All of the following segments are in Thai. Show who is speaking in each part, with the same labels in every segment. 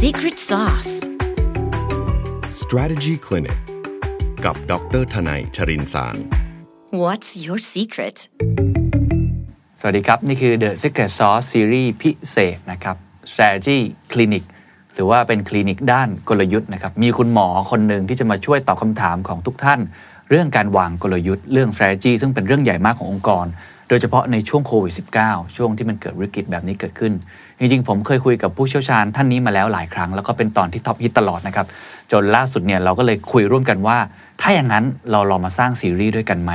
Speaker 1: secret sauce
Speaker 2: Strategy Clinic กับดรทนายชรินสาร
Speaker 1: What's your secret
Speaker 3: สวัสดีครับ นี่คือ The Secret Sauce Series พิเศษนะครับ Strategy Clinic หรือว่าเป็นคลินิกด้านกลยุทธ์นะครับ มีคุณหมอคนหนึ่งที่จะมาช่วยตอบคำถามของทุกท่าน เรื่องการวางกลยุทธ์เรื่อง strategy ซึ่งเป็นเรื่องใหญ่มากขององค์กร โดยเฉพาะในช่วงโควิด -19 ช่วงที่มันเกิดวิกฤตแบบนี้เกิดขึ้น จริงๆ ผมเคยคุยกับผู้เชี่ยวชาญท่านนี้มาแล้วหลายครั้ง แล้วก็เป็นตอนที่ท็อปฮิตตลอดนะครับจนล่าสุดเนี่ยเราก็เลยคุยร่วมกันว่า ถ้าอย่างนั้นเราลองมาสร้างซีรีส์ด้วยกันไหม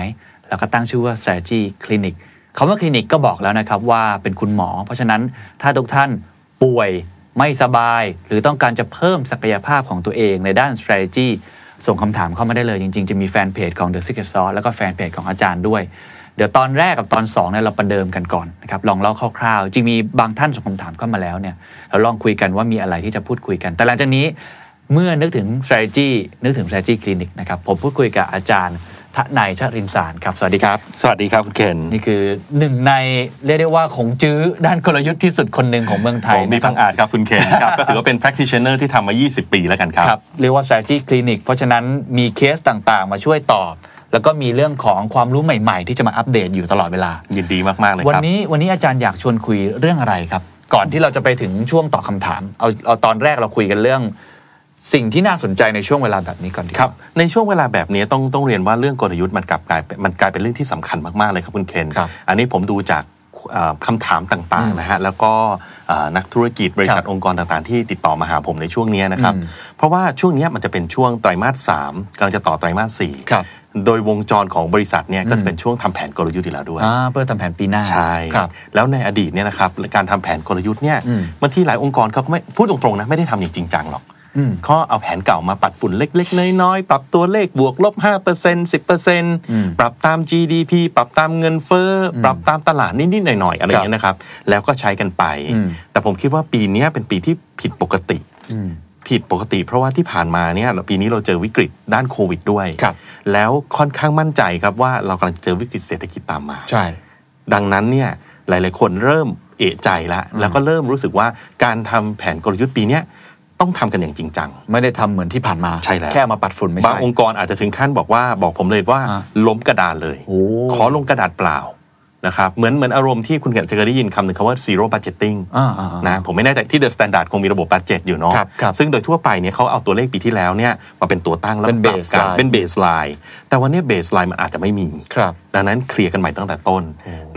Speaker 3: แล้วก็ตั้งชื่อว่า strategy clinic คำว่าคลินิกก็บอกแล้วนะครับว่าเป็นคุณหมอ เพราะฉะนั้นถ้าทุกท่านป่วยไม่สบาย หรือต้องการจะเพิ่มศักยภาพของตัวเองในด้าน strategy ส่งคำถามเข้ามาได้เลยจริง ๆ จะมีแฟนเพจของ The Secret Sauce แล้วก็แฟนเพจของอาจารย์ด้วย เดี๋ยวตอนแรกกับตอน2เนี่ยเราประเดิมกันก่อนนะครับลองเล่าคร่าวๆ จริงมีบางท่านส่งคำถามเข้ามาแล้วเนี่ยเราลองคุยกันว่ามีอะไรที่จะพูดคุยกัน แต่หลังจากนี้ เมื่อนึกถึง strategy นึกถึง strategy clinic นะครับผมพูดคุยกับอาจารย์ทนายชรินสารครับสวัสดีครับ
Speaker 4: สวัสดีครับคุณเคน
Speaker 3: นี่คือหนึ่งในเรียกได้ว่าของจื้อด้านกลยุทธ์ที่สุดคนหนึ่งของเมืองไทย
Speaker 4: ผมมีพังอาจครับคุณเคน ครับ ก็ถือว่าเป็น practitioner ที่ทำมา 20 ปีแล้วกันครับ
Speaker 3: ครับเรียกว่า strategy clinic เพราะฉะนั้นมีเคสต่างๆ มาช่วยตอบ แล้วก็มีเรื่องของความรู้ใหม่ๆ ที่จะมาอัปเดตอยู่ตลอดเวลา
Speaker 4: ยินดีมาก ๆ เลย
Speaker 3: วัน
Speaker 4: ครับ
Speaker 3: นี้วันนี้อาจารย์อยากชวนคุยเรื่องอะไรครับ ก่อนที่เราจะไปถึงช่วงตอบคำถาม เอาเอาตอนแรกเราคุยกันเรื่อง สิ่งที่น่าสนใจในช่วงเวลาแบบนี้ก่อนดีกว่า
Speaker 4: ครับ ในช่วงเวลาแบบนี้ต้องต้องเรียนว่าเรื่องกลยุทธ์มันกลับกลายเป็นมันกลายเป็นเรื่องที่สำคัญมาก ๆ เลยครับคุณเคน
Speaker 3: ครับ
Speaker 4: อันนี้ผมดูจากเอ่อคำถามต่าง
Speaker 3: อืม
Speaker 4: ๆ นะฮะ แล้วก็เอ่อนักธุรกิจบริษั
Speaker 3: ค
Speaker 4: ท
Speaker 3: รับ
Speaker 4: องค์กรต่าง ๆ ที่ติดต่อมาหาผมในช่วงนี้นะครับ
Speaker 3: อืม
Speaker 4: เพราะว่าช่วงนี้มันจะเป็นช่วงไตรมาสสามกำลังจะต่อไตรมาสสี่
Speaker 3: ครับ
Speaker 4: โดยวงจรของบริษัทเนี่ยก็
Speaker 3: อื
Speaker 4: จะ
Speaker 3: ม
Speaker 4: เป็นช่วงทำแผนกลยุทธ์อยู่แล้วด้วย
Speaker 3: อ่าเพื่อทำแผนปีหน้า
Speaker 4: ใช่
Speaker 3: ครับ
Speaker 4: แล้วในอดีตเนี่ยนะครับการทำแผนกลยุทธ์เนี่ย
Speaker 3: อืม
Speaker 4: บางทีหลายองค์กรเขาก็ไม่พูดตรงๆนะไม่ได้ทำอย่างจริงจังหรอก
Speaker 3: อืม
Speaker 4: เขาเอาแผนเก่ามาปัดฝุ่นเล็ก ๆ น้อยๆ ปรับตัวเลขบวกลบ 5%
Speaker 3: ม
Speaker 4: 10%ปรับตาม GDP ปรับตามเงินเฟ้ออปรับตามตลาดนิดๆหน่อยๆอะไรอย่างเงี้ยนะครับ แล้วก็ใช้กันไป
Speaker 3: อืม
Speaker 4: แต่ผมคิดว่าปีเนี้ยเป็นปีที่ผิดปกติ
Speaker 3: อืม
Speaker 4: ผิดปกติเพราะว่าที่ผ่านมาเนี่ยปีนี้เราเจอวิกฤตด้านโควิดด้วย
Speaker 3: ครับ
Speaker 4: แล้วค่อนข้างมั่นใจครับว่าเรากำลังเจอวิกฤตเศรษฐกิจตามมา
Speaker 3: ใช่
Speaker 4: ดังนั้นเนี่ยหลาย ๆ คนเริ่มเอะใจแล้วแล้วก็เริ่มรู้สึกว่าการทำแผนกลยุทธ์ปีเนี้ยต้องทำกันอย่างจริงจัง
Speaker 3: ไม่ได้ทำเหมือนที่ผ่านมา
Speaker 4: ใช่แล้ว
Speaker 3: แค่มาปัดฝุ่นไม่
Speaker 4: บาง
Speaker 3: ใช่
Speaker 4: องค์กรอาจจะถึงขั้นบอกว่าบอกผมเลยว่า
Speaker 3: อ่ะ
Speaker 4: ล้มกระดานเลย
Speaker 3: โอ้
Speaker 4: ขอลงกระดาษเปล่านะครับเหมือนเหมือนอารมณ์ที่คุณเขียนจะเคยได้ยินคำหนึ่งคำว่า zero budgeting
Speaker 3: อ่าอ่าอ่าน
Speaker 4: นะผมไม่แน่ใจที่ The Standard คงมีระบบ budget อยู่เนาะ
Speaker 3: ครับครับ
Speaker 4: ซึ่งโดยทั่วไปเนี่ยเขาเอาตัวเลขปีที่แล้วเนี่ยมาเป็นตัวตั้งแล้ว
Speaker 3: เป็น
Speaker 4: ปรับกัน
Speaker 3: baseline
Speaker 4: เป็น baseline แต่วันเนี้ย baseline มันอาจจะไม่มี
Speaker 3: ครับ
Speaker 4: ดังนั้นเคลียร์กันใหม่ตั้งแต่ต้น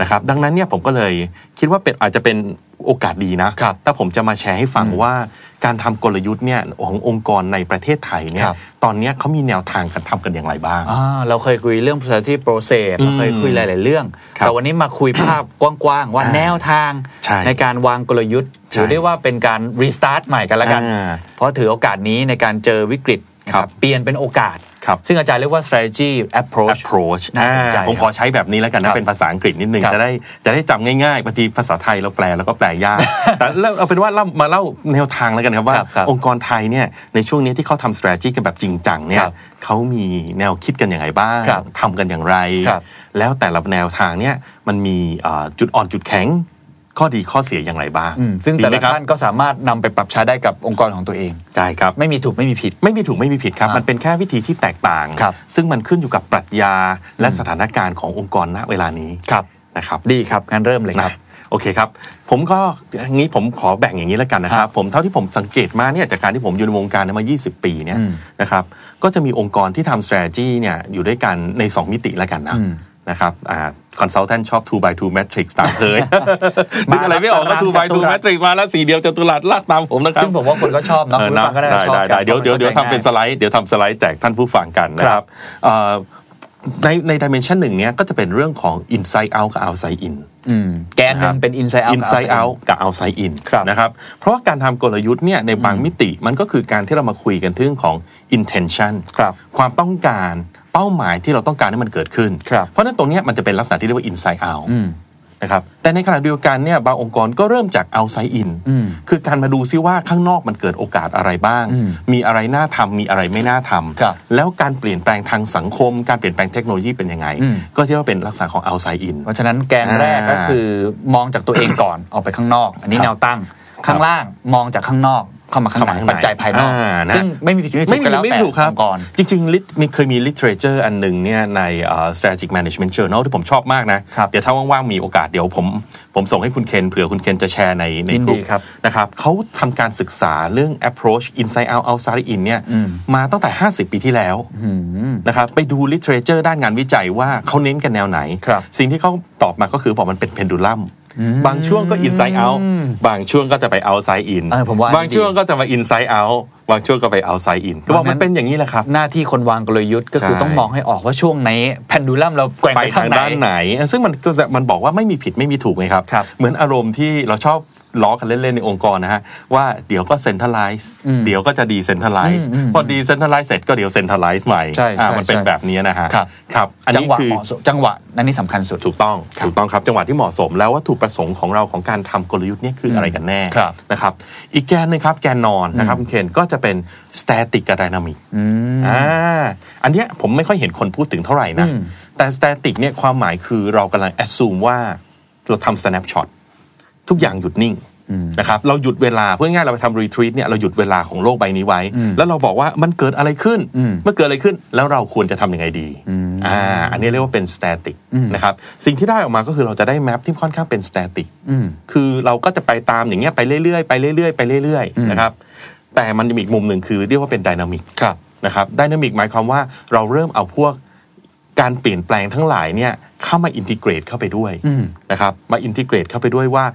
Speaker 4: นะครับดังนั้นเนี่ยผมก็เลยคิดว่าเป็นอาจจะเป็นโอกาสดีนะครับ แต่ผมจะมาแชร์ให้ฟังว่าการทำกลยุทธ์เนี่ยขององค์กรในประเทศไทย
Speaker 3: ค
Speaker 4: เนี่ย
Speaker 3: รับ
Speaker 4: ตอนเนี้ยเขามีแนวทางการทำกันอย่างไรบ้าง
Speaker 3: อ่าเราเคยคุยเรื่อง strategy process เราเคยคุยหลาย ๆ เรื่อง
Speaker 4: ครับ
Speaker 3: แต่วันนี้มาคุยภาพ กว้าง ๆ ว่า
Speaker 4: อ่า
Speaker 3: แนวทาง
Speaker 4: ใช่
Speaker 3: การวางกลยุทธ์
Speaker 4: ใช่
Speaker 3: ถือได้ว่าเป็นการ restart ใหม่กันละกัน
Speaker 4: อ่า
Speaker 3: เพราะถือโอกาสนี้ในการเจอวิกฤตนะครับ เปลี่ยนเป็นโอกาส
Speaker 4: ครับ
Speaker 3: ซึ่งอาจารย์เรียกว่า strategy approach
Speaker 4: approach
Speaker 3: น่าสนใจ
Speaker 4: อ่าผมขอใช้แบบนี้แล้วกัน
Speaker 3: ครั
Speaker 4: นะ
Speaker 3: บ
Speaker 4: เป็นภาษาอังกฤษนิดนึง
Speaker 3: ครับ
Speaker 4: จะได้จะได้จำง่ายๆบางทีภาษาไทยเราแปลแล้วก็แปลยาก แต่เราเอาเป็นว่าเรามาเล่าแนวทางแล้วกันครับว่า
Speaker 3: ครับครับ
Speaker 4: องค์กรไทยเนี่ยในช่วงนี้ที่เขาทำ strategy กันแบบจริงจังเนี่
Speaker 3: ค
Speaker 4: ย
Speaker 3: รับ
Speaker 4: เขามีแนวคิดกันอย่างไรบ้าง
Speaker 3: ครับ
Speaker 4: ทำกันอย่างไร
Speaker 3: ครับ
Speaker 4: แล้วแต่ละแนวทางเนี่ยมันมีเอ่อจุดอ่อนจุดแข็ง ข้อดีข้อเสียอย่างไรบ้าง
Speaker 3: อืมซึ่ง
Speaker 4: ดี
Speaker 3: แต่
Speaker 4: ไหม
Speaker 3: ละ
Speaker 4: ครับ
Speaker 3: ท่านก็สามารถนำไปปรับใช้ได้กับองค์กรของตัวเอง
Speaker 4: ใช่ครับ
Speaker 3: ไม่มีถูกไม่มีผิด
Speaker 4: ไม่มีถูกไม่มีผิดครับ
Speaker 3: อ่ามั
Speaker 4: มันเป็นแค่วิธีที่แตกต่าง
Speaker 3: ครับ
Speaker 4: ซึ่งมันขึ้นอยู่กับปรัชญาและสถานการณ์ขององค์กรณเวลานี้
Speaker 3: ครับ
Speaker 4: นะครับ
Speaker 3: ดีครับงั้นเริ่มเลยครับ
Speaker 4: นะโอเคครับ ผมก็อย่างนี้ผมขอแบ่งอย่างนี้แล้วกันนะค
Speaker 3: ครั
Speaker 4: รั
Speaker 3: บบ
Speaker 4: ผมเท่าที่ผมสังเกตมาเนี่ยจากการที่ผมอยู่ในวงการเนี่ยมา 20 ปีเนี่ย
Speaker 3: อืม
Speaker 4: นะครับก็จะมีองค์กรที่ทำ strategy เนี่ยอยู่ด้วยกันใน 2 มิติแล้วกันนะ
Speaker 3: อืม
Speaker 4: นะครับอ่า consultant ชอบ 2 by 2 matrix ตามเค ย
Speaker 3: มา
Speaker 4: นึกอะไรไม่ออก
Speaker 3: ตา
Speaker 4: ก็
Speaker 3: ม
Speaker 4: 2 by
Speaker 3: จตุรัส
Speaker 4: 2 matrix มาแล้วสีเดียวจตุรัสลากตามผมนะครับ
Speaker 3: ซึ่งผมว่าคนก็ชอบเนาะ
Speaker 4: เอ
Speaker 3: คุ
Speaker 4: อ
Speaker 3: ณผู้
Speaker 4: นะ
Speaker 3: ฟังก็น่า
Speaker 4: ได้
Speaker 3: จะชอบ
Speaker 4: ได้
Speaker 3: กั
Speaker 4: ได้เดี๋ยวเดี๋ยวเดี๋ยว
Speaker 3: พราะมั
Speaker 4: ทำเป็นส
Speaker 3: ข้าใจง่าย
Speaker 4: ไลด์เดี๋ยวทำสไลด์แจกท่านผู้ฟังกันนะ
Speaker 3: ค
Speaker 4: ค
Speaker 3: รั
Speaker 4: รั
Speaker 3: บบ
Speaker 4: เอ่อในในดิเมนชันหนึ่งเนี้ยก็จะเป็นเรื่องของ inside out กับ outside in
Speaker 3: อืมแกนหนึงเป็น inside out กับ
Speaker 4: inside out กับ outside in
Speaker 3: ครับ
Speaker 4: นะครับ เพราะว่าการทำกลยุทธ์เนี่ยในบางมิติมันก็คือการที่เรามาคุยกันเรื่องของ intention
Speaker 3: ครับ
Speaker 4: ความต้องการเป้าหมายที่เราต้องการให้มันเกิดขึ้น
Speaker 3: ครับ
Speaker 4: เพราะฉะนั้นตรงเนี้ยมันจะเป็นลักษณะที่เรียกว่า inside out
Speaker 3: อืม
Speaker 4: นะครับแต่ในขณะเดียวกันเนี่ยบางองค์กรก็เริ่มจาก outside in
Speaker 3: อืม
Speaker 4: คือการมาดูซิว่าข้างนอกมันเกิดโอกาสอะไรบ้าง
Speaker 3: อืม
Speaker 4: มีอะไรน่าทำมีอะไรไม่น่าทำ
Speaker 3: ครับ
Speaker 4: แล้วการเปลี่ยนแปลงทางสังคม การเปลี่ยนแปลงเทคโนโลยีเป็นยังไง
Speaker 3: อืม
Speaker 4: ก็เรียกว่าเป็นลักษณะของ outside in
Speaker 3: เพราะฉะนั้นแกนแรก
Speaker 4: อ่า
Speaker 3: ก็ คือมองจากตัวเองก่อน ออกไปข้างนอก อันนี้
Speaker 4: ครับ
Speaker 3: แนวตั้งข้างล่างมองจากข้างนอก เข้ามาข้าง
Speaker 4: เข้ามาข้าง
Speaker 3: ใน
Speaker 4: ใน
Speaker 3: ปัจจัยภายนอก
Speaker 4: อ่านะ
Speaker 3: ซึ่งไม่มีผิดไม่ถู
Speaker 4: ไม่
Speaker 3: ก
Speaker 4: มี
Speaker 3: ก็แล้ว
Speaker 4: ไม่
Speaker 3: แต่
Speaker 4: ถูกครับ
Speaker 3: องค์กร
Speaker 4: จริงๆ lit- มีเคยมี literature อันหนึ่งเนี่ยในเอ่อ strategic management journal ที่ผมชอบมากนะ
Speaker 3: ครับ
Speaker 4: เดี๋ยวถ้าว่างๆ มีโอกาสเดี๋ยวผมผมส่งให้คุณเคนเผื่อคุณเคนจะแชร์ในใน
Speaker 3: ยินดี
Speaker 4: กลุ่ม
Speaker 3: ครับ
Speaker 4: นะครับเขาทำการศึกษาเรื่อง approach inside out outside in เนี่ย
Speaker 3: อืม
Speaker 4: มาตั้งแต่ 50 ปีที่แล้ว
Speaker 3: อืม
Speaker 4: นะครับไปดู literature ด้านงานวิจัยว่าเขาเน้นกันแนวไหน
Speaker 3: ครับ
Speaker 4: สิ่งที่เขาตอบมาก็คือบอกมันเป็นเพนดูลัมบางช่วงก็ inside out บางช่วงก็จะไป outside in
Speaker 3: เออผมว่าอันนี้
Speaker 4: บางช่วงก็จะมา inside out บางช่วงก็ไป outside in ก็บอก
Speaker 3: เพราะฉะนั้
Speaker 4: มัน นเป็นอย่างนี้แหละครับ
Speaker 3: หน้าที่คนวางกลยุทธ์ก็คือ
Speaker 4: ใช่
Speaker 3: ต้องมองให้ออกว่าช่วงไหนแพนดูลัมเราแกว่ง
Speaker 4: ไป
Speaker 3: ไป
Speaker 4: ทา
Speaker 3: ทาง งไหน
Speaker 4: ด้านไหน ซึ่งมันก็จะมันบอกว่าไม่มีผิดไม่มีถูกไงครับ
Speaker 3: ครับ
Speaker 4: เหมือนอารมณ์ที่เราชอบล้อกันเล่น ๆ ในองค์กรนะฮะ ว่าเดี๋ยวก็เซ็นทรัลไลซ์
Speaker 3: อืม
Speaker 4: เดี๋ยวก็จะดีเซ็นทรัลไลซ์
Speaker 3: อืมอืม
Speaker 4: พอดีเซ็นทรัลไลซ์เสร็จก็เดี๋ยวเซ็นทรัลไลซ์ใหม่
Speaker 3: ใช่ใช่
Speaker 4: อ่ามันเป็น
Speaker 3: ใช่
Speaker 4: แบบนี้นะฮะ
Speaker 3: ครับ
Speaker 4: ครับอัน
Speaker 3: จัง
Speaker 4: นี้
Speaker 3: หวะ
Speaker 4: คือ
Speaker 3: เหมาะสมจังหวะนั่นนี่สำคัญสุด
Speaker 4: ถูกต้อง
Speaker 3: ครับ
Speaker 4: ถูกต้องครับ จังหวะที่เหมาะสมแล้ววัตถุประสงค์ของเราของการทำกลยุทธ์เนี่ยคืออะไรกันแน่
Speaker 3: ครับ
Speaker 4: นะครับ อีกแกนหนึ่งครับ แกนนอนนะครับคุณเคนก็จะเป็น static กับ dynamic อ่าอันเนี้ยผมไม่ค่อยเห็นคนพูดถึงเท่าไหร่นะ
Speaker 3: อืม
Speaker 4: แต่ static เนี่ยความหมายคือเรากำลัง assume ว่าเราทำ snapshot ทุกอย่างหยุดนิ่งนะครับเราหยุดเวลาเพื่อง่ายๆเราไปทำรีทรีตเนี่ยเราหยุดเวลาของโลกใบนี้ไว้ แล้วเราบอกว่ามันเกิดอะไรขึ้น
Speaker 3: อืม
Speaker 4: เมื่อเกิดอะไรขึ้นแล้วเราควรจะทำยังไงดีอ่าอันนี้เรียกว่าเป็น static นะครับสิ่งที่ได้ออกมาก็คือเราจะได้แมปที่ค่อนข้างเป็น static
Speaker 3: อืม
Speaker 4: คือเราก็จะไปตามอย่างเงี้ยไปเรื่อยๆไปเรื่อยๆไปเรื่อยๆนะครับแต่มันจะมีอีกมุมหนึ่งคือเรียกว่าเป็น dynamic
Speaker 3: ครับ
Speaker 4: นะครับดินามิกหมายความว่าเราเริ่มเอาพวกการเปลี่ยนแปลงทั้งหลายเนี่ยเข้ามาอินทิเกรตเข้าไปด้วย
Speaker 3: อืม
Speaker 4: นะครับมาอินทิเกรตเข้าไปด้วยว่า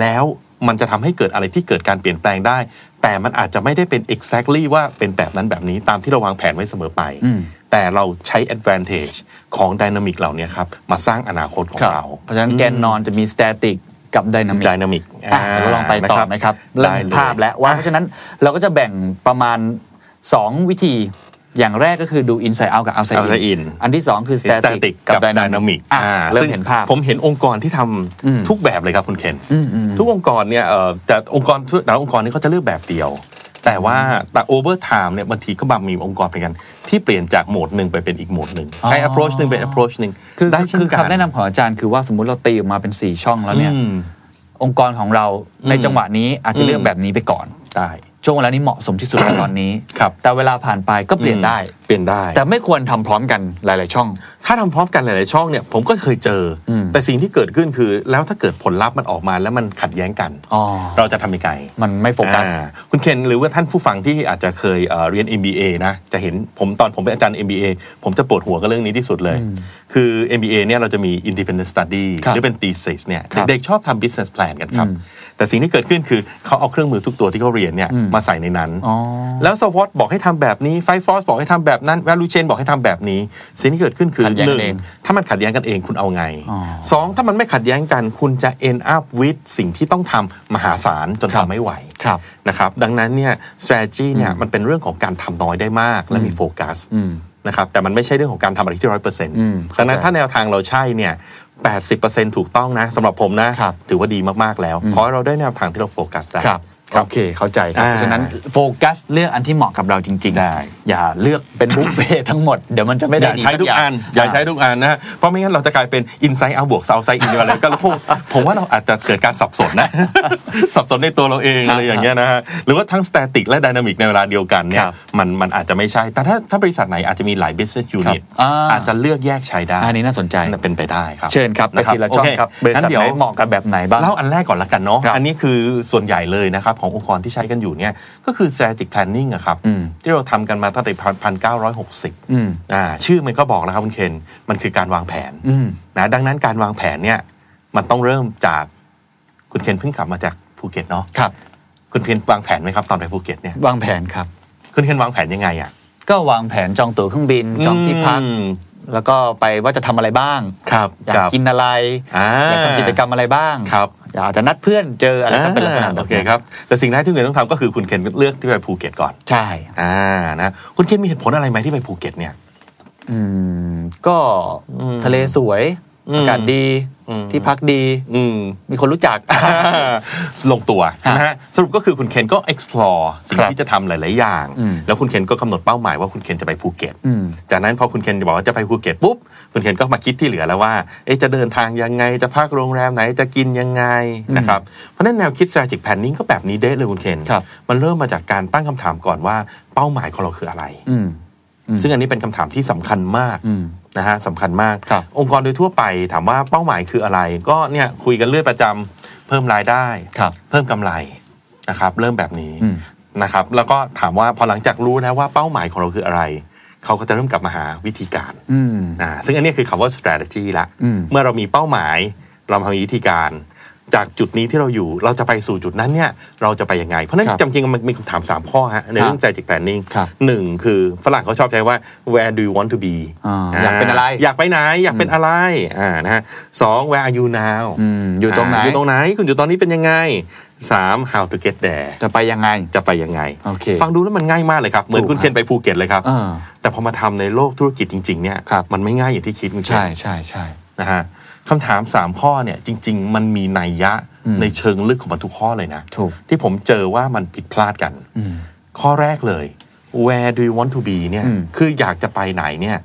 Speaker 4: แล้วมันจะทำให้เกิดอะไรที่เกิดการเปลี่ยนแปลงได้ แต่มันอาจจะไม่ได้เป็น exactly ว่าเป็นแบบนั้นแบบนี้ตามที่เราวางแผนไว้เสมอไป
Speaker 3: อืม
Speaker 4: แต่เราใช้ advantage ของดินามิกเหล่านี้ครับ มาสร้างอนาคตของ
Speaker 3: ครับ
Speaker 4: เรา
Speaker 3: เพราะฉะนั้นแกนนอนจะมีสแตติกกับไดนามิก
Speaker 4: ดินามิก
Speaker 3: อ่ะเดี๋ยวเราลองไปต่อไหมครับเริ่มเห็นภาพแล้วว่าเพราะฉะนั้นเราก็จะแบ่งประมาณ 2 วิธีอย่างแรกก็คือดู inside out กับ outside
Speaker 4: outside
Speaker 3: in
Speaker 4: in
Speaker 3: อันที่ 2 คือ static กับ dynamic อ่ะ
Speaker 4: อ่า
Speaker 3: เริ่ม
Speaker 4: ซึ่ง
Speaker 3: เห็นภาพ
Speaker 4: ผมเห็นองค์กรที่ทำ
Speaker 3: อืม
Speaker 4: ทุกแบบเลยครับคุณเคน
Speaker 3: อืมอืม
Speaker 4: ทุกองค์กรเนี่ยเอ่อแต่องค์กรแต่ละองค์กรนี่เขาจะเลือกแบบเดียว แต่ว่าแต่โอเวอร์ไทม์เนี่ยบางทีก็บางมีองค์กรเหมือนกัน ที่เปลี่ยนจากโหมดหนึ่งไปเป็นอีกโหมดหนึ่งใช้
Speaker 3: อ๋อ
Speaker 4: approach หนึ่งเป็น approach หนึ่ง
Speaker 3: คือ
Speaker 4: ได้
Speaker 3: คื
Speaker 4: เช่
Speaker 3: อน
Speaker 4: กัน
Speaker 3: คำแนะนำของอาจารย์คือว่าสมมุติเราตีออกมาเป็น 4 ช่องแล้วเนี่ย
Speaker 4: อืม
Speaker 3: องค์กรของเราใน
Speaker 4: อืม
Speaker 3: จังหวะนี้อาจจะเลือก
Speaker 4: อืม
Speaker 3: แบบนี้ไปก่อน
Speaker 4: ได้
Speaker 3: ช่วงเวลานี้เหมาะสมที่สุดในตอนนี้
Speaker 4: ครับ
Speaker 3: แต่เวลาผ่านไปก็เปลี่ยนได้
Speaker 4: เปลี่ยนได้
Speaker 3: แต่ไม่ควรทำพร้อมกันหลาย ๆ ช่อง
Speaker 4: ถ้าทำพร้อมกันหลาย ๆ ช่องเนี่ยผมก็เคยเจออ
Speaker 3: ม
Speaker 4: แต่สิ่งที่เกิดขึ้นคือ แล้วถ้าเกิดผลลัพธ์มันออกมาแล้วมันขัดแย้งกัน
Speaker 3: อ๋อ
Speaker 4: เราจะทำยังไง
Speaker 3: มันไม่โฟกัส
Speaker 4: อ่าคุณเคนหรือว่าท่านผู้ฟังที่อาจจะเคยเอ่อเรียน MBA นะจะเห็นผมตอนผมเป็นอาจารย์ MBA ผมจะปวดหัวกับเรื่องนี้ที่สุดเลย คือ MBA เนี่ยเราจะมี independent study
Speaker 3: ครับ
Speaker 4: หรือเป็น thesis เนี่ย
Speaker 3: ครับ
Speaker 4: เด็กๆชอบทำ business plan กันครับ
Speaker 3: อืม
Speaker 4: แต่สิ่งที่เกิดขึ้นคือเขาเอาเครื่องมือทุกตัวที่เขาเรียนเนี่ย
Speaker 3: อืม
Speaker 4: มาใส่ในนั้น
Speaker 3: อ๋อ
Speaker 4: แล้วสวอตบอกให้ทำแบบนี้ไฟฟอสบอกให้ทำแบบนั้น value chain บอกให้ทำแบบนี้ สิ่งที่เกิดขึ้นคือ
Speaker 3: ขัดแย้ง
Speaker 4: หนึ่ง
Speaker 3: เอง
Speaker 4: ถ้ามันขัดแย้งกันเองคุณเอาไง
Speaker 3: อ๋อ
Speaker 4: สองถ้ามันไม่ขัดแย้งกันคุณจะ end up with สิ่งที่ต้องทำมหาศาลจน
Speaker 3: ครับ
Speaker 4: ทำไม่ไหว
Speaker 3: ครับ
Speaker 4: นะครับดังนั้นเนี่ย strategy เนี่ยมันเป็นเรื่องของการทำน้อยได้มากและมีโฟกัส
Speaker 3: อืม
Speaker 4: นะครับแต่มันไม่ใช่เรื่องของการทำอะไรที่ร้อยเปอร์เซ็นต์
Speaker 3: ม
Speaker 4: ดังนั้น
Speaker 3: เข้าใจ
Speaker 4: ถ้าแนวทางเราใช่เนี่ยแปดสิบเปอร์เซ็นต์ถูกต้องนะสำหรับผมนะ
Speaker 3: ครับ
Speaker 4: ถือว่าดีมาก ๆ แล้ว ขอให้เราได้แนวทางที่เราโฟกัสได้
Speaker 3: ครับโอเคเข้าใจครับ
Speaker 4: อ่า
Speaker 3: เพราะฉะนั้นโฟกัสเลือกอันที่เหมาะกับเราจริง
Speaker 4: ได้
Speaker 3: อย่าเลือกเป็นบุฟเฟ่ทั้งหมด เดี๋ยวมันจะไม่
Speaker 4: อ
Speaker 3: ได้
Speaker 4: ย่าใช้ทุกอัน อย่าใช้ทุกอันนะเพราะไม่งั้นเราจะกลายเป็น inside out บวก south side in อะไร ก็แล้วพวกผมว่าเราอาจจะเกิดการสับสนนะ สับสนในตัวเราเองอะไรอย่างเงี้ยนะฮะหรือว่าทั้ง static และ dynamic ในเวลาเดียวกันเนี่
Speaker 3: ค
Speaker 4: ย
Speaker 3: รับ
Speaker 4: มันมันอาจจะไม่ใช่ แต่ถ้าถ้าบริษัทไหนอาจจะมีหลาย business unit
Speaker 3: ครับอ่า
Speaker 4: อาจจะเลือกแยกใช้ได้
Speaker 3: อันนี้น่าสนใจ
Speaker 4: นั่นเป็นไปได้ครับ
Speaker 3: เชิญครับไป
Speaker 4: น
Speaker 3: ทีละช่อง
Speaker 4: โ
Speaker 3: ครับบริษัท
Speaker 4: งั้นดี๋ยว
Speaker 3: ไหนเหมาะกับแบบไหนบ้าง
Speaker 4: เล่าอันแรกก่อนละกันเนาะ
Speaker 3: ครับ
Speaker 4: อันนี้คือส่วนใหญ่เลยนะครับ ขององค์กรที่ใช้กันอยู่เนี่ยก็คือ strategic planning อะครับ
Speaker 3: อืม
Speaker 4: ที่เราทำกันมาตั้งแต่พันเก้าร้อยหกสิบ
Speaker 3: อืม
Speaker 4: อ่าชื่อมันก็บอกแล้วครับคุณเคน มันคือการวางแผน
Speaker 3: อืม
Speaker 4: นะดังนั้นการวางแผนเนี่ยมันต้องเริ่มจากคุณเคนเพิ่งกลับมาจากภูเก็ตเนาะ
Speaker 3: ครับ
Speaker 4: คุณเคนวางแผนไหมครับตอนไปภูเก็ตเนี่ยว
Speaker 3: างแผนครับ
Speaker 4: คุณเคนวางแผนยังไงอ่ะ
Speaker 3: ก็วางแผนจองตั๋วเครื่องบินจองที่พัก
Speaker 4: อืม
Speaker 3: แล้วก็ไปว่าจะทำอะไรบ้าง
Speaker 4: ครับ
Speaker 3: อยาก
Speaker 4: ครับ
Speaker 3: กินอะไร
Speaker 4: อ่า
Speaker 3: อยากทำกิจกรรมอะไรบ้าง
Speaker 4: ครับ
Speaker 3: อยากจะนัดเพื่อนเจออะไรก็เป็นลักษณะ
Speaker 4: อ่า
Speaker 3: แบ
Speaker 4: โอบเค
Speaker 3: นี้
Speaker 4: ครับแต่สิ่งแรกที่คุณเคนต้องทำก็คือคุณเคนเลือกที่ไปภูเก็ตก่อน
Speaker 3: ใช่
Speaker 4: อ่านะคุณเคนมีเหตุผลอะไรไหมที่ไปภูเก็ตเนี่ย
Speaker 3: อืมก็
Speaker 4: อืม
Speaker 3: ทะเลสวย
Speaker 4: อืม
Speaker 3: อากาศดี
Speaker 4: อืม
Speaker 3: ที่พักดี
Speaker 4: อืม
Speaker 3: มีคนรู้จัก
Speaker 4: ลงตัวใช่ไหมฮะสรุปก็คือคุณเคนก็ explore สิ่ง
Speaker 3: ครับ
Speaker 4: ที่จะทำหลาย ๆ อย่าง
Speaker 3: อืม
Speaker 4: แล้วคุณเคนก็กำหนดเป้าหมายว่าคุณเคนจะไปภูเก็ต
Speaker 3: อืม
Speaker 4: จากนั้นพอคุณเคนบอกว่าจะไปภูเก็ตปุ๊บคุณเคนก็มาคิดที่เหลือแล้วว่าเอ๊ะจะเดินทางยังไงจะพักโรงแรมไหนจะกินยังไงนะครับเพราะฉะนั้นแนวคิด strategic planning ก็แบบนี้เด้เลยคุณเคน
Speaker 3: ครับ
Speaker 4: มันเริ่มมาจากการตั้งคำถามก่อนว่าเป้าหมายของเราคืออะไร
Speaker 3: อืม อืม
Speaker 4: ซึ่งอันนี้เป็นคำถามที่สำคัญมาก
Speaker 3: อืม
Speaker 4: นะฮะสำคัญมาก
Speaker 3: ครับ
Speaker 4: องค์กรโดยทั่วไปถามว่าเป้าหมายคืออะไร ก็เนี่ยคุยกันเรื่อยประจำเพิ่มรายได้
Speaker 3: ครับ
Speaker 4: เพิ่มกำไรนะครับ เริ่มแบบนี้
Speaker 3: อืม
Speaker 4: นะครับ แล้วก็ถามว่าพอหลังจากรู้นะว่าเป้าหมายของเราคืออะไร เขาก็จะเริ่มกลับมาหาวิธีการ
Speaker 3: อืม
Speaker 4: อ่าซึ่งอันนี้คือคำว่า strategy ละ
Speaker 3: อืม
Speaker 4: เมื่อเรามีเป้าหมายเรามีวิธีการ จากจุดนี้ที่เราอยู่เราจะไปสู่จุดนั้นเนี่ยเราจะไปยังไง เพราะฉะนั้น
Speaker 3: ครับ
Speaker 4: จำจริงๆมันมีคำถามสามข้อฮะในเรื่อง strategic planning
Speaker 3: ครับ
Speaker 4: หนึ่งคือฝรั่งเขาชอบใช้ว่า where do you want to be
Speaker 3: อ่าอยากเป็นอะไร
Speaker 4: อยากไปไหนอยากเป็นอะไรอ่านะฮะสอง where are you now
Speaker 3: อืมอยู่ตรงไหน
Speaker 4: าอยู่ตรงไหน คุณอยู่ตอนนี้เป็นยังไงสาม how to get there
Speaker 3: จะไปยังไง
Speaker 4: จะไปยังไง
Speaker 3: โอเค
Speaker 4: ฟังดูแล้วมันง่ายมากเลยครับ เหมือนคุณ
Speaker 3: ถูก
Speaker 4: เคนไปภูเก็ตเลยครับ
Speaker 3: เออ
Speaker 4: แต่พอมาทำในโลกธุรกิจจริง ๆ เนี่ย
Speaker 3: ครับ
Speaker 4: มันไม่ง่ายอย่างที่คิดคุณเคน
Speaker 3: ใช่ใช่ใช่
Speaker 4: นะฮะคำถาม 3 ข้อเนี่ย จริง ๆ มันมีนัยยะ
Speaker 3: อืม
Speaker 4: ในเชิงลึกของมันทุกข้อเลยนะ
Speaker 3: ถูก
Speaker 4: ที่ผมเจอว่ามันผิดพลาดกัน
Speaker 3: อืม
Speaker 4: ข้อแรกเลย where do you want to be เนี่ย
Speaker 3: อืม
Speaker 4: คืออยากจะไปไหนเนี่ย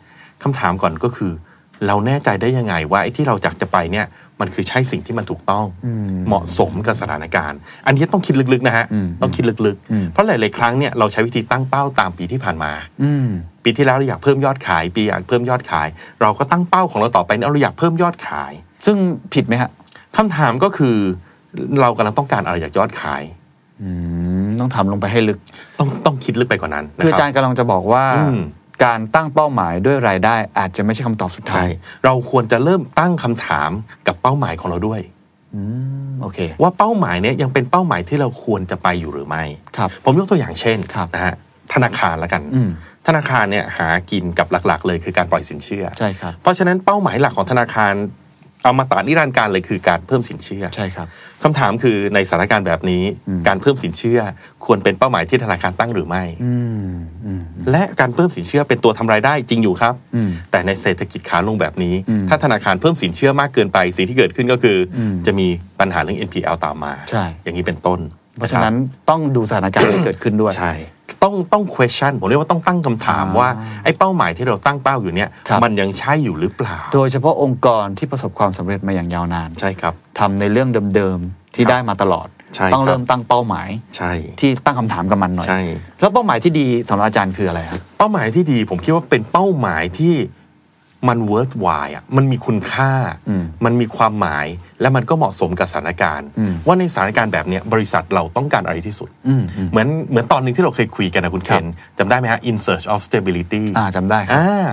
Speaker 4: คำถามก่อนก็คือ เราแน่ใจได้ยังไงว่าไอ้ที่เราอยากจะไปเนี่ย มันคือใช่สิ่งที่มันถูกต้อง เหมาะสมกับสถานการณ์ อันนี้ต้องคิดลึกๆนะฮะ ต้องคิดลึกๆ เพราะหลายๆครั้งเนี่ยเราใช้วิธีตั้งเป้าตามปีที่ผ่านมา
Speaker 3: อืม
Speaker 4: ปีที่แล้วเราอยากเพิ่มยอดขาย ปีอยากเพิ่มยอดขาย เราก็ตั้งเป้าของเราต่อไปเนี่ยเราอยากเพิ่มยอดขาย
Speaker 3: ซึ่งผิดไหมฮะ
Speaker 4: คำถามก็คือ เรากำลังต้องการอะไรจากยอดขาย
Speaker 3: อืมต้องทำลงไปให้ลึก
Speaker 4: ต้องต้องคิดลึกไปกว่านั้นนะ
Speaker 3: คืออา
Speaker 4: รับ
Speaker 3: จารย์กำลังจะบอกว่า
Speaker 4: อืม
Speaker 3: การตั้งเป้าหมายด้วยรายได้อาจจะไม่ใช่คำตอบสุดท้า
Speaker 4: ใช่
Speaker 3: ย
Speaker 4: เราควรจะเริ่มตั้งคำถามกับเป้าหมายของเราด้วย
Speaker 3: อืมโอเค
Speaker 4: ว่าเป้าหมายเนี้ยยังเป็นเป้าหมายที่เราควรจะไปอยู่หรือไม่
Speaker 3: ครับ
Speaker 4: ผมยกตัวอย่างเช่น
Speaker 3: ครับ
Speaker 4: นะฮะธนาคารละกัน
Speaker 3: อืม
Speaker 4: ธนาคารเนี่ยหากินกับหลักๆ เลยคือการปล่อยสินเชื่อ
Speaker 3: ใช่ครับ
Speaker 4: เพราะฉะนั้นเป้าหมายหลักของธนาคารเอามาตานิรันดร์การเลยคือการเพิ่มสินเชื่อ
Speaker 3: ใช่ครับ
Speaker 4: คำถามคือในสถานการณ์แบบนี้ การเพิ่มสินเชื่อ ควรเป็นเป้าหมายที่ธนาคารตั้งหรือไม่
Speaker 3: อืมอืม
Speaker 4: และการเพิ่มสินเชื่อเป็นตัวทำรายได้จริงอยู่ครับ
Speaker 3: อืม
Speaker 4: แต่ในเศรษฐกิจขาลงแบบนี้
Speaker 3: อืม
Speaker 4: ถ้าธนาคารเพิ่มสินเชื่อมากเกินไป สิ่งที่เกิดขึ้นก็คืออ
Speaker 3: ม
Speaker 4: จะมีปัญหาเรื่อง NPL ตามมา
Speaker 3: ใช่
Speaker 4: อย่างนี้เป็นต้น
Speaker 3: เพราะฉะนั้นต้องดูสถานการณ์ที่เกิดขึ้นด้วย
Speaker 4: ใช่ต้องต้อง question ผมเรียกว่าต้องตั้งคำถาม
Speaker 3: อ่า
Speaker 4: ว่า ไอ้เป้าหมายที่เราตั้งเป้าอยู่เนี่ย
Speaker 3: ครับ
Speaker 4: มันยังใช่อยู่หรือเปล่า
Speaker 3: โดยเฉพาะองค์กรที่ประสบความสำเร็จมาอย่างยาวนาน
Speaker 4: ใช่ครับ
Speaker 3: ทำในเรื่องเดิมๆที่
Speaker 4: ครับ
Speaker 3: ได้มาตลอด
Speaker 4: ใช่
Speaker 3: ต้อง
Speaker 4: ครับ
Speaker 3: เริ่มตั้งเป้าหมาย
Speaker 4: ใช่
Speaker 3: ที่ตั้งคำถามกับมันหน่อย
Speaker 4: ใช่
Speaker 3: แล้วเป้าหมายที่ดีสำหรับอาจารย์คืออะไรครับ
Speaker 4: เป้าหมายที่ดีผมคิดว่าเป็นเป้าหมายที่มัน worthwhile อ่ะมันมีคุณค่า
Speaker 3: อืม
Speaker 4: มันมีความหมายและมันก็เหมาะสมกับสถานการณ์
Speaker 3: อืม
Speaker 4: ว่าในสถานการณ์แบบเนี้ยบริษัทเราต้องการอะไรที่สุด
Speaker 3: อืมอืม
Speaker 4: เหมือนเหมือนตอนหนึ่งที่เราเคยคุยกันนะคุณ
Speaker 3: ค
Speaker 4: เครับ นจำได้ไหมฮะ in search of stability
Speaker 3: อ่าจำได้ครับ
Speaker 4: อ่า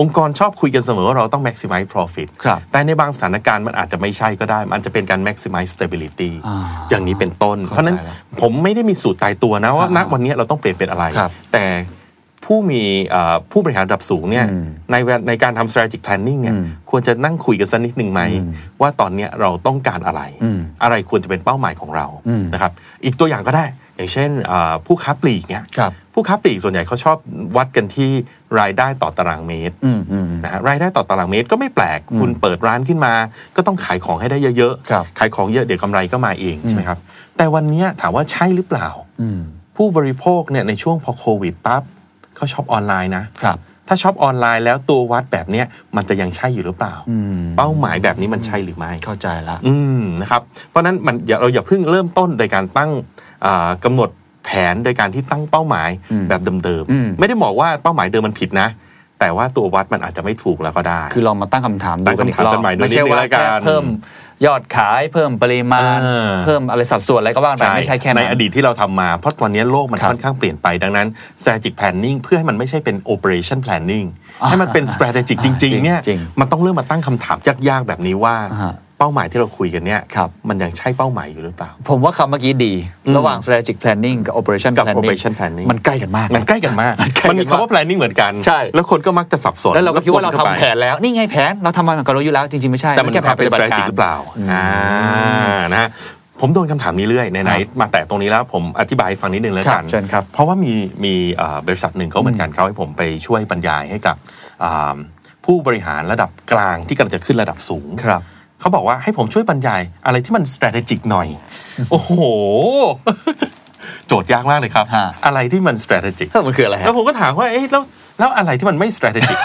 Speaker 4: องค์กรชอบคุยกันเสมอว่าเราต้อง maximize profit
Speaker 3: ครับ
Speaker 4: แต่ในบางสถานการณ์มันอาจจะไม่ใช่ก็ได้ มันอาจจะเป็นการ maximize stability
Speaker 3: อ่า
Speaker 4: อย่างนี้เป็นต้น เพ
Speaker 3: เข้าใจ
Speaker 4: ราะฉะนั้น
Speaker 3: แล้ว
Speaker 4: ผมไม่ได้มีสูตรตายตัวนะว่า
Speaker 3: อ่า
Speaker 4: ณวันนี้เราต้องเปลี่ยนเป็นอะไร
Speaker 3: ครับ
Speaker 4: แต่ผู้มีเอ่อผู้บริหารระดับสูงเนี่ย
Speaker 3: อืม
Speaker 4: ในเวลาในการทำ strategic planning เนี่ย
Speaker 3: อืม
Speaker 4: ควรจะนั่งคุยกันสักนิดหนึ่งไหม ว่าตอนเนี้ยเราต้องการอะไร
Speaker 3: อืม
Speaker 4: อะไรควรจะเป็นเป้าหมายของเรา
Speaker 3: อืม
Speaker 4: นะครับอีกตัวอย่างก็ได้ อย่างเช่นเอ่อผู้ค้าปลีกเนี่ย
Speaker 3: ครับ
Speaker 4: ผู้ค้าปลีกส่วนใหญ่เขาชอบวัดกันที่รายได้ต่อตารางเมตร
Speaker 3: อืมอืม
Speaker 4: นะฮะรายได้ต่อตารางเมตรก็ไม่แปลก คุณเปิดร้านขึ้นมา ก็ต้องขายของให้ได้เยอะ
Speaker 3: ครับ
Speaker 4: ขายของเยอะเดี๋ยวกำไรก็มาเองใช่ไหมครับ แต่วันเนี้ยถามว่าใช่หรือเปล่า
Speaker 3: อืม
Speaker 4: ผู้บริโภคเนี่ยในช่วงพอโควิดปั๊บเขาช็อปออนไลน์นะ
Speaker 3: ครับ
Speaker 4: ถ้าช็อปออนไลน์แล้วตัววัดแบบเนี้ยมันจะยังใช่อยู่หรือเปล่า
Speaker 3: อืม
Speaker 4: เป้าหมายแบบนี้มันใช่หรือไม่
Speaker 3: เข้าใจละ
Speaker 4: อืมนะครับเพราะฉะนั้นมันอย่าเราอย่าเพิ่งเริ่มต้นโดยการตั้งอ่ากำาหนดแผนโดยการที่ตั้งเป้าหมาย
Speaker 3: อืม
Speaker 4: แบบเดิม
Speaker 3: อืม
Speaker 4: ไม่ได้บอกว่าเป้าหมายเดิมมันผิดนะ แต่ว่าตัววัดมันอาจจะไม่ถูกแล้วก็ได้
Speaker 3: คือลองมาตั้งคำถามดู
Speaker 4: ตั้งคำถา
Speaker 3: กันอี
Speaker 4: ม
Speaker 3: กรอ
Speaker 4: กับ นใหม่ดู
Speaker 3: ไม่ใช่
Speaker 4: นิดนึง
Speaker 3: ว่า
Speaker 4: แล้วกัน
Speaker 3: แค่เพิ่มยอดขายเพิ่มปริมาณ
Speaker 4: เออ
Speaker 3: เพิ่มอะไรสัดส่วนอะไรก็ว่าไปไม่ใช่แค่นั้น
Speaker 4: ในอดีตที่เราทำมาเพราะตอนนี้โลกมัน
Speaker 3: ครับ
Speaker 4: ค่อนข้างเปลี่ยนไปดังนั้น strategic planning เพื่อให้มันไม่ใช่เป็น operation planning ให้มันเป็น strategic จ
Speaker 3: จริ
Speaker 4: ริง
Speaker 3: ง
Speaker 4: ๆเนี่ย
Speaker 3: จริง
Speaker 4: มันต้องเริ่มมาตั้งคำถามยากๆแบบนี้ว่า
Speaker 3: อ่าฮะ
Speaker 4: เป้าหมายที่เราคุยกันเนี่ย
Speaker 3: ครับ
Speaker 4: มันยังใช่เป้าหมายอยู่หรือเปล่า
Speaker 3: ผมว่าคำเมื่อกี้ดี
Speaker 4: อืม
Speaker 3: ระหว่าง strategic planning กับ operation
Speaker 4: กับ
Speaker 3: planning
Speaker 4: operation planning
Speaker 3: มันใกล้กันมาก
Speaker 4: มันใกล้กันมาก
Speaker 3: มันใกล้กันมาก
Speaker 4: มันมีคำว่า planning เหมือนกัน
Speaker 3: ใช่
Speaker 4: แล้วคนก็มักจะสับสน
Speaker 3: แล้วเราก็คิดว่าเราทำ
Speaker 4: ปน
Speaker 3: แผนแล้ว นี่ไงแผน เราทำมันกับเราอยู่แล้วจริง ๆ ไม่ใช่
Speaker 4: แต่มัน
Speaker 3: แค่
Speaker 4: แผนเป็น
Speaker 3: ฏิบัติ
Speaker 4: strategy หรือเปล่า อ่า นะฮะผมโดนคำถามนี้เรื่อยไหน
Speaker 3: ครับ
Speaker 4: ๆมาแตะตรงนี้แล้วผมอธิบายให้ฟังนิดนึงแล้วกั
Speaker 3: ครั
Speaker 4: น
Speaker 3: บเชิญครับ
Speaker 4: เพราะว่ามีมีเอ่อบริษัทหนึ่งเขาเหมือนกันเขาให้ผมไปช่วยบรรยายให้กับอ่าผู้บริหารระดับกลางที่กำลังจะขึ้นระดับสูง
Speaker 3: ครับ
Speaker 4: เขาบอกว่าให้ผมช่วยบรรยายอะไรที่มัน strategic หน่อย โอ้โห โจทย์ยากมากเลยครับ
Speaker 3: ฮะ
Speaker 4: อะไรที่มัน strategic
Speaker 5: มันคืออะไร
Speaker 4: แล้
Speaker 5: ฮะ
Speaker 4: วผมก็ถามว่า เอ๊ะแล้วแล้วอะไรที่มันไม่ strategic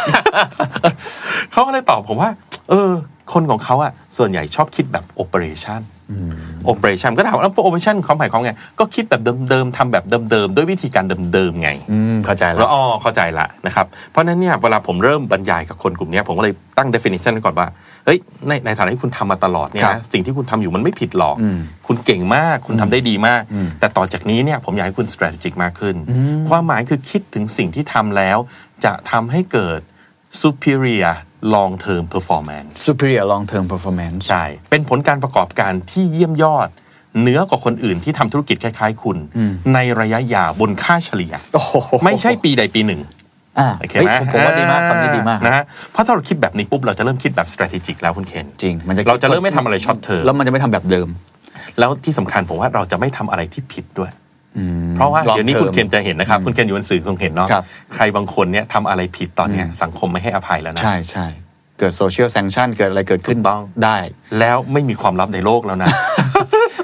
Speaker 4: เขาก็เลยตอบผมว่า เออ คนของเขาอะส่วนใหญ่ชอบคิดแบบ operation operation ก็ถามว่าแล้ว operation ความหมายของไง ก็คิดแบบเดิมๆทำแบบเดิมๆด้วยวิธีการเดิมๆไง
Speaker 5: อืมเข้าใจแล้
Speaker 4: แล้ว วอ๋อเข้าใจละนะครับ เพราะฉะนั้นเนี่ยเวลาผมเริ่มบรรยายกับคนกลุ่มเนี้ยผมก็เลยตั้ง definition ไว้ก่อนว่าเฮ้ยในในฐานะที่คุณทำมาตลอดเนี่ย
Speaker 3: ครั
Speaker 4: นะ
Speaker 3: บ
Speaker 4: สิ่งที่คุณทำอยู่มันไม่ผิดหรอก
Speaker 3: อืม
Speaker 4: คุณเก่งมากคุณทำได้ดีมาก
Speaker 3: อืม
Speaker 4: แต่ต่อจากนี้เนี่ยผมอยากให้คุณ strategic มากขึ้น
Speaker 3: อืม
Speaker 4: ความหมายคือคิดถึงสิ่งที่ทำแล้ว จะทำให้เกิด superior long term performance
Speaker 3: superior long term performance
Speaker 4: ใช่ เป็นผลการประกอบการที่เยี่ยมยอด เหนือกว่าคนอื่นที่ทำธุรกิจคล้ายๆ คุณ ในระยะยาวบนค่าเฉลี่ย
Speaker 5: โอ้โห
Speaker 4: ไม่ใช่ปีใดปีหนึ่ง
Speaker 3: อ่า
Speaker 4: โอเค
Speaker 3: เฮ้ย
Speaker 4: ไหม
Speaker 3: ผมผมว่าดีมากคำนี้ดีมาก
Speaker 4: นะฮะเพราะถ้าเราคิดแบบนี้ปุ๊บ เราจะเริ่มคิดแบบ strategic แล้วคุณเคน
Speaker 3: จริงมันจะ
Speaker 4: เราจะเริ่มไม่ทำอะไรช็อตเทอม
Speaker 3: แล้วมันจะไม่ทำแบบเดิม
Speaker 4: แล้วที่สำคัญผมว่าเราจะไม่ทำอะไรที่ผิดด้วย เพราะว่า
Speaker 5: Long
Speaker 4: เดี๋ยวนี้
Speaker 5: term
Speaker 4: คุณเคนจะเห็นนะครับ คุณเคนอยู่บนสื่อคงเห็นเนาะ
Speaker 3: ครับ
Speaker 4: ใครบางคนเนี่ยทำอะไรผิดตอนเนี้ยสังคมไม่ให้อภัยแล้วนะ
Speaker 5: ใช่ใช่เกิดโซเชียลแซงชันเกิดอะไรเกิดขึ้น
Speaker 4: ถูกต้อง
Speaker 5: ได้
Speaker 4: แล้วไม่มีความลับในโลกแล้วนะ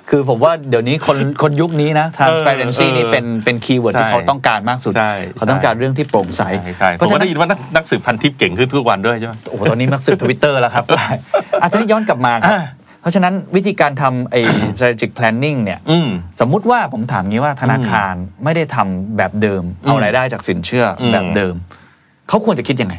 Speaker 3: คือผมว่าเดี๋ยวนี้คนคนยุคนี้นะ transparency
Speaker 4: เออเออ
Speaker 3: นี่เป็นเป็นคีย์เวิร์ดที่
Speaker 4: ใช่
Speaker 3: เขาต้องการมากสุด
Speaker 4: ใช่
Speaker 3: เขาต้องการเรื่องที่โปร่งใส
Speaker 4: ใช่ใช่ผ
Speaker 3: เพราะ
Speaker 4: ม
Speaker 3: ฉะ
Speaker 4: ก็
Speaker 3: นั้
Speaker 4: ได้
Speaker 3: น
Speaker 4: ยินว่านักนักสืบพันทิปเก่งขึ้นทุกวันด้วยใช่ไหม
Speaker 3: โอ้โหตอนนี้นักสืบทวิตเตอร์แล้วครับ อาจจะย้อนกลับมาครับ
Speaker 4: อ่า
Speaker 3: เพราะฉะนั้นวิธีการทำไอ้ strategic planning เนี่ย
Speaker 4: อืม
Speaker 3: สมมุติว่าผมถามงี้ว่าธนาคารไม่ได้ทำแบบเดิม เอารายได้จากสินเชื่ออ
Speaker 4: ม
Speaker 3: แบบเดิม เขาควรจะคิดยังไง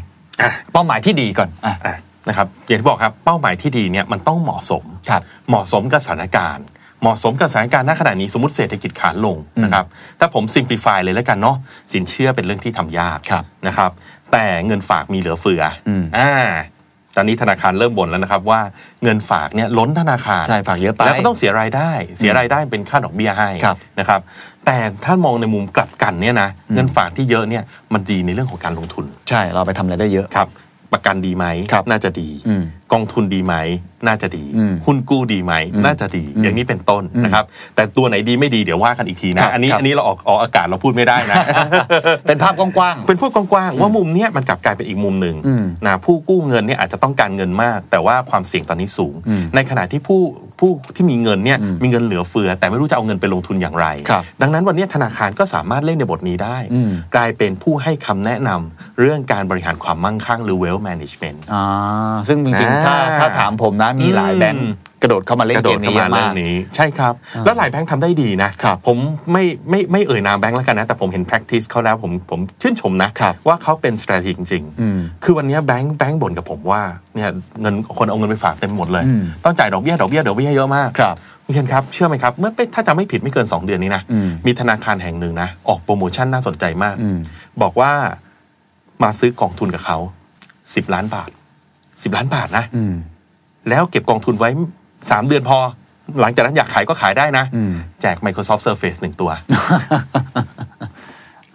Speaker 3: เป้าหมายที่ดีก่อนอ่ะ
Speaker 4: อ่ะนะครับอย่างที่บอกครับเป้าหมายที่ดีเนี่ยมันต้องเหมาะสม
Speaker 3: ครับ
Speaker 4: เหมาะสมกับสถานการณ์ เหมาะสมกับสถานการณ์ณขณะนี้สมมติเศรษฐกิจขาลงนะครับถ้าผม simplify เลยแล้วกันเนาะสินเชื่อเป็นเรื่องที่ทำยาก
Speaker 3: ครับ
Speaker 4: นะครับแต่เงินฝากมีเหลือเฟืออ
Speaker 3: ม
Speaker 4: อ่าตอนนี้ธนาคารเริ่มบ่นแล้วนะครับว่าเงินฝากเนี่ยล้นธนาคาร
Speaker 5: ใช่ฝากเยอะไป
Speaker 4: แล้วก็ต้องเสียรายได้ เสียรายได้เป็นค่าดอกเบี้ยให้
Speaker 5: ครับ
Speaker 4: นะครับ แต่ถ้ามองในมุมกลับกันเนี่ยนะเงินฝากที่เยอะเนี่ยมันดีในเรื่องของการลงทุน
Speaker 5: ใช่เราไปทำอะไรได้เยอะ
Speaker 4: ครับประกันดีไหม
Speaker 5: ครับ
Speaker 4: น่าจะดี
Speaker 5: อืม
Speaker 4: กองทุนดีไหม น่าจะดี
Speaker 5: อืม
Speaker 4: หุ้นกู้ดีไหม น่าจะดี อย่างนี้เป็นต้นนะครับ แต่ตัวไหนดีไม่ดีเดี๋ยวว่ากันอีกที
Speaker 5: ครั
Speaker 4: นะ
Speaker 5: บ
Speaker 4: อันนี้
Speaker 5: ครับ
Speaker 4: อันนี้เราออกออกอากาศเราพูดไม่ได้นะ
Speaker 5: เป็นภาพกว้าง
Speaker 4: เป็นพูดกว้างๆว่ามุมเนี้ยมันกลับกลายเป็นอีกมุมหนึ่ง
Speaker 5: อืม
Speaker 4: นะผู้กู้เงินเนี่ยอาจจะต้องการเงินมาก แต่ว่าความเสี่ยงตอนนี้สูง
Speaker 5: อืม
Speaker 4: ในขณะที่ผู้ผู้ที่มีเงินเนี่ยมีเงินเหลือเฟือ แต่ไม่รู้จะเอาเงินไปลงทุนอย่างไร
Speaker 5: ครับ
Speaker 4: ดังนั้นวันเนี้ยธนาคารก็สามารถเล่นในบทนี้ได้
Speaker 5: อืม
Speaker 4: กลายเป็นผู้ให้คำแนะนำเรื่องการบริหารความมั่งคั่งหรือ wealth management
Speaker 5: ๆอ่าซึ่งจริงๆถ้า
Speaker 4: อ่า
Speaker 5: ถ้าถามผมนะมีหลายแบง
Speaker 4: อื
Speaker 5: ค์
Speaker 4: ม
Speaker 5: กระโดดเข้ามาเล่น
Speaker 4: กระโด
Speaker 5: เก
Speaker 4: ด
Speaker 5: ม
Speaker 4: เข้า
Speaker 5: นี้เย
Speaker 4: มา
Speaker 5: อะ
Speaker 4: เรื่
Speaker 5: มา
Speaker 4: อก งนี้ใช่ครับ แล้วหลายแบงค์ทำได้ดีนะครับผมไม่ไม่ไม่ไม่เอ่ยนามแบงค์แล้วกันนะ แต่ผมเห็น practice เขาแล้วผมผมชื่นชมนะ
Speaker 5: ครับ
Speaker 4: ว่าเขาเป็น strategy จริง
Speaker 5: อืม
Speaker 4: คือวันเนี้ยแบงค์แบงค์บ่นกับผมว่าเนี่ยเงินคนเอาเงินไปฝากเต็มหมดเลย
Speaker 5: อืม
Speaker 4: ต้องจ่ายดอกเบี้ยดอกเบี้ยดอกเบี้ยเยอะมาก
Speaker 5: ครับ
Speaker 4: คุณเคนครับเชื่อไหมครับเมื่อไปถ้าจำไม่ผิดไม่เกิน 2 เดือนนี้นะ
Speaker 5: อืม
Speaker 4: มีธนาคารแห่งหนึ่งนะ ออกโปรโมชั่นน่าสนใจมาก
Speaker 5: อืม
Speaker 4: บอกว่ามาซื้อกองทุนกับเขา10 ล้านบาท 10 ล้านบาทนะ
Speaker 5: อืม
Speaker 4: แล้วเก็บกองทุนไว้ 3 เดือนพอ หลังจากนั้นอยากขายก็ขายได้นะ
Speaker 5: อืม
Speaker 4: แจก Microsoft Surface 1 ตัว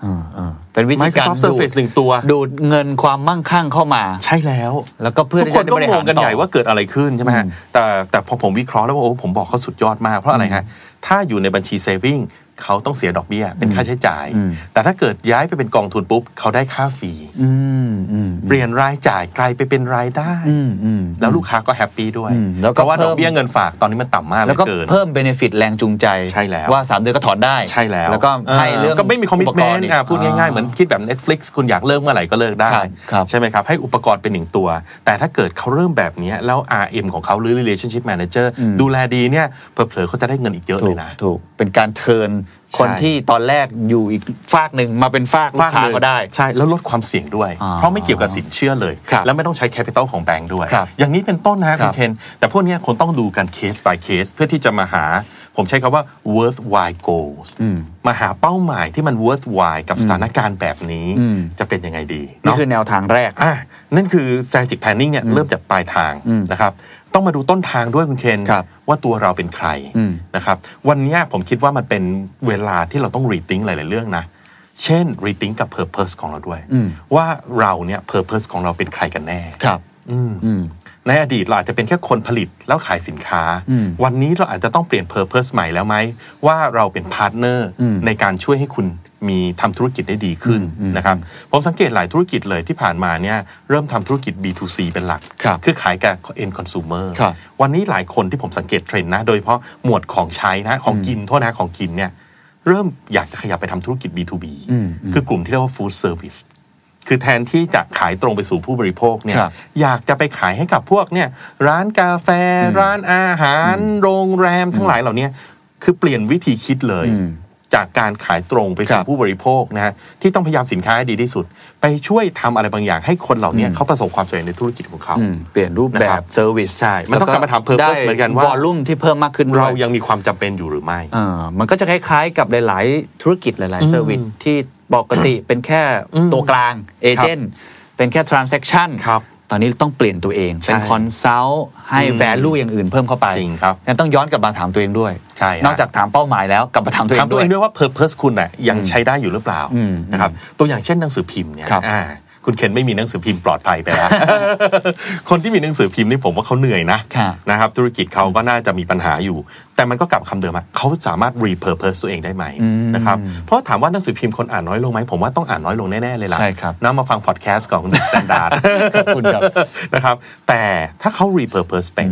Speaker 5: เออเออเป็นวิธีการ
Speaker 4: Microsoft
Speaker 5: ดูด
Speaker 4: Surface 1 ตัว
Speaker 5: ดูดเงินความมั่งคั่งเข้ามา
Speaker 4: ใช่แล้ว
Speaker 5: แล้วก็เพื่อ
Speaker 4: ทุก
Speaker 5: ที่
Speaker 4: ค
Speaker 5: จะได้
Speaker 4: นก็
Speaker 5: บริ
Speaker 4: ง
Speaker 5: หาง ร
Speaker 4: กัน
Speaker 5: ต่
Speaker 4: ให
Speaker 5: อ
Speaker 4: ญ่ว่าเกิดอะไรขึ้นใช่ไหมฮะ
Speaker 5: อืม
Speaker 4: แต่แต่พอผมวิเคราะห์แล้วว่าโอ้ผมบอกเขาสุดยอดมาก เพราะอะไรฮะ ถ้าอยู่ในบัญชีเซฟิงเขาต้องเสียดอกเบี้ย เป็นค่าใช้จ่าย
Speaker 5: อืม
Speaker 4: แต่ถ้าเกิดย้ายไปเป็นกองทุนปุ๊บ เขาได้ค่าฟรี
Speaker 5: อืมอืม
Speaker 4: เปลี่ยนรายจ่ายกลายไปเป็นรายได้
Speaker 5: อืมอืม
Speaker 4: แล้วลูกค้าก็แฮปปี้ด้วย
Speaker 5: อืมแล้วก็
Speaker 4: เพราะว่า
Speaker 5: เพิ่
Speaker 4: ด
Speaker 5: ม
Speaker 4: อกเบี้ยเงินฝากตอนนี้มันต่ำมากเห
Speaker 5: แล้ว
Speaker 4: อ
Speaker 5: ก็
Speaker 4: เกิน
Speaker 5: เพิ่มเบเนฟิตแรงจูงใจ
Speaker 4: ใช่แล้ว
Speaker 5: ว่า 3 เดือนก็ถอนได้
Speaker 4: ใช่แล้ว
Speaker 5: แล้วก็ให้เรื่อง
Speaker 4: ก็ไม่มีคอมมิช
Speaker 5: ป
Speaker 4: เมน
Speaker 5: กร
Speaker 4: ต์
Speaker 5: ณ์ก
Speaker 4: พูดง่ายๆ เหมือนคิดแบบ Netflix คุณอยากเลิกเมื่อไหร่ก็เลิกได้
Speaker 5: ครับครับ
Speaker 4: ใช่ไหมครับ ให้อุปกรณ์เป็นหนึ่งตัว แต่ถ้าเกิดเขาเริ่มแบบนี้แล้ว RM ของเขาหรือ relationship manager
Speaker 5: อืม
Speaker 4: ดูแลดีเนี่ยเผลอๆเขาจะได้เงินอีกเยอะเล
Speaker 5: ถูก
Speaker 4: ยนะ
Speaker 5: ถูกเป็นการเทิร์นคน
Speaker 4: ใช่
Speaker 5: ที่ตอนแรกอยู่อีกฝากหนึ่งมาเป็นฝากลูกค้า
Speaker 4: เลย
Speaker 5: ก็ได้
Speaker 4: ใช่แล้วลดความเสี่ยงด้วย
Speaker 5: อ่า
Speaker 4: เพราะไม่เกี่ยวกับสินเชื่อเลย
Speaker 5: ครับ
Speaker 4: แล้วไม่ต้องใช้แคปิตอลของแบงก์ด้วย
Speaker 5: ครับ
Speaker 4: อย่างนี้เป็นต้นนะ
Speaker 5: ค
Speaker 4: ฮะคุ
Speaker 5: รั
Speaker 4: ณ
Speaker 5: บ
Speaker 4: เคนแต่พวกเนี้ยคงต้องดูกันเคส by เคสเพื่อที่จะมาหา ผมใช้คำว่า worthwhile goals
Speaker 5: อืม
Speaker 4: มาหาเป้าหมายที่มัน worthwhile กับสถานการณ์แบบนี้
Speaker 5: อืม
Speaker 4: จะเป็นยังไงดีเนาะ
Speaker 5: นี่คือแนวทางแรก
Speaker 4: อ่ะนั่นคือ strategic planning เนี่ยเริ่มจากปลายทาง
Speaker 5: อืม
Speaker 4: นะครับต้องมาดูต้นทางด้วยคุณเคน
Speaker 5: ครับ
Speaker 4: ว่าตัวเราเป็นใคร
Speaker 5: อืม
Speaker 4: นะครับวันเนี้ยผมคิดว่ามันเป็นเวลาที่เราต้อง rethink หลาย ๆ เรื่องนะ เช่น rethink กับ purpose ของเราด้วย
Speaker 5: อืม
Speaker 4: ว่าเราเนี่ย purpose ของเราเป็นใครกันแน่
Speaker 5: ครับ
Speaker 4: อืม
Speaker 5: อืม
Speaker 4: ในอดีตเราอาจจะเป็นแค่คนผลิตแล้วขายสินค้า
Speaker 5: อืม
Speaker 4: วันนี้เราอาจจะต้องเปลี่ยน purpose ใหม่แล้วไหมว่าเราเป็นพาร์ทเนอร์
Speaker 5: อืม
Speaker 4: ในการช่วยให้คุณ มีทำธุรกิจได้ดีขึ้นนะครับผมสังเกตหลายธุรกิจเลยที่ผ่านมาเนี่ยเริ่มทำธุรกิจ B2C เป็นหลัก
Speaker 5: ครับ
Speaker 4: อขายกับ end consumer
Speaker 5: ครับ
Speaker 4: วันนี้หลายคนที่ผมสังเกตเทรนด์นะ โดยเฉพาะหมวดของใช้นะของกินโทษนะของกินเนี่ยเริ่มอยากจะขยับไปทำธุรกิจ B2B
Speaker 5: อืมอืม
Speaker 4: คือกลุ่มที่เรียกว่า food service คือแทนที่จะขายตรงไปสู่ผู้บริโภคเนี่ย
Speaker 5: ครับ
Speaker 4: อยากจะไปขายให้กับพวกเนี่ยร้านกาแฟ ร้านอาหาร โรงแรมทั้งหลายเหล่าเนี้ยคือเปลี่ยนวิธีคิดเลย
Speaker 5: อืม
Speaker 4: จากการขายตรงไป
Speaker 5: ครั
Speaker 4: สู่
Speaker 5: บ
Speaker 4: ผู้บริโภคนะฮะที่ต้องพยายามสินค้าให้ดีที่สุด ไปช่วยทำอะไรบางอย่างให้คนเหล่านี้
Speaker 5: อืม
Speaker 4: เขาประสบความสำเร็จในธุรกิจของเขา
Speaker 5: อืมเปลี่ยนรูปแบ
Speaker 4: นะครับ บ
Speaker 5: เซอร์วิส
Speaker 4: ใช่มันต้องกลับมาถาม purpose เหมือนกันว่า
Speaker 5: วอลลุ่มที่เพิ่มมากขึ้นด้
Speaker 4: เรา
Speaker 5: วย
Speaker 4: ยังมีความจำเป็นอยู่หรือไม่
Speaker 3: อ่ามันก็จะคล้ายๆกับหลาย ๆ ธุรกิจหลาย
Speaker 4: อืม
Speaker 3: ๆ เซอร์วิสที่ปกติเป็นแค่
Speaker 4: อืม
Speaker 3: ตัวกลางเอเจนต์เป็นแค่ทราน s a c t ชัน
Speaker 4: ครับ
Speaker 3: ตอนนี้ต้องเปลี่ยนตัวเอง
Speaker 4: ใช่
Speaker 3: เป็นคอนซัลท์ให้
Speaker 4: อืม
Speaker 3: แวลูอย่างอื่นเพิ่มเข้าไป
Speaker 4: จริงครับ
Speaker 3: งั้นต้องย้อนกลับมาถามตัวเองด้วย
Speaker 4: ใช่ฮะ
Speaker 3: นอกจากถามเป้าหมายแล้วกลับมาถามตัวเอ
Speaker 4: ถาม
Speaker 3: ง
Speaker 4: ตั
Speaker 3: ด้
Speaker 4: ว
Speaker 3: ว
Speaker 4: เอย งด้วยว่า purpose คุณน่ะยังใช้ได้อยู่หรือเปล่า
Speaker 3: อืม
Speaker 4: นะครับตัวอย่างเช่นหนังสือพิมพ์เนี่ย
Speaker 3: ครับ
Speaker 4: อ่าคุณเคนไม่มีหนังสือพิมพ์ปลอดภัยไปแล้ว คนที่มีหนังสือพิมพ์นี่ผมว่าเขาเหนื่อยนะ
Speaker 3: ค่ะ
Speaker 4: นะครับธุรกิจเขาก็น่าจะมีปัญหาอยู่ แต่มันก็กลับคำเดิมอะเขาสามารถ repurpose ตัวเองได้ไหม
Speaker 3: อืม
Speaker 4: นะครับเพราะถามว่าหนังสือพิมพ์คนอ่านน้อยลงไหมผมว่าต้องอ่านน้อยลงแน่ ๆ เลยล่ะ
Speaker 3: ใช่ครับ
Speaker 4: น้ามาฟังพอดแคสต์ของ The Standard
Speaker 3: ขอบคุณครับ
Speaker 4: นะครับแต่ถ้าเขา repurpose เป็น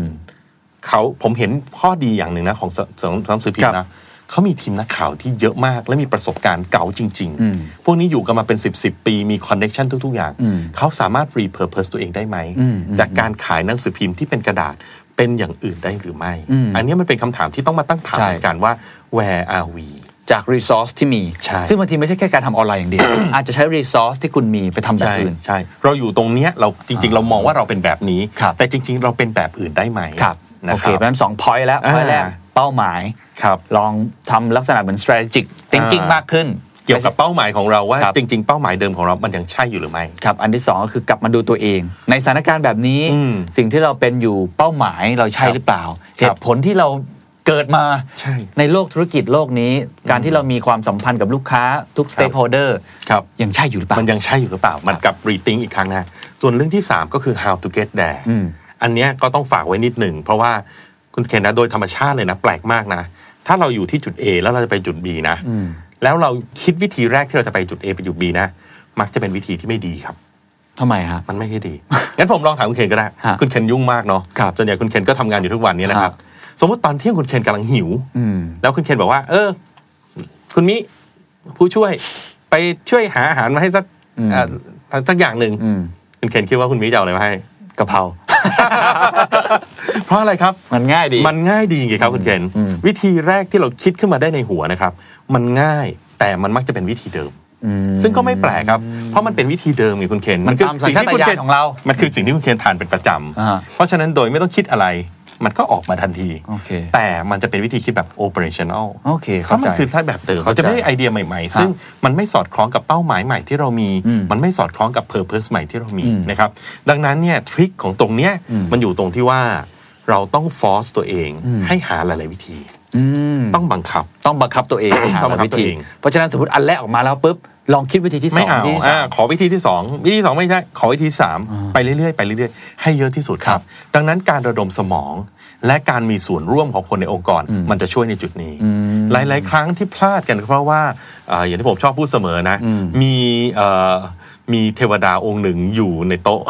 Speaker 4: เขาผมเห็นข้อดีอย่างหนึ่งนะของสสำนักหนังสือพิมพ์นะเขามีทีมนักข่าวที่เยอะมาก และมีประสบการณ์เก่าจริง
Speaker 3: อืม
Speaker 4: ๆ พวกนี้อยู่กันมาเป็น 10บสปี มีคอนเน t ชันทุก ๆ อย่าง
Speaker 3: อืม
Speaker 4: เขาสามารถ repurpose ตัวเองได้ไหม
Speaker 3: อืมอืม
Speaker 4: จากการขายหนังสือพิมพ์ที่เป็นกระดาษเป็นอย่างอื่นได้หรือไม่
Speaker 3: อืม
Speaker 4: อันนี้มันเป็นคำถามที่ต้องมาตั้งถาม
Speaker 3: ใช่
Speaker 4: กันว่า where are we
Speaker 3: จากรีซอสที่มี
Speaker 4: ใช่
Speaker 3: ซึ่งบางทีไม่ใช่แค่การทำออนไลน์อย่างเดียว อาจจะใช้รีซอสที่คุณมีไปทำแบบ
Speaker 4: ใช่
Speaker 3: อื่น
Speaker 4: ใช่เราอยู่ตรงเนี้ยเราจริง ๆ เรามองว่าเราเป็นแบบนี้
Speaker 3: ครับ
Speaker 4: แต่จริง ๆ เราเป็นแบบอื่นได้ไหม
Speaker 3: ครับ
Speaker 4: นะ
Speaker 3: โอ
Speaker 4: ค
Speaker 3: เค
Speaker 4: รั
Speaker 3: เพราะฉะนั้นสองพอยต์แล้วพอยต์แรกเป้าหมาย
Speaker 4: ครับ
Speaker 3: ลองทำลักษณะเหมือน strategic thinking
Speaker 4: อ่าม
Speaker 3: มากขึ้น
Speaker 4: เกี่ยวกับเป้าหมายของเราว่า
Speaker 3: ครับ
Speaker 4: จริง ๆ เป้าหมายเดิมของเรามันยังใช่อยู่หรือไม่
Speaker 3: ครับ อันที่สองก็คือกลับมาดูตัวเอง ในสถานการณ์แบบนี้
Speaker 4: อืม
Speaker 3: สิ่งที่เราเป็นอยู่เป้าหมายเราใช่
Speaker 4: ครับ
Speaker 3: หรือเปล่า
Speaker 4: ค
Speaker 3: เห
Speaker 4: รับ
Speaker 3: ตุผลที่เราเกิดมา
Speaker 4: ใช่
Speaker 3: ในโลกธุรกิจโลกนี้ การที่เรามีความสัมพันธ์กับลูกค้าทุก
Speaker 4: ครับ
Speaker 3: stakeholder
Speaker 4: ครับ
Speaker 3: ยังใช่อยู่หรือเปล่า
Speaker 4: มันยังใช่อยู่หรือเปล่า มันกลับ rethink อีกครั้งนะ ส่วนเรื่องที่ 3 ก็คือ how to get there
Speaker 3: อืม
Speaker 4: อันเนี้ยก็ต้องฝากไว้นิดหนึ่ง เพราะว่าคุณเคนนะโดยธรรมชาติเลยนะ แปลกมากนะ ถ้าเราอยู่ที่จุด A แล้วเราจะไปจุด B นะ
Speaker 3: อืม
Speaker 4: แล้วเราคิดวิธีแรกที่เราจะไปจุด A ไปจุด B นะ มักจะเป็นวิธีที่ไม่ดีครับ
Speaker 3: ทำไมฮะ
Speaker 4: มันไม่ค่อยดี งั้นผมลองถามคุณเคนก็ได้
Speaker 3: ฮะ
Speaker 4: คุณเคนยุ่งมากเนาะ
Speaker 3: ครับ
Speaker 4: ส่วนใหญ่คุณเคนก็ทำงานอยู่ทุกวันเนี้นะครับ
Speaker 3: ฮะ
Speaker 4: สมมติตอนเที่ยงคุณเคนกำลังหิว
Speaker 3: อืม
Speaker 4: แล้วคุณเคนบอกว่า เออ คุณมิผู้ช่วยไปช่วยหาอาหารมาให้สัก
Speaker 3: อืม
Speaker 4: เอ่อสักอย่างหนึ่ง
Speaker 3: อืม
Speaker 4: คุณเคนคิดว่าคุณมิจะเอาอะไรมาให้
Speaker 3: กะเพรา
Speaker 4: เพราะอะไรครับ
Speaker 3: มันง่ายดี
Speaker 4: มันง่ายดีไงครับคุณเคน
Speaker 3: อืม
Speaker 4: วิธีแรกที่เราคิดขึ้นมาได้ในหัวนะครับ มันง่ายแต่มันมักจะเป็นวิธีเดิม
Speaker 3: อืม
Speaker 4: ซึ่งก็ไม่แปลกครับ เพราะมันเป็นวิธีเดิมไงคุณเคน
Speaker 3: มัน
Speaker 4: คื
Speaker 3: ตามสัญชาตญาณของเรา
Speaker 4: มันคือสิ่งที่คุณเคนทานเป็นประจ
Speaker 3: อ่า
Speaker 4: ำเพราะฉะนั้นโดยไม่ต้องคิดอะไร มันก็ออกมาทันที
Speaker 3: โอเค
Speaker 4: แต่มันจะเป็นวิธีคิดแบบ operational
Speaker 3: โอเค
Speaker 4: เพราะ
Speaker 3: เข้าใจ
Speaker 4: มันคือท่าแบบเติม
Speaker 3: เข้าใจ
Speaker 4: จะไม่ได้ไอเดียใหม่ๆ ซึ่งมันไม่สอดคล้องกับเป้าหมายใหม่ที่เรามี
Speaker 3: อืม
Speaker 4: มันไม่สอดคล้องกับเพอร์เพสใหม่ที่เรามี
Speaker 3: อืม
Speaker 4: นะครับ ดังนั้นเนี่ยทริคของตรงเนี้ย
Speaker 3: อืม
Speaker 4: มันอยู่ตรงที่ว่าเราต้องฟอสตัวเอง
Speaker 3: อืม
Speaker 4: ให้หาหลายๆวิธี
Speaker 3: อืม
Speaker 4: ต้องบังคับ
Speaker 3: ต้องบังคับตัวเองหา
Speaker 4: ต้องบังคับ
Speaker 3: วิ
Speaker 4: ตัว
Speaker 3: ธี
Speaker 4: เอง
Speaker 3: เพราะฉะนั้นสมมติอันแรกออกมาแล้วปุ๊บลองคิดวิธีที่ส
Speaker 4: ไม่
Speaker 3: อง
Speaker 4: เอา
Speaker 3: วิธีที่สา
Speaker 4: อ่าม ขอวิธีที่สองวิธีที่สองไม่ได้ขอวิธีที่สามไปเรื่อยๆไปเรื่อยๆ ให้เยอะที่สุดครับ ดังนั้นการระดมสมอง และการมีส่วนร่วมของคนในองค์กร มันจะช่วยในจุดนี้ หลายๆ ครั้งที่พลาดกันก็เพราะว่าเอ่ออย่างที่ผมชอบพูดเสมอนะ มีเอ่อมีเทวดาองค์หนึ่งอยู่ใน โต๊ะ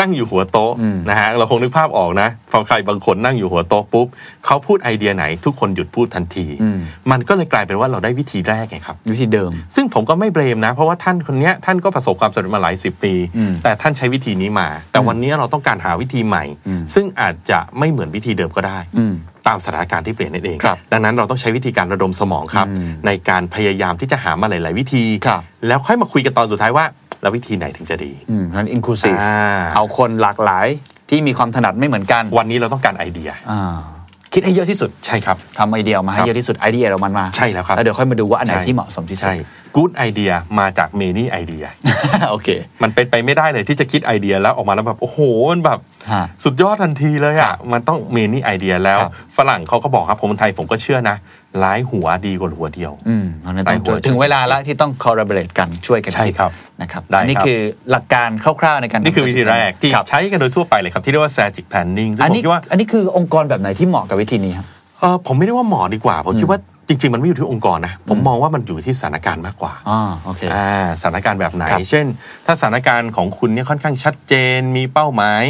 Speaker 4: นั่งอยู่หัวโต๊ะนะฮะเราคงนึกภาพออกนะพอใครบางคนนั่งอยู่หัวโต๊ะปุ๊บเขาพูดไอเดียไหน ทุกคนหยุดพูดทันที
Speaker 3: อืม
Speaker 4: มันก็เลยกลายเป็นว่าเราได้วิธีแรกไงครับ
Speaker 3: วิธีเดิม
Speaker 4: ซึ่งผมก็ไม่เบรมนะ เพราะว่าท่านคนเนี้ยท่านก็ประสบความสำเร็จมาหลายสิบปี
Speaker 3: อืม
Speaker 4: แต่ท่านใช้วิธีนี้มา แต่วันนี้เราต้องการหาวิธีใหม่
Speaker 3: อืม
Speaker 4: ซึ่งอาจจะไม่เหมือนวิธีเดิมก็ได้
Speaker 3: อืม
Speaker 4: ตามสถานการณ์ที่เปลี่ยนนั่นเอง
Speaker 3: ครับ
Speaker 4: ดังนั้นเราต้องใช้วิธีการระดมสมองครับ
Speaker 3: อืม
Speaker 4: ในการพยายามที่จะหามาหลาย ๆ วิธี
Speaker 3: ครับ
Speaker 4: แล้วค่อยมาคุยกันตอนสุดท้ายว่า แล้ววิธีไหนถึงจะดี
Speaker 3: อืมนั้น inclusive
Speaker 4: อ่า
Speaker 3: เอาคนหลากหลายที่มีความถนัดไม่เหมือนกัน
Speaker 4: วันนี้เราต้องการไอเดีย
Speaker 3: อ่าคิดให้เยอะที่สุด
Speaker 4: ใช่ครับ
Speaker 3: ทำไอเดียออกมาให้
Speaker 4: ครับ
Speaker 3: เยอะที่สุดไอเดียเรามันมา
Speaker 4: ใช่แล้วครับ
Speaker 3: แล้วเดี๋ยวค่อยมาดูว่าอันไหน
Speaker 4: ใช่
Speaker 3: ที่เหมาะสมที่สุด
Speaker 4: ใช่ good idea มาจาก many idea
Speaker 3: โอเค
Speaker 4: มันเป็นไปไม่ได้เลยที่จะคิดไอเดียแล้วออกมาแล้วแบบโอ้โหมันแบบ
Speaker 3: ฮะ
Speaker 4: สุดยอดทันทีเลยอ่ะ มันต้องมีนี่ไอเดียแล้ว
Speaker 3: ครับ
Speaker 4: ฝรั่งเขาก็บอกครับ ผมคนไทยผมก็เชื่อนะ หลายหัวดีกว่าหัวเดียว
Speaker 3: อืมเพราะฉะนั้นต้องช่วย
Speaker 4: ใส่หัว
Speaker 3: ถึงเวลาละที่ต้อง collaborate กันช่วยกัน
Speaker 4: ใช่ครับ
Speaker 3: นะครับ
Speaker 4: ได้ครับ
Speaker 3: อันนี่คือหลักการคร่าวๆในการทำ
Speaker 4: นี่คือวิธีแรกที่
Speaker 3: ครับ
Speaker 4: ใช้กันโดยทั่วไปเลยครับ ที่เรียกว่า strategic planning ซึ่ง
Speaker 3: อัน
Speaker 4: ผม
Speaker 3: นี้
Speaker 4: คิดว่า
Speaker 3: อันนี้คือองค์กรแบบไหนที่เหมาะกับวิธีนี้ครับ
Speaker 4: เออผมไม่ได้ว่าเหมอดีกว่า ผมคิดว่าจ จริง ๆ มันไม่อยู่ที่องค์กรนะ ผมมองว่ามันอยู่ที่สถานการณ์มากกว่า
Speaker 3: อ่าโอเค
Speaker 4: อ่าสถานการณ์แบบไหน
Speaker 3: ครับ
Speaker 4: เช่น ถ้าสถานการณ์ของคุณเนี่ยค่อนข้างชัดเจน มีเป้าหมาย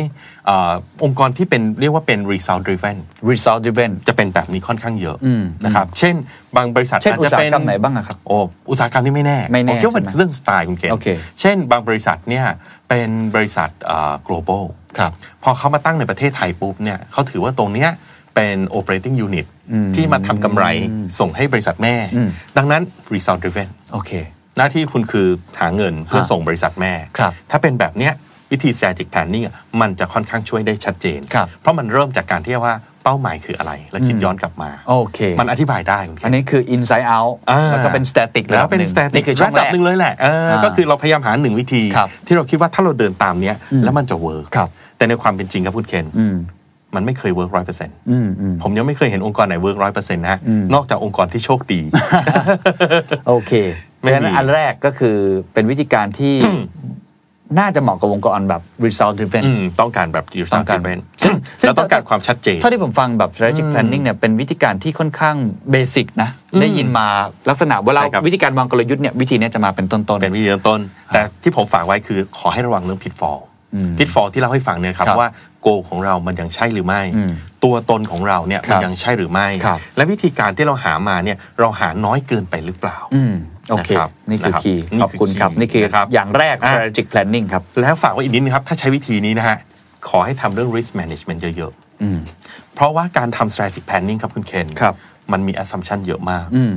Speaker 4: อาองค์กรที่เป็นเรียกว่าเป็น result driven
Speaker 3: result driven
Speaker 4: จะเป็นแบบนี้ค่อนข้างเยอะ
Speaker 3: อืม
Speaker 4: นะครับ เช่น บางบริษัท
Speaker 3: เช่น
Speaker 4: อาจ
Speaker 3: อุต
Speaker 4: จะ
Speaker 3: สาห
Speaker 4: เป็น
Speaker 3: กรรมไหนบ้างอะครับ
Speaker 4: โอ้อุตสาหกรรมที่ไม่แน่
Speaker 3: ไม่แน่
Speaker 4: ผมคิดว่าเป็น
Speaker 3: ใช่ไหม
Speaker 4: เรื่องสไตล์คุณเกณ
Speaker 3: โอเค
Speaker 4: เช่น บางบริษัทเนี่ยเป็นบริษัทอ่า global
Speaker 3: ครับ
Speaker 4: พอเขามาตั้งในประเทศไทยปุ๊บเนี่ยเขาถือว่าตรงเนี้ยเป็น operating unit ที่มาทำกำไรส่งให้บริษัทแม่
Speaker 3: อืม
Speaker 4: ดังนั้น result driven
Speaker 3: โอเค
Speaker 4: หน้าที่คุณคือหาเงินเพื่อ
Speaker 3: ฮะ
Speaker 4: ส่งบริษัทแม่
Speaker 3: ครับ
Speaker 4: ถ้าเป็นแบบเนี้ยวิธี strategic planning อะมันจะค่อนข้างช่วยได้ชัดเจน
Speaker 3: ครับ
Speaker 4: เพราะมันเริ่มจากการที่ว่าเป้าหมายคืออะไร และคิดย้อนกลับมา
Speaker 3: โอเค
Speaker 4: มันอธิบายได้คุณแค่
Speaker 3: อันนี้คือ inside out
Speaker 4: อ่า
Speaker 3: แล้วก็เป็น static
Speaker 4: แล้วเป็น
Speaker 3: ง
Speaker 4: static
Speaker 3: นี่คือช่อง
Speaker 4: ระ
Speaker 3: แร
Speaker 4: ดับ
Speaker 3: ก
Speaker 4: หนึ่งเลยแหละเอออาก็คือเราพยายามหาหนึ่งวิธี
Speaker 3: ครับ
Speaker 4: ที่เราคิดว่าถ้าเราเดินตามเนี้ยแล้วมันจะเวิร์ก
Speaker 3: ครับ
Speaker 4: แต่ในความเป็นจริงครับคุณเคน
Speaker 3: อืม
Speaker 4: มันไม่เคยเวิร์กร้อยเปอร์เซ็นต์
Speaker 3: อืมอืม
Speaker 4: ผมยังไม่เคยเห็นองค์กรไหนเวิร์กร้อยเปอร์เซ็นต์นะฮะ
Speaker 3: อืม
Speaker 4: นอกจากองค์กรที่โชคดี
Speaker 3: โอเค
Speaker 4: ไม่
Speaker 3: ดั
Speaker 4: มี
Speaker 3: งนั้นอันแรกก็คือเป็นวิธีการที่ น่าจะเหมาะกับวงการแบบ result driven
Speaker 4: อืมต้องการแบบยู
Speaker 3: ต้องการ
Speaker 4: เป็น
Speaker 3: ซึ่งซึ่ง
Speaker 4: แล้วต้องการความชัดเจน
Speaker 3: เท่าที่ผมฟังแบบ strategic
Speaker 4: อืม
Speaker 3: planning เนี่ยเป็นวิธีการที่ค่อนข้างเบสิกนะ
Speaker 4: อืม
Speaker 3: ได้ยินมาลักษณะเวลา
Speaker 4: ใช่ครับ
Speaker 3: วิธีการวางกลยุทธ์เนี่ยวิธีเนี้จะมาเป็นต้นๆ
Speaker 4: เป็นวิธีเริ่มต้น แต่ที่ผมฝากไว้คือขอให้ระวังเรื่องพิ f ฟอล
Speaker 3: อืม
Speaker 4: พิ f ฟอลที่เราให้ฟังเนี่ยครับ
Speaker 3: ครับ
Speaker 4: ว่าโกของเรามันยังใช่หรือไม่
Speaker 3: อืม
Speaker 4: ตัวตนของเราเนี่ย
Speaker 3: ครับ
Speaker 4: มันยังใช่หรือไม่
Speaker 3: ครับ
Speaker 4: และวิธีการที่เราหามาเนี่ยเราหาน้อยเกินไปหรือเปล่า
Speaker 3: อืมโอเค
Speaker 4: นะครับ
Speaker 3: นี่คือ
Speaker 4: นะครับ
Speaker 3: คีย์
Speaker 4: นี่คือ
Speaker 3: ขอบคุณครับ
Speaker 4: key
Speaker 3: นี่คือ
Speaker 4: นะครับ
Speaker 3: อย่างแรก
Speaker 4: อ่ะ
Speaker 3: strategic planning ครับ
Speaker 4: แล้วฝากไว้อีกนิดนึงครับ ถ้าใช้วิธีนี้นะฮะ ขอให้ทำเรื่อง risk management เยอะ
Speaker 3: อืม
Speaker 4: ๆ เพราะว่าการทำ strategic planning ครับคุณเคน
Speaker 3: ครับ
Speaker 4: มันมี assumption เยอะมาก
Speaker 3: อืม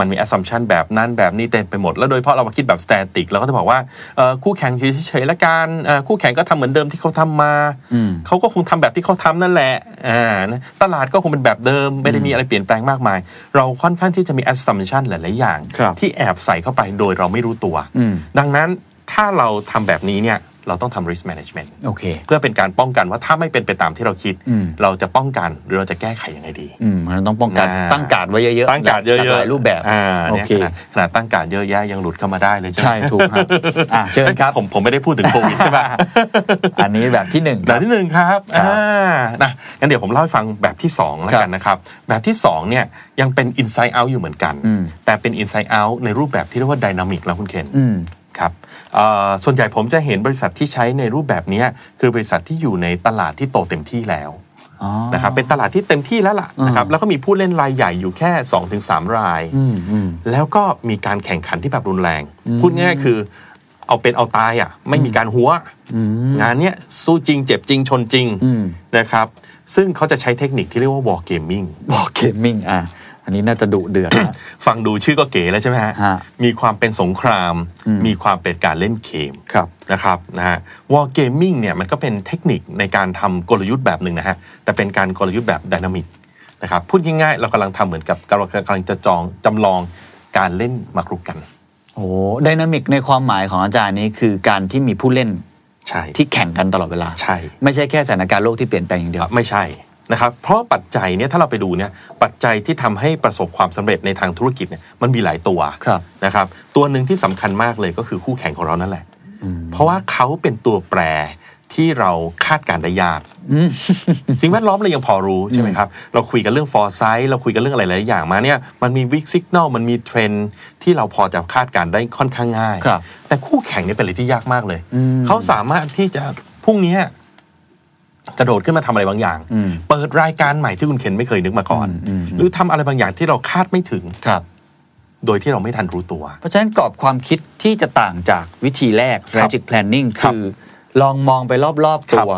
Speaker 4: มันมี assumption แบบนั้นแบบนี้เต็มไปหมด แล้วโดยเฉพาะเรามาคิดแบบ static เราก็จะบอกว่าเอ่อคู่แข่งอยู่เฉยๆละกันเอ่อคู่แข่งก็ทำเหมือนเดิมที่เขาทำมา
Speaker 3: อืม
Speaker 4: เขาก็คงทำแบบที่เขาทำนั่นแหละอ่านะตลาดก็คงเป็นแบบเดิม ไม่ได้มีอะไรเปลี่ยนแปลงมากมาย เราค่อนข้างที่จะมี assumption หลาย ๆ อย่าง
Speaker 3: ครับ
Speaker 4: ที่แอบใส่เข้าไปโดยเราไม่รู้ตัว
Speaker 3: อืม
Speaker 4: ดังนั้นถ้าเราทำแบบนี้เนี่ยเราต้องทำ risk management
Speaker 3: โอเค
Speaker 4: เพื่อเป็นการป้องกันว่าถ้าไม่เป็นไปตามที่เราคิด
Speaker 3: อืม
Speaker 4: เราจะป้องกันหรือเราจะแก้ไขยังไงดี
Speaker 3: อืมมันต้องป้องกัน
Speaker 4: อ่า
Speaker 3: ตั้งการดไว้เยอะๆ
Speaker 4: ตั้งการดเยอะ
Speaker 3: หลาก
Speaker 4: ๆ
Speaker 3: หลายรูปแบบ
Speaker 4: อ่า
Speaker 3: โอ
Speaker 4: เนี่ย
Speaker 3: เค
Speaker 4: ขนาดขนาดตั้งการดเยอะแยะยังหลุดเข้ามาได้เลยใช่
Speaker 3: ใช่
Speaker 4: ไหม
Speaker 3: ถูกครับอ่ะเชิญครับ
Speaker 4: ผมผมไม่ได้พูดถึงโควิดใช่ปะ
Speaker 3: อันนี้แบบที่หนึ่ง
Speaker 4: แบบที่หนึ่งครับ
Speaker 3: ครับ
Speaker 4: อ่านะงั้นเดี๋ยวผมเล่าให้ฟังแบบที่2แล้วกันนะครับ แบบที่2เนี่ยยังเป็น inside out อยู่เหมือนกัน
Speaker 3: อืม
Speaker 4: แต่เป็น inside out ในรูปแบบที่เรียกว่า dynamic แล้วคุณเคน
Speaker 3: อืม
Speaker 4: ครับเอ่อส่วนใหญ่ผมจะเห็นบริษัทที่ใช้ในรูปแบบเนี้ยคือบริษัทที่อยู่ในตลาดที่โตเต็มที่แล้ว
Speaker 3: อ๋อ
Speaker 4: นะครับเป็นตลาดที่เต็มที่แล้วล่ะนะครับแล้วก็มีผู้เล่นรายใหญ่อยู่แค่ 2-3 ราย
Speaker 3: อืมอืม
Speaker 4: แล้วก็มีการแข่งขันที่แบบรุนแรง พูดง่ายๆคือ เอาเป็นเอาตายอ่ะ ไม่มีการหัว งานเนี้ยสู้จริงเจ็บจริงชนจริง
Speaker 3: อืม
Speaker 4: นะครับ ซึ่งเขาจะใช้เทคนิคที่เรียกว่า war gaming
Speaker 3: บอกเกมมิ่งอ่ะอันนี้น่าจะดุเดือดนะ
Speaker 4: ฟังดูชื่อก็เก๋แล้วใช่ไหมฮะ
Speaker 3: ฮะ
Speaker 4: มีความเป็นสงคราม
Speaker 3: อืม
Speaker 4: มีความเป็นการเล่นเกม
Speaker 3: ครับ
Speaker 4: นะครับนะฮะวอลเกมมิ่งเนี่ยมันก็เป็นเทคนิคในการทำกลยุทธ์แบบหนึ่งนะฮะแต่เป็นการกลยุทธ์แบบดินามิกนะครับพูดง่ายๆ เรากำลังทำเหมือนกับเรากำลังจะจองจำลองการเล่นหมากรุกกัน
Speaker 3: โอ้ไดนามิกในความหมายของอาจารย์นี้คือการที่มีผู้เล่น
Speaker 4: ใช่
Speaker 3: ที่แข่งกันตลอดเวลา
Speaker 4: ใช่
Speaker 3: ไม่ใช่แค่สถานการณ์โลกที่เปลี่ยนแปลงอย่างเดียว
Speaker 4: ไม่ใช่นะครับเพราะปัจจัยเนี่ยถ้าเราไปดูเนี่ยปัจจัยที่ทำให้ประสบความสำเร็จในทางธุรกิจเนี่ยมันมีหลายตัว
Speaker 3: ครับ
Speaker 4: นะครับตัวหนึ่งที่สำคัญมากเลยก็คือคู่แข่งของเรานั่นแหละ เพราะว่าเขาเป็นตัวแปรที่เราคาดการณ์ได้ยาก
Speaker 3: อืม
Speaker 4: สิ่งแวดล้อมเรายังพอรู้ใช่ไหมครับ เราคุยกันเรื่องฟอร์ไซ h ์เราคุยกันเรื่องอะไรหลายอย่างมาเนี่ยมันมีวิกสิกน a ลมันมีเทรนที่เราพอจะคาดการณ์ได้ค่อนข้างง่าย
Speaker 3: ครับ
Speaker 4: แต่คู่แข่งเนี่ยเป็นอะไรที่ยากมากเลย
Speaker 3: อืม
Speaker 4: เขาสามารถที่จะพรุ่งนี้กระโดดขึ้นมาทำอะไรบางอย่าง
Speaker 3: อืม
Speaker 4: เปิดรายการใหม่ที่คุณเคนไม่เคยนึกมาก่อน หรือทำอะไรบางอย่างที่เราคาดไม่ถึง
Speaker 3: ครับ
Speaker 4: โดยที่เราไม่ทันรู้ตัว
Speaker 3: เพราะฉะนั้นกรอบความคิดที่จะต่างจากวิธีแรก strategic planning
Speaker 4: ครับ
Speaker 3: คือ ลองมองไปรอบๆตัว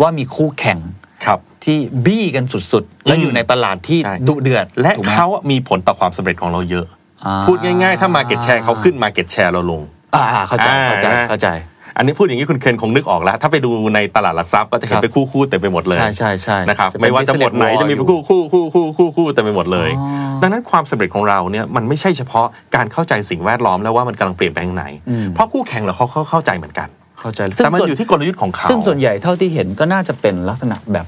Speaker 3: ว่ามีคู่แข่ง
Speaker 4: ครับ
Speaker 3: ที่บี้กันสุดๆ และ
Speaker 4: อืม
Speaker 3: อยู่ในตลาดที่
Speaker 4: ใช่
Speaker 3: ดุเดือด
Speaker 4: และ
Speaker 3: ถูกไหม
Speaker 4: เขามีผลต่อความสำเร็จของเราเยอะ
Speaker 3: อ่
Speaker 4: พูดง่ายๆ ถ้ามาเก็ตแชร์เขาขึ้นมาเก็ตแชร์เราลง
Speaker 3: อ่าเข้าใจเข้าใจ
Speaker 4: อ่านะ
Speaker 3: เข้าใจ
Speaker 4: อันนี้พูดอย่างนี้คุณเคนคงนึกออกแล้ว ถ้าไปดูในตลาดหลักทรัพย์ก็จะเห็น
Speaker 3: ครับ
Speaker 4: ไปคู่คู่ๆเต็มไปหมดเลย
Speaker 3: ใช่ใช่ใช่
Speaker 4: นะครับ
Speaker 3: เป็น
Speaker 4: ไม่ว่าจะหมวดไหน
Speaker 3: business
Speaker 4: จะมี
Speaker 3: war
Speaker 4: คู่คู่คู่คู่คู่คู่เต็มไปหมดเลย
Speaker 3: อ๋อ
Speaker 4: ดังนั้นความสำเร็จของเราเนี่ยมันไม่ใช่เฉพาะการเข้าใจสิ่งแวดล้อมแล้วว่ามันกำลังเปลี่ยนแปลงไหน
Speaker 3: อืม
Speaker 4: เพราะคู่แข่งเราเขาเข้าใจเหมือนกัน
Speaker 3: เข้าใจ
Speaker 4: แต่มัน
Speaker 3: ส่ว
Speaker 4: อยู่ที่กลยุทธ์ของเขา
Speaker 3: ซึ่งส่วนใหญ่เท่าที่เห็นก็น่าจะเป็นลักษณะแบบ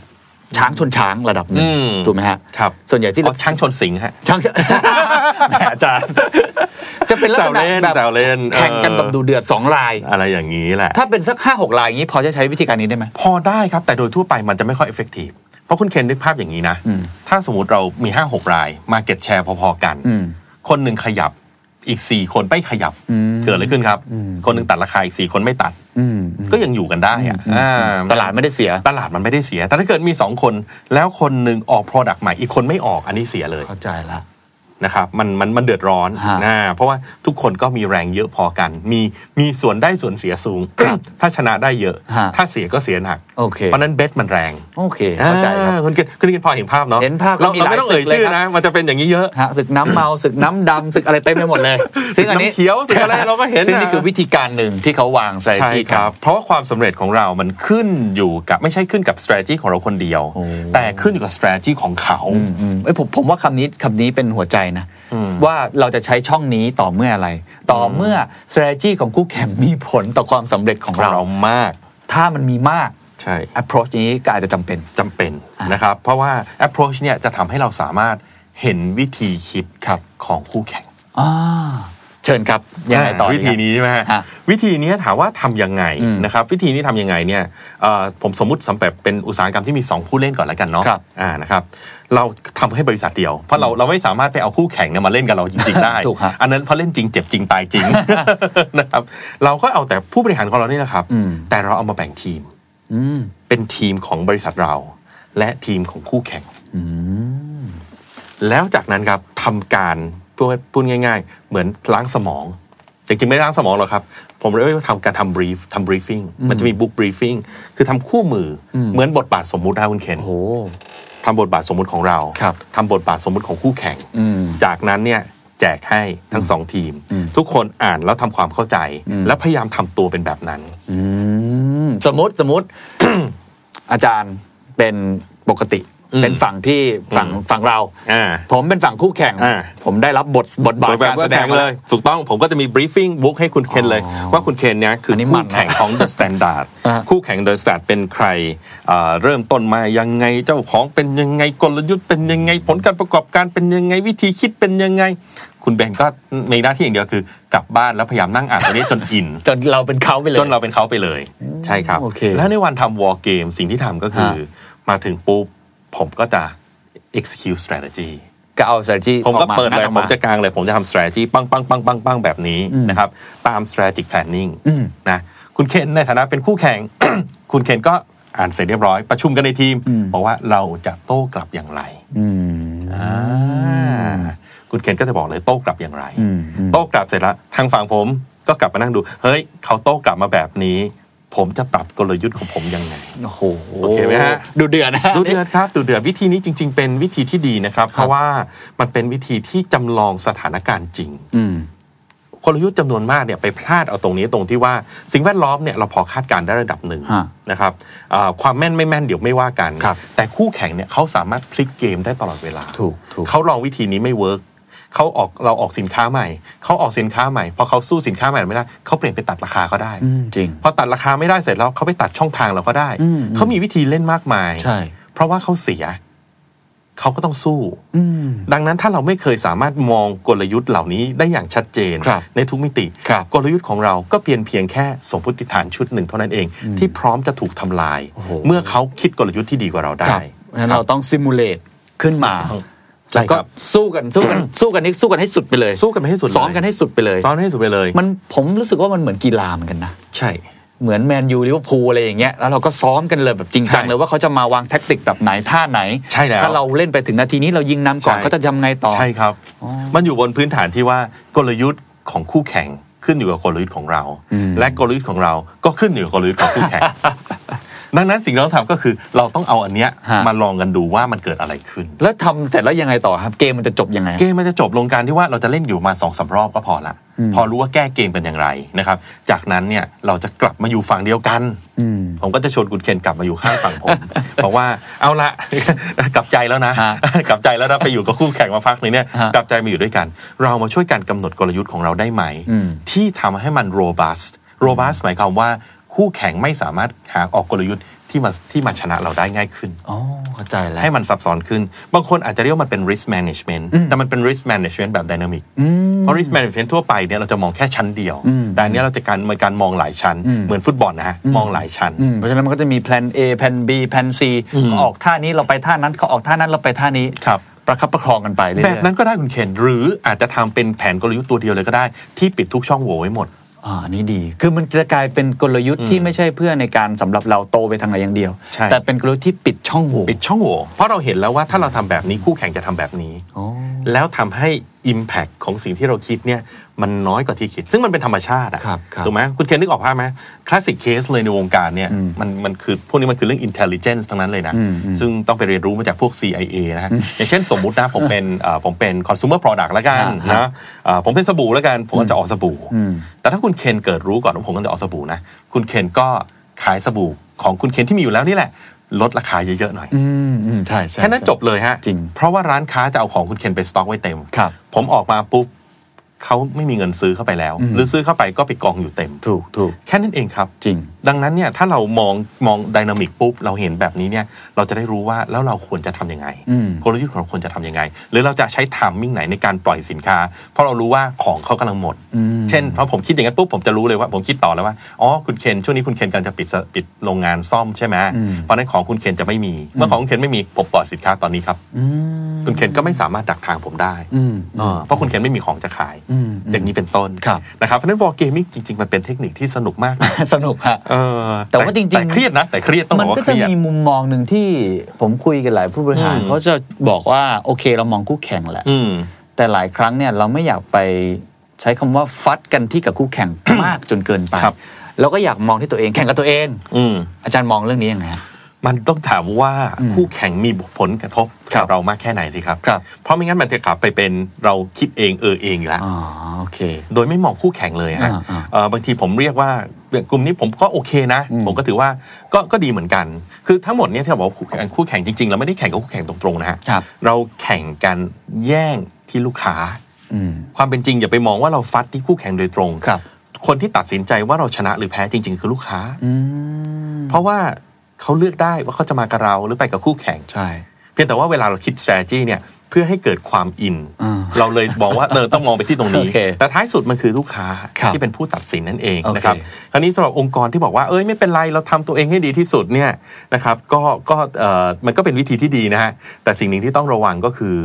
Speaker 3: ช้างชนช้างระดับหนึ่ง
Speaker 4: อืม
Speaker 3: ถูกไหมฮะ
Speaker 4: ครับ
Speaker 3: ส่วนใหญ่ที่
Speaker 4: อ๋อช้างชนสิง ห์ฮะ
Speaker 3: ช้างชน แหมอาจารย์ จะเป็นลักษณะแบบ
Speaker 4: แซวเล่นแซวเล่น
Speaker 3: แข่งกันแบบดูเดือดสองลาย
Speaker 4: อะไรอย่างนี้แหละ
Speaker 3: ถ้าเป็นสักห้าหกลายอย่างนี้พอจะใช้วิธีการนี้ได้ไหม
Speaker 4: พอได้ครับแต่โดยทั่วไปมันจะไม่ค่อย effective เพราะคุณเคนนึกภาพอย่างนี้นะ ถ้าสมมติเรามี 5 6 ราย Market Share พอๆกัน
Speaker 3: อืม
Speaker 4: คนหนึ่งขยับอีก 4 คนไม่ขยับ
Speaker 3: อืม
Speaker 4: เกิดอะไรขึ้นครับ คนหนึ่งตัดราคาอีกสี่คนไม่ตัด
Speaker 3: อืม
Speaker 4: ก็ยังอยู่กันได้อะอ่า
Speaker 5: ตลาดไม่ได้เสีย
Speaker 4: ตลาดมันไม่ได้เสีย แต่ถ้าเกิดมี 2 คน แล้วคนหนึ่งออก Product ใหม่ อีกคนไม่ออก อันนี้เสียเลย
Speaker 3: เข้าใจละ
Speaker 4: นะครับ มันมันมันเดือดร้อน
Speaker 3: ฮะ
Speaker 4: นะเพราะว่าทุกคนก็มีแรงเยอะพอกัน มีมีส่วนได้ส่วนเสียสู ง ถ้าชนะได้เยอะ
Speaker 3: ฮะ
Speaker 4: ถ้าเสียก็เสียหนัก
Speaker 3: โอเค
Speaker 4: เพราะฉะนั้นเบสมันแรง
Speaker 3: โอเค เข้าใจครับ
Speaker 4: อ่คุณเกณฑ์คุณเกณฑ์พอเห็นภาพเนาะ
Speaker 3: เห็นภาพ
Speaker 4: เรา
Speaker 3: มีห
Speaker 4: เรา
Speaker 3: ลาย
Speaker 4: ไม่ต้องเอ่ย
Speaker 3: ศึกเลย
Speaker 4: ชื่
Speaker 3: ค
Speaker 4: อ
Speaker 3: รับ
Speaker 4: นะ มันจะเป็นอย่างนี้เยอะ
Speaker 3: ฮะศึกน้ำเมาศึกน้ำดำศึกอะไรเต็มไปหมด เลยซึ่งอันนี้
Speaker 4: ำเขียวสึกอะไรเราก็เห็น
Speaker 3: ซึ่งนี่
Speaker 4: ะ
Speaker 3: คือวิธีการหนึ่งที่เขาวาง
Speaker 4: ใช่
Speaker 3: strategy
Speaker 4: ค
Speaker 3: กั
Speaker 4: รับ
Speaker 3: น
Speaker 4: เพราะว่าความสำเร็จของเรามันขึ้นอยู่กับไม่ใช่ขึ้นกับ strategy ของเราคนเดียว
Speaker 3: โอ้
Speaker 4: แต่ขึ้นอยู่กับ strategy ของเขา
Speaker 3: อืมอืมเอ้ยผมผมว่าคำนี้คำนี้เป็นหัวใจนะ
Speaker 4: อืม
Speaker 3: ว่าเราจะใช้ช่องนี้ต่อเมื่ออะไร ต่อเมื่อ strategy ของคู่แข่งมีผลต่อความสำเร็จของ
Speaker 4: ของ
Speaker 3: เรา
Speaker 4: เรามาก
Speaker 3: ถ้ามันมีมาก
Speaker 4: ใช่
Speaker 3: approach นี้ก็อาจจะจำเป็น
Speaker 4: จำเป็น
Speaker 3: อ่ะ
Speaker 4: นะครับ เพราะว่า approach เนี่ยจะทำให้เราสามารถเห็นวิธีคิด
Speaker 3: ครับ
Speaker 4: ของคู่แข่ง
Speaker 3: อ่าเชิญครับ ยังไงต่อดี
Speaker 4: วิธีนี้ใช่ไหมฮะ
Speaker 3: ครับ
Speaker 4: วิธีนี้ถามว่าทำยังไง
Speaker 3: อืม
Speaker 4: นะครับ วิธีนี้ทำยังไงเนี่ยเอ่อผมสมมติสำแบบเป็นอุตสาหกรรมที่มี 2 ผู้เล่นก่อนแล้วกันเนาะ
Speaker 3: ครับ
Speaker 4: อ่านะครับ เราทำให้บริษัทเดียว เพราะเราเราไม่สามารถไปเอาคู่แข่งเนี่ยมาเล่นกับเราจริงๆได้
Speaker 3: ถูกฮะ
Speaker 4: อันนั้นเพราะเล่นจริงเจ็บจริงตาย จริง นะครับ เราก็เอาแต่ผู้บริหารของเรานี่แหละครับ
Speaker 3: อืม
Speaker 4: แต่เราเอามาแบ่งทีม
Speaker 3: อืม
Speaker 4: เป็นทีมของบริษัทเรา และทีมของคู่แข่ง
Speaker 3: อืม
Speaker 4: แล้วจากนั้นครับทำการพูดพูดง่าย ๆ เหมือนล้างสมอง จริงๆ ไม่ได้ล้างสมองหรอกครับ ผมเรียกว่าทำการทำบรีฟทำบรีฟิ่งมันจะมีบุ๊กบรีฟิ่งคือทำคู่มืออเหมือนบทบาทสมมุตินะคุณเคน
Speaker 3: โอ้โห
Speaker 4: ทำบทบาทสมมุติของเรา
Speaker 3: ครับ
Speaker 4: ทำบทบาทสมมุติของคู่แข่ง
Speaker 3: อืม
Speaker 4: จากนั้นเนี่ยแจกให้ทั้งสองทีม
Speaker 3: อืม
Speaker 4: ทุกคนอ่านแล้วทำความเข้าใจ
Speaker 3: อืม
Speaker 4: และพยายามทำตัวเป็นแบบนั้น
Speaker 3: อืมสมมติสมมติ อาจารย์เป็นปกติ
Speaker 4: อืม
Speaker 3: เป็นฝั่งที่ฝั่ง
Speaker 4: อืม
Speaker 3: ฝั่งเรา
Speaker 4: อ่า
Speaker 3: ผมเป็นฝั่งคู่แข่ง
Speaker 4: อ่า
Speaker 3: ผมได้รับบทบทบาท
Speaker 4: แบบ
Speaker 3: การ
Speaker 4: แส
Speaker 3: แส
Speaker 4: ด
Speaker 3: ด
Speaker 4: ง
Speaker 3: ง
Speaker 4: เล
Speaker 3: เลย ย
Speaker 4: ถูกต้องผมก็จะมี briefing book ให้คุณเคนเลย ว่าคุณเคนเนี่ยคืออน
Speaker 3: นี้มั
Speaker 4: คู่
Speaker 3: นนะ
Speaker 4: แข่งของ The Standard
Speaker 3: อ่ะ
Speaker 4: คู่แข่ง The Standard เป็นใครอ่าเริ่มต้นมายังไงเจ้าของเป็นยังไงกลยุทธ์เป็นยังไงผลการประกอบการเป็นยังไงวิธีคิดเป็นยังไง คุณเบนก็มีหน้าที่อย่างเดียวคือกลับบ้านแล้วพยายามนั่งอ่านตัวนี้จนอิน
Speaker 3: จนเราเป็นเขาไปเลย
Speaker 4: จนเราเป็นเขาไปเลยใช่ครับ
Speaker 3: โอเค
Speaker 4: แล้วในวันทำ war game สิ่งที่ทำก็คือ
Speaker 3: ฮะ
Speaker 4: มาถึงปุ๊บผมก็จะ execute strategy
Speaker 3: ก็เอา strategy
Speaker 4: ผม
Speaker 3: อ
Speaker 4: ก็
Speaker 3: อมา
Speaker 4: เปิดเลย
Speaker 3: งัออก
Speaker 4: ผ
Speaker 3: มา
Speaker 4: มจะกลางเลย ผมจะทำ strategy ปังปังปังปังปังแบบนี้
Speaker 3: อืม
Speaker 4: นะครับตาม strategic planning
Speaker 3: อืม
Speaker 4: นะคุณเคนในฐานะเป็นคู่แข่ง คุณเคนก็อ่านเสร็จเรียบร้อย ประชุมกันในทีม
Speaker 3: อืม
Speaker 4: บอกว่าเราจะโต้กลับอย่างไร
Speaker 3: อืม
Speaker 4: อ่าคุณเคนก็จะบอกเลยโต้กลับอย่างไร
Speaker 3: อืมอืม
Speaker 4: โต้กลับเสร็จแล้วทางฝั่งผมก็กลับมานั่งดู เฮ้ย เขาโต้กลับมาแบบนี้ ผมจะปรับกลยุทธ์ของผมยังไง
Speaker 3: โอ้โห
Speaker 4: โอเคไหมฮะ
Speaker 3: ดูเดือดนะ
Speaker 4: ดูเดือดครับดูเดือดวิธีนี้จริง ๆ เป็นวิธีที่ดีนะครับ เพราะว่ามันเป็นวิธีที่จำลองสถานการณ์จริง
Speaker 3: อืม
Speaker 4: กลยุทธ์จำนวนมากเนี่ยไปพลาดเอาตรงนี้ตรงที่ว่าสิ่งแวดล้อมเนี่ยเราพอคาดการณ์ได้ระดับหนึ่ง
Speaker 3: ฮะ
Speaker 4: นะครับอ่าความแม่นไม่แม่นเดี๋ยวไม่ว่ากัน
Speaker 3: ครับ
Speaker 4: แต่คู่แข่งเนี่ยเขาสามารถพลิกเกมได้ตลอดเวลา
Speaker 3: ถูกถูก
Speaker 4: เขาลองวิธีนี้ไม่เวิร์กเขาออกเราออกสินค้าใหม่ เขาออกสินค้าใหม่พอเขาสู้สินค้าใหม่ไม่ได้เขาเปลี่ยนไปตัดราคาก็ได้
Speaker 3: อืมจริง
Speaker 4: พอตัดราคาไม่ได้เสร็จแล้วเขาไปตัดช่องทางเราก็ได้
Speaker 3: อืม
Speaker 4: เขามีวิธีเล่นมากมาย
Speaker 3: ใช่
Speaker 4: เพราะว่าเขาเสียเขาก็ต้องสู้
Speaker 3: อืม
Speaker 4: ดังนั้นถ้าเราไม่เคยสามารถมองกลยุทธ์เหล่านี้ได้อย่างชัดเจน
Speaker 3: ครับ
Speaker 4: ในทุกมิติ
Speaker 3: ครับ
Speaker 4: กลยุทธ์ของเราก็เพียงเพียงแค่สมมติฐานชุดหนึ่งเท่านั้นเอง ที่พร้อมจะถูกทำลาย
Speaker 3: โอ้โห
Speaker 4: เมื่อเขาคิดกลยุทธ์ที่ดีกว่าเราได้
Speaker 3: ครับเพราะฉะนั้นเราต้องซิมูเลตขึ้นมา
Speaker 4: ใช่
Speaker 3: แล้ว
Speaker 4: ค
Speaker 3: ก็
Speaker 4: รับ
Speaker 3: สู้กันสู้กัน สู้กันนี่สู้กันให้สุดไปเลย
Speaker 4: สู้กันไปให้สุดเลย
Speaker 3: ซ้อมกันให้สุดไปเลย
Speaker 4: ซ้อมกันให้สุดไปเลย
Speaker 3: มันผมรู้สึกว่ามันเหมือนกีฬาเหมือนกันนะ
Speaker 4: ใช่
Speaker 3: เหมือนแมนยูลิเวอร์พูลอะไรอย่างเงี้ยแล้วเราก็ซ้อมกันเลยแบบจริงจัง
Speaker 4: ใช่
Speaker 3: เลยว่าเขาจะมาวางแท็กติกแบบไหนท่าไหน
Speaker 4: ใช่แล้ว
Speaker 3: ถ้าเราเล่นไปถึงนาทีนี้เรายิงนำก่อน
Speaker 4: ใช่
Speaker 3: เขาจะทำไงต่อ
Speaker 4: ใช่ครับ
Speaker 3: อ๋อ
Speaker 4: มันอยู่บนพื้นฐานที่ว่ากลยุทธ์ของคู่แข่งขึ้นอยู่กับกลยุทธ์ของเรา
Speaker 3: อืม
Speaker 4: และกลยุทธ์ของเราก็ขึ้นอยู่กับกลยุทธ์ของคู่แข่ง ดังนั้นสิ่งที่เราทำก็คือเราต้องเอาอันเนี้ยมาลองกันดูว่ามันเกิดอะไรขึ้น
Speaker 3: แล้วทำเสร็จแล้วยังไงต่อครับเกมมันจะจบยังไง
Speaker 4: เกมมันจะจบลงการที่ว่าเราจะเล่นอยู่มาสองสารอบก็พอละ
Speaker 3: อืม
Speaker 4: พอรู้ว่าแก้เกมเป็นอย่างไรนะครับ จากนั้นเนี่ยเราจะกลับมาอยู่ฝั่งเดียวกัน
Speaker 3: อืม
Speaker 4: ผมก็จะชวนคุณเคนกลับมาอยู่ข้างฝั่ง ผม บอกว่าเอาละ กลับใจแล้วนะ
Speaker 3: ฮะ
Speaker 4: กลับใจแล้วนะไปอยู่กับคู่แข่งมาพักหนึงเนี่ย
Speaker 3: ฮะ
Speaker 4: กลับใจมาอยู่ด้วยกัน เรามาช่วยกันกำหนดกลยุทธ์ของเราได้ไหม
Speaker 3: อืม
Speaker 4: ที่ทำให้มัน robust robust หมายความว่าคู่แข่งไม่สามารถหาออกกลยุทธ์ที่ ที่มาที่มาชนะเราได้ง่ายขึ้น
Speaker 3: อ๋อเข้าใจแล้ว
Speaker 4: ให้มันซับซ้อนขึ้น บางคนอาจจะเรียกว่ามันเป็น risk management แต่มันเป็น risk management แบบ dynamic เพราะ risk management ทั่วไปเนี่ยเราจะมองแค่ชั้นเดียว แต่อันเนี้ยเราจะการมันการมองหลายชั้น เหมือนฟุตบอลนะฮะ มองหลายชั้น
Speaker 3: อืมเพราะฉะนั้นมันก็จะมีแผน A แผน B แผน C เขาออกท่านี้เราไปท่านั้นเขาออกท่านั้นเราไปท่านี้
Speaker 4: ครับ
Speaker 3: ประคับประคองกันไปเรื่อยๆ
Speaker 4: แบบนั้นก็ได้คุณเคนหรืออาจจะทำเป็นแผนกลยุทธ์ตัวเดียวเลยก็ได้ที่ปิดทุกช่องโหว่ไว้หมด
Speaker 3: อ่าอันนี้ดี คือมันจะกลายเป็นกลยุทธ์ที่ไม่ใช่เพื่อในการสำหรับเราโตไปทางไหนอย่างเดียว
Speaker 4: ใช่
Speaker 3: แต่เป็นกลยุทธ์ที่ปิดช่องโหว่
Speaker 4: ปิดช่องโหว่เพราะเราเห็นแล้วว่าถ้าเราทำแบบนี้คู่แข่งจะทำแบบนี้
Speaker 3: อ๋อ
Speaker 4: แล้วทำให้ Impact ของสิ่งที่เราคิดเนี่ยมันน้อยกว่าที่คิด ซึ่งมันเป็นธรรมชาติอะ
Speaker 3: ครับครับ
Speaker 4: ถูกไหมคุณเคนนึกออกภาพไหมคลาสสิกเคสเลยในวงการเนี่ยมันมันคือพวกนี้มันคือเรื่อง intelligence ทั้งนั้นเลยนะ ซึ่งต้องไปเรียนรู้มาจากพวก CIA นะฮะ อย่างเช่นสมมุตินะ ผมเป็นเอ่อผมเป็น consumer product ละกันนะเอ่อผมเป็นสบู่ละกัน ผมก็จะออกสบู่ แต่ถ้าคุณเคนเกิดรู้ก่อนว่าผมก็จะออกสบู่นะคุณเคนก็ขายสบู่ของคุณเคนที่มีอยู่แล้วนี่แหละ ลดราคาเยอะๆหน่อย
Speaker 3: ืมอืมใช่ใช่
Speaker 4: แค่นั้น
Speaker 3: ใช่
Speaker 4: จบเลยฮะ
Speaker 3: จริง
Speaker 4: เพราะว่าร้านค้าจะเอาของคุณเคนไปสต็อกไว้เต็ม
Speaker 3: ครับ
Speaker 4: ผมออกมาปุ๊บเขาไม่มีเงินซื้อเข้าไปแล้ว หรือซื้อเข้าไปก็ไปกองอยู่เต็ม
Speaker 3: ถูกถูก
Speaker 4: แค่นั้นเองครับ
Speaker 3: จริง
Speaker 4: ดังนั้นเนี่ยถ้าเรามองมองดินามิกปุ๊บ เราเห็นแบบนี้เนี่ยเราจะได้รู้ว่าแล้วเราควรจะทำยังไง
Speaker 3: อืม
Speaker 4: กลยุทธ์ของเราควรจะทำยังไง หรือเราจะใช้ทามมิ่งไหนในการปล่อยสินค้า เพราะเรารู้ว่าของเขากำลังหมด เช่นเพราะผมคิดอย่างนั้นปุ๊บผมจะรู้เลยว่าผมคิดต่อแล้วว่าอ๋อคุณเคนช่วงนี้คุณเคนกำลังจะปิดสปิดโรงงานซ่อมใช่ไหมเพราะฉะนั้นของคุณเคนจะไม่มี เมื่อของคุณเคนไม่มีผมปล่อยสินค้าตอนนี้ครับคุณเคนก็ไม่สามารถดักทางผมได้
Speaker 3: อืม
Speaker 4: อ่าเพราะคุณเคนไม่มีของจะขาย
Speaker 3: อืม
Speaker 4: อย่างนี้เป็นต้น
Speaker 3: ครับ
Speaker 4: นะครับเพราะฉะนั้นวอลเกมมิ่งจริง ๆ มันเป็นเทคนิคที่สนุกมากนะ
Speaker 3: สนุกฮะ
Speaker 4: เออ
Speaker 3: แต่ว่าจริงๆ
Speaker 4: แต่เครียดนะ แต่เครียดต้องบ
Speaker 3: มั
Speaker 4: อน กว่า
Speaker 3: ก็
Speaker 4: เค
Speaker 3: จะ
Speaker 4: รียด
Speaker 3: มีมุมมองหนึ่งที่ผมคุยกับหลายผู้บริหาร
Speaker 4: อืม
Speaker 3: เขาจะบอกว่าโอเคเรามองคู่แข่งแหละ
Speaker 4: อืม
Speaker 3: แต่หลายครั้งเนี่ยเราไม่อยากไปใช้คำว่าฟัดกันที่กับคู่แข่ง มากจนเกินไป
Speaker 4: ครับ
Speaker 3: เราก็อยากมองที่ตัวเองแข่งกับตัวเอง
Speaker 4: อืม
Speaker 3: อาจารย์มองเรื่องนี้ยังไงฮะ
Speaker 4: มันต้องถามว่าคู่แข่งมีผลกระทบ
Speaker 3: ครั
Speaker 4: กับบ เรามากแค่ไหนสิครับ
Speaker 3: ครับ
Speaker 4: เพราะไม่งั้นมันจะกลับไปเป็นเราคิดเองเออเองอยู่แล้ว
Speaker 3: อ๋อโอเค
Speaker 4: โดยไม่มองคู่แข่งเลยฮะ
Speaker 3: อ่าอ่า
Speaker 4: เอ่อบางทีผมเรียกว่ากลุ่มนี้ผมก็โอเคนะ ผมก็ถือว่าก็ก็ดีเหมือนกัน คือทั้งหมดเนี่ยที่เราบอกว่าคู่แข่งคู่แข่งจริงๆเราไม่ได้แข่งกับคู่แข่งตรงๆนะฮะ
Speaker 3: ครับ
Speaker 4: เราแข่งกันแย่งที่ลูกค้า
Speaker 3: อืม
Speaker 4: ความเป็นจริงอย่าไปมองว่าเราฟัดที่คู่แข่งโดยตรง
Speaker 3: ครับ
Speaker 4: คนที่ตัดสินใจว่าเราชนะหรือแพ้จริง ๆ คือลูกค้า
Speaker 3: อืม
Speaker 4: เพราะว่าเขาเลือกได้ว่าเขาจะมากับเราหรือไปกับคู่แข่ง
Speaker 3: ใช่
Speaker 4: เพียงแต่ว่าเวลาเราคิด strategy เนี่ยเพื่อให้เกิดความอิน
Speaker 3: อ่า
Speaker 4: เราเลยมองว่า เราต้องมองไปที่ตรง นี้
Speaker 3: โอเค
Speaker 4: แต่ท้ายสุดมันคือลูกค้า
Speaker 3: ครับ
Speaker 4: ที่เป็นผู้ตัดสินนั่นเอง
Speaker 3: โอเค
Speaker 4: นะครับคราวนี้สำหรับองค์กรที่บอกว่าเอ้ยไม่เป็นไรเราทำตัวเองให้ดีที่สุดเนี่ยนะครับก็ก็เอ่อมันก็เป็นวิธีที่ดีนะฮะแต่สิ่งหนึ่งที่ต้องระวังก็คือ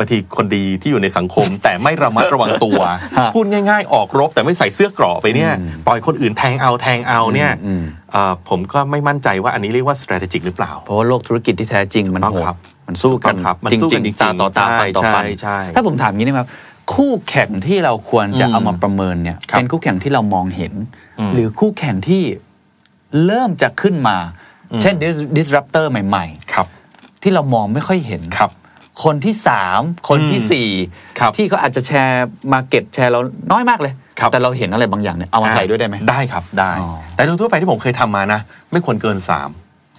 Speaker 4: บางทีคนดีที่อยู่ในสังคม แต่ไม่ระมัดระวังตัว
Speaker 3: ฮะ
Speaker 4: พูดง่าย ๆ ออกรบแต่ไม่ใส่เสื้อเกราะไปเนี่ยปล่อยคนอื่นแทงเอาแทงเอาเนี่ย
Speaker 3: อืมอืม
Speaker 4: เอ่อผมก็ไม่มั่นใจว่าอันนี้เรียกว่า strategic หรือเปล่า
Speaker 3: เพราะว่าโลกธุรกิจที่แท้จริงมัน
Speaker 4: ต้อง
Speaker 3: โหด
Speaker 4: ครับ
Speaker 3: มันสู้กัน
Speaker 4: ต้องครับมัน
Speaker 3: จ
Speaker 4: สู้กั
Speaker 3: ริ
Speaker 4: น
Speaker 3: ง
Speaker 4: จริง
Speaker 3: ๆตาต่อตาฟันต่อฟัน
Speaker 4: ใช่ใช่ใช่
Speaker 3: ถ้าผมถามอย่างนี้นะครับ คู่แข่งที่เราควรจะ
Speaker 4: อืม
Speaker 3: เอามาประเมินเนี่ย
Speaker 4: ครับ
Speaker 3: เป็นคู่แข่งที่เรามองเห็น
Speaker 4: อืม
Speaker 3: หรือคู่แข่งที่เริ่มจะขึ้นมา
Speaker 4: อืม
Speaker 3: เช่น dis- disruptor ใหม่
Speaker 4: ครับ
Speaker 3: ๆ ที่เรามองไม่ค่อยเห็น
Speaker 4: ครับ
Speaker 3: คนที่สามคนที่
Speaker 4: อืม
Speaker 3: สี่
Speaker 4: ครับ
Speaker 3: ที่เขาอาจจะแชร์มาเก็ตแชร์เราน้อยมากเลย
Speaker 4: ครับ
Speaker 3: แต่เราเห็นอะไรบางอย่างเนี่ยเอามาใส่ด้วยได้ไหม
Speaker 4: ได้ครับได้
Speaker 3: อ๋อ
Speaker 4: แต่โดยทั่วไปที่ผมเคยทำมานะ ไม่ควรเกิน 3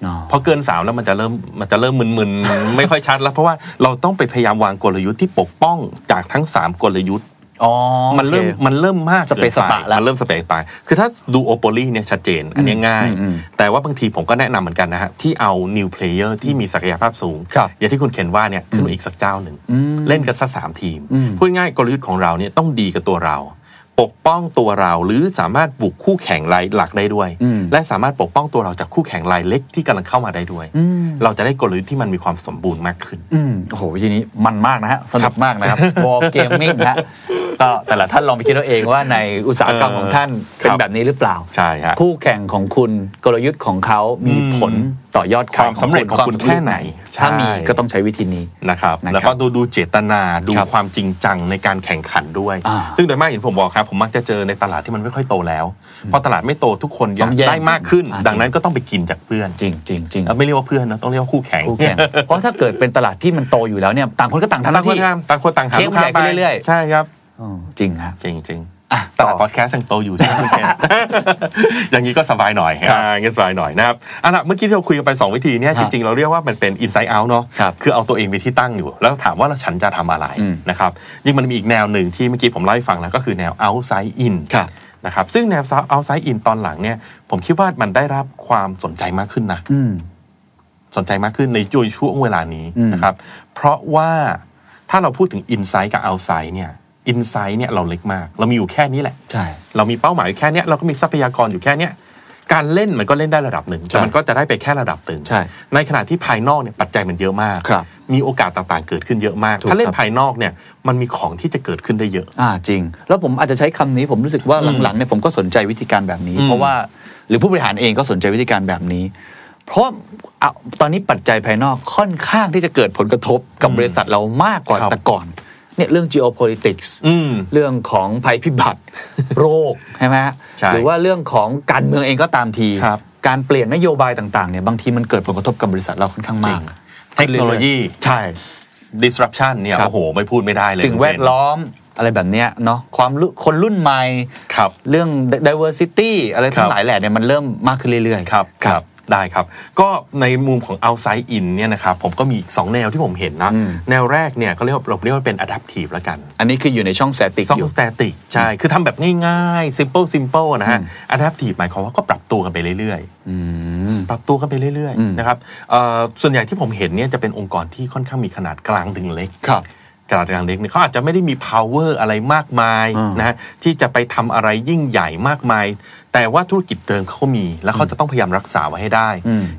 Speaker 3: อ๋อ
Speaker 4: เพราะเกิน 3 แล้วมันจะเริ่มมันจะเริ่มมึนๆ ไม่ค่อยชัดแล้ว เพราะว่าเราต้องไปพยายามวางกลยุทธ์ที่ปกป้องจากทั้ง 3 กลยุทธ์
Speaker 3: อ๋อ
Speaker 4: มันเริ่ม
Speaker 3: โอค
Speaker 4: มันเริ่มมาก
Speaker 3: สเปซ
Speaker 4: กินไ
Speaker 3: สปะแล้ว
Speaker 4: มันเริ่มสเปซสปะคือถ้าดูโอโปลีเนี่ยชัดเจน อันเนี้ยง่าย
Speaker 3: อืมอืม
Speaker 4: แต่ว่าบางทีผมก็แนะนำเหมือนกันนะฮะ ที่เอา new player ที่มีศักยภาพสูง
Speaker 3: ครับ
Speaker 4: อย่างที่คุณเคนว่าเนี่ยขึ้นมาอีกสักเจ้าหนึ่ง เล่นกันสักสามทีม
Speaker 3: อืม
Speaker 4: พูดง่ายกลยุทธ์ของเราเนี่ยต้องดีกับตัวเรา ปกป้องตัวเราหรือสามารถบุกคู่แข่งรายหลักได้ด้วย
Speaker 3: อืม
Speaker 4: และสามารถปกป้องตัวเราจากคู่แข่งรายเล็กที่กำลังเข้ามาได้ด้วย
Speaker 3: อืม
Speaker 4: เราจะได้กลยุทธ์ที่มันมีความสมบูรณ์มากขึ้น
Speaker 3: อืมโอ้โหทีนี้มันมากนะฮะ สนุกมากนะครับ วอลเกมมิ่งฮะก็แต่ละท่านลองไปคิดเอาเองว่าในอุตสาหกรรมของท่าน
Speaker 4: ครั
Speaker 3: เป็
Speaker 4: บ
Speaker 3: นแบบนี้หรือเปล่า
Speaker 4: ใช่ฮะ
Speaker 3: คู่แข่งของคุณกลยุทธ์ของเขามี
Speaker 4: อืม
Speaker 3: ผลต่อยอดย
Speaker 4: ความสำเร็จของคุณแค่ไหนใช่
Speaker 3: ถ้ามีก็ต้องใช้วิธีนี้
Speaker 4: นะครับ
Speaker 3: นะครับ
Speaker 4: แล้วก็ดูดูเจตนาดู
Speaker 3: ครับ
Speaker 4: ความจริงจังในการแข่งขันด้วย
Speaker 3: อ่า
Speaker 4: ซึ่งโดยมากอย่างที่ผมบอกครับ ผมมักจะเจอในตลาดที่มันไม่ค่อยโตแล้ว พอตลาดไม่โตทุกคนอยา
Speaker 3: ต้
Speaker 4: ก
Speaker 3: องแย่ง
Speaker 4: ได้มากขึ้น
Speaker 3: อ่า
Speaker 4: ดังนั้นก็ต้องไปกินจากเพื่อน
Speaker 3: จริงจริงจริง
Speaker 4: เอ่อไม่เรียกว่าเพื่อนนะต้องเรียกว่าคู่แข่ง
Speaker 3: คู่แข่ง เพราะถ้าเกิดเป็นตลาดที่มันโตอยู่แล้วเนี่ยต่างคนก็ต่างทำห
Speaker 4: ต่าง
Speaker 3: น้า
Speaker 4: คน
Speaker 3: ที่
Speaker 4: ต่างต่างคนต่างหา
Speaker 3: เค้ก
Speaker 4: ลูกค้า
Speaker 3: ใหญ่ไปเรื่อยๆ
Speaker 4: ใช่ครับ
Speaker 3: อ๋อจริงครับ
Speaker 4: จริงจริง
Speaker 3: อ่ะ
Speaker 4: ๆต
Speaker 3: ต่อ
Speaker 4: ลาดพอดแคสต์ยังโตอยู่ใช่ไหมคุณเคน อย่างนี้ก็สบายหน่อย
Speaker 3: ครับ
Speaker 4: อ่าอย่างนี้สบายหน่อยนะครับเอ่ะละเมื่อกี้ที่เราคุยกันไปสองวิธีเนี่ย
Speaker 3: ครับ
Speaker 4: จริงๆเราเรียกว่ามันเป็น inside out เนาะ
Speaker 3: ครับ
Speaker 4: คือเอาตัวเองไปที่ตั้งอยู่ แล้วถามว่าเราฉันจะทำอะไร นะครับยิ่งมันมีอีกแนวหนึ่งที่เมื่อกี้ผมเล่าให้ฟังแล้วก็คือแนว outside in
Speaker 3: ครับ
Speaker 4: นะครับซึ่งแนว outside in ตอนหลังเนี่ยผมคิดว่ามันได้รับความสนใจมากขึ้นนะ
Speaker 6: อืม
Speaker 4: สนใจมากขึ้นในช่วงเวลานี้
Speaker 6: อืม
Speaker 4: นะครับ เพราะว่าถ้าเราพูดถึง Insight กับ Outside เนี่ย Insight เนี่ยเราเล็กมาก เรามีอยู่แค่นี้แหละ
Speaker 6: ใช่
Speaker 4: เรามีเป้าหมายอยู่แค่เนี้ยเราก็มีทรัพยากรอยู่แค่เนี้ยการเล่นมันก็เล่นได้ระดับหนึ่งแต่มันก็จะได้ไปแค่ระดับหนึ่ง
Speaker 3: ใช่
Speaker 4: ในขณะที่ภายนอกเนี่ยปัจจัยมันเยอะมาก
Speaker 3: ครับ
Speaker 4: มีโอกาสต่างๆเกิดขึ้นเยอะมาก
Speaker 3: ถูก
Speaker 4: ถ้าเล่
Speaker 3: คน รับ
Speaker 4: ภายนอกเนี่ยมันมีของที่จะเกิดขึ้นได้เยอะ
Speaker 3: อ่าจริง แล้วผมอาจจะใช้คำนี้ผมรู้สึกว่าหลังๆเนี่ยผมก็สนใจวิธีการแบบนี้
Speaker 4: อืม
Speaker 3: เพราะว่าหรือผู้บริหารเองก็สนใจวิธีการแบบนี้ เพราะเอาตอนนี้ปัจจัยภายนอกค่อนข้างที่จะเกิดผลกระทบกับ
Speaker 4: อืม
Speaker 3: บริษัทเรามากกว่า
Speaker 4: ครับ
Speaker 3: แต่ก่อนเนี่ยเรื่อง geopolitics
Speaker 4: อืม
Speaker 3: เรื่องของภัยพิบัติ โรคใช่ไหมฮะ
Speaker 4: ใช่
Speaker 3: หรือว่าเรื่องของการเมืองเองก็ตามที
Speaker 4: ครับ
Speaker 3: การเปลี่ยนนโยบายต่างๆเนี่ยบางทีมันเกิดผลกระทบกับบริษัทเราค่อนข้างมาก
Speaker 4: เทคโนโลยี
Speaker 3: ใช่
Speaker 4: disruption เนี่ย
Speaker 3: ครับ
Speaker 4: โอ้โห ไม่พูดไม่ได้เลย
Speaker 3: สิ่งแวดล้อมอะไรแบบเนี้ยเนาะความรู้คนรุ่นใหม่
Speaker 4: ครับ
Speaker 3: เรื่อง diversity อะไร
Speaker 4: ครั
Speaker 3: ทั้
Speaker 4: บ
Speaker 3: งหลายแหล่เนี่ยมันเริ่มมากขึ้นเรื่อยๆ
Speaker 4: ครับครับได้ครับ ก็ในมุมของ outside in เนี่ยนะครับผมก็มีอีกสองแนวที่ผมเห็นนะ
Speaker 3: อืม
Speaker 4: แนวแรกเนี่ยเขาเรียกว่าเราเรียกว่าเป็น adaptive แล้วกัน
Speaker 3: อันนี้คืออยู่ในช่อง s t ติก
Speaker 4: ซ่อง
Speaker 3: อยู่
Speaker 4: static ใช่ คือทำแบบง่ายๆ simple simple นะฮะ adaptive หมายความว่าก็ปรับตัวกันไปเรื่อย
Speaker 3: อืม
Speaker 4: ๆ ปรับตัวกันไปเรื่อย
Speaker 3: อืม
Speaker 4: ๆนะครับเอ่อส่วนใหญ่ที่ผมเห็นเนี่ยจะเป็นองค์กรที่ค่อนข้างมีขนาดกลางถึงเล็ก
Speaker 3: ครับ
Speaker 4: กระดานเล็กเนี่ยเขาอาจจะไม่ได้มี power อะไรมากมาย
Speaker 3: อ่าน
Speaker 4: นะฮะที่จะไปทำอะไรยิ่งใหญ่มากมาย แต่ว่าธุรกิจเดิมเขามี แล้วเขาจะต้องพยายามรักษาไว้ให้ได้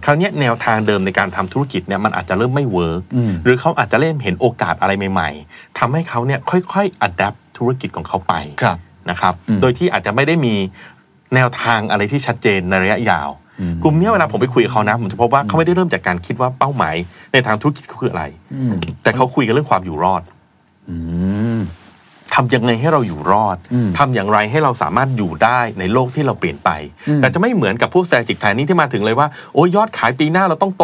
Speaker 4: คราวเนี้ยแนวทางเดิมในการทำธุรกิจเนี่ยมันอาจจะเริ่มไม่เวิร์กหรือเขาอาจจะเริ่มเห็นโอกาสอะไรใหม่ ๆทำให้เขาเนี่ยค่อยๆ adapt ธุรกิจของเขาไป
Speaker 3: ครับ
Speaker 4: นะครับโดยที่อาจจะไม่ได้มีแนวทางอะไรที่ชัดเจนในระยะยาว กลุ่มเนี้ยเวลาผมไปคุยกับเขานะผมจะพบว่าเขาไม่ได้เริ่มจากการคิดว่าเป้าหมายในทางธุรกิจเขาคืออะไร แต่เขาคุยกันเรื่องความอยู่รอด
Speaker 3: อืม
Speaker 4: ทำยังไงให้เราอยู่รอด ทำอย่างไรให้เราสามารถอยู่ได้ในโลกที่เราเปลี่ยนไป แต่จะไม่เหมือนกับพวกแซจิกไทยนี่ที่มาถึงเลยว่า โอ้ยยอดขายปีหน้าเราต้องโต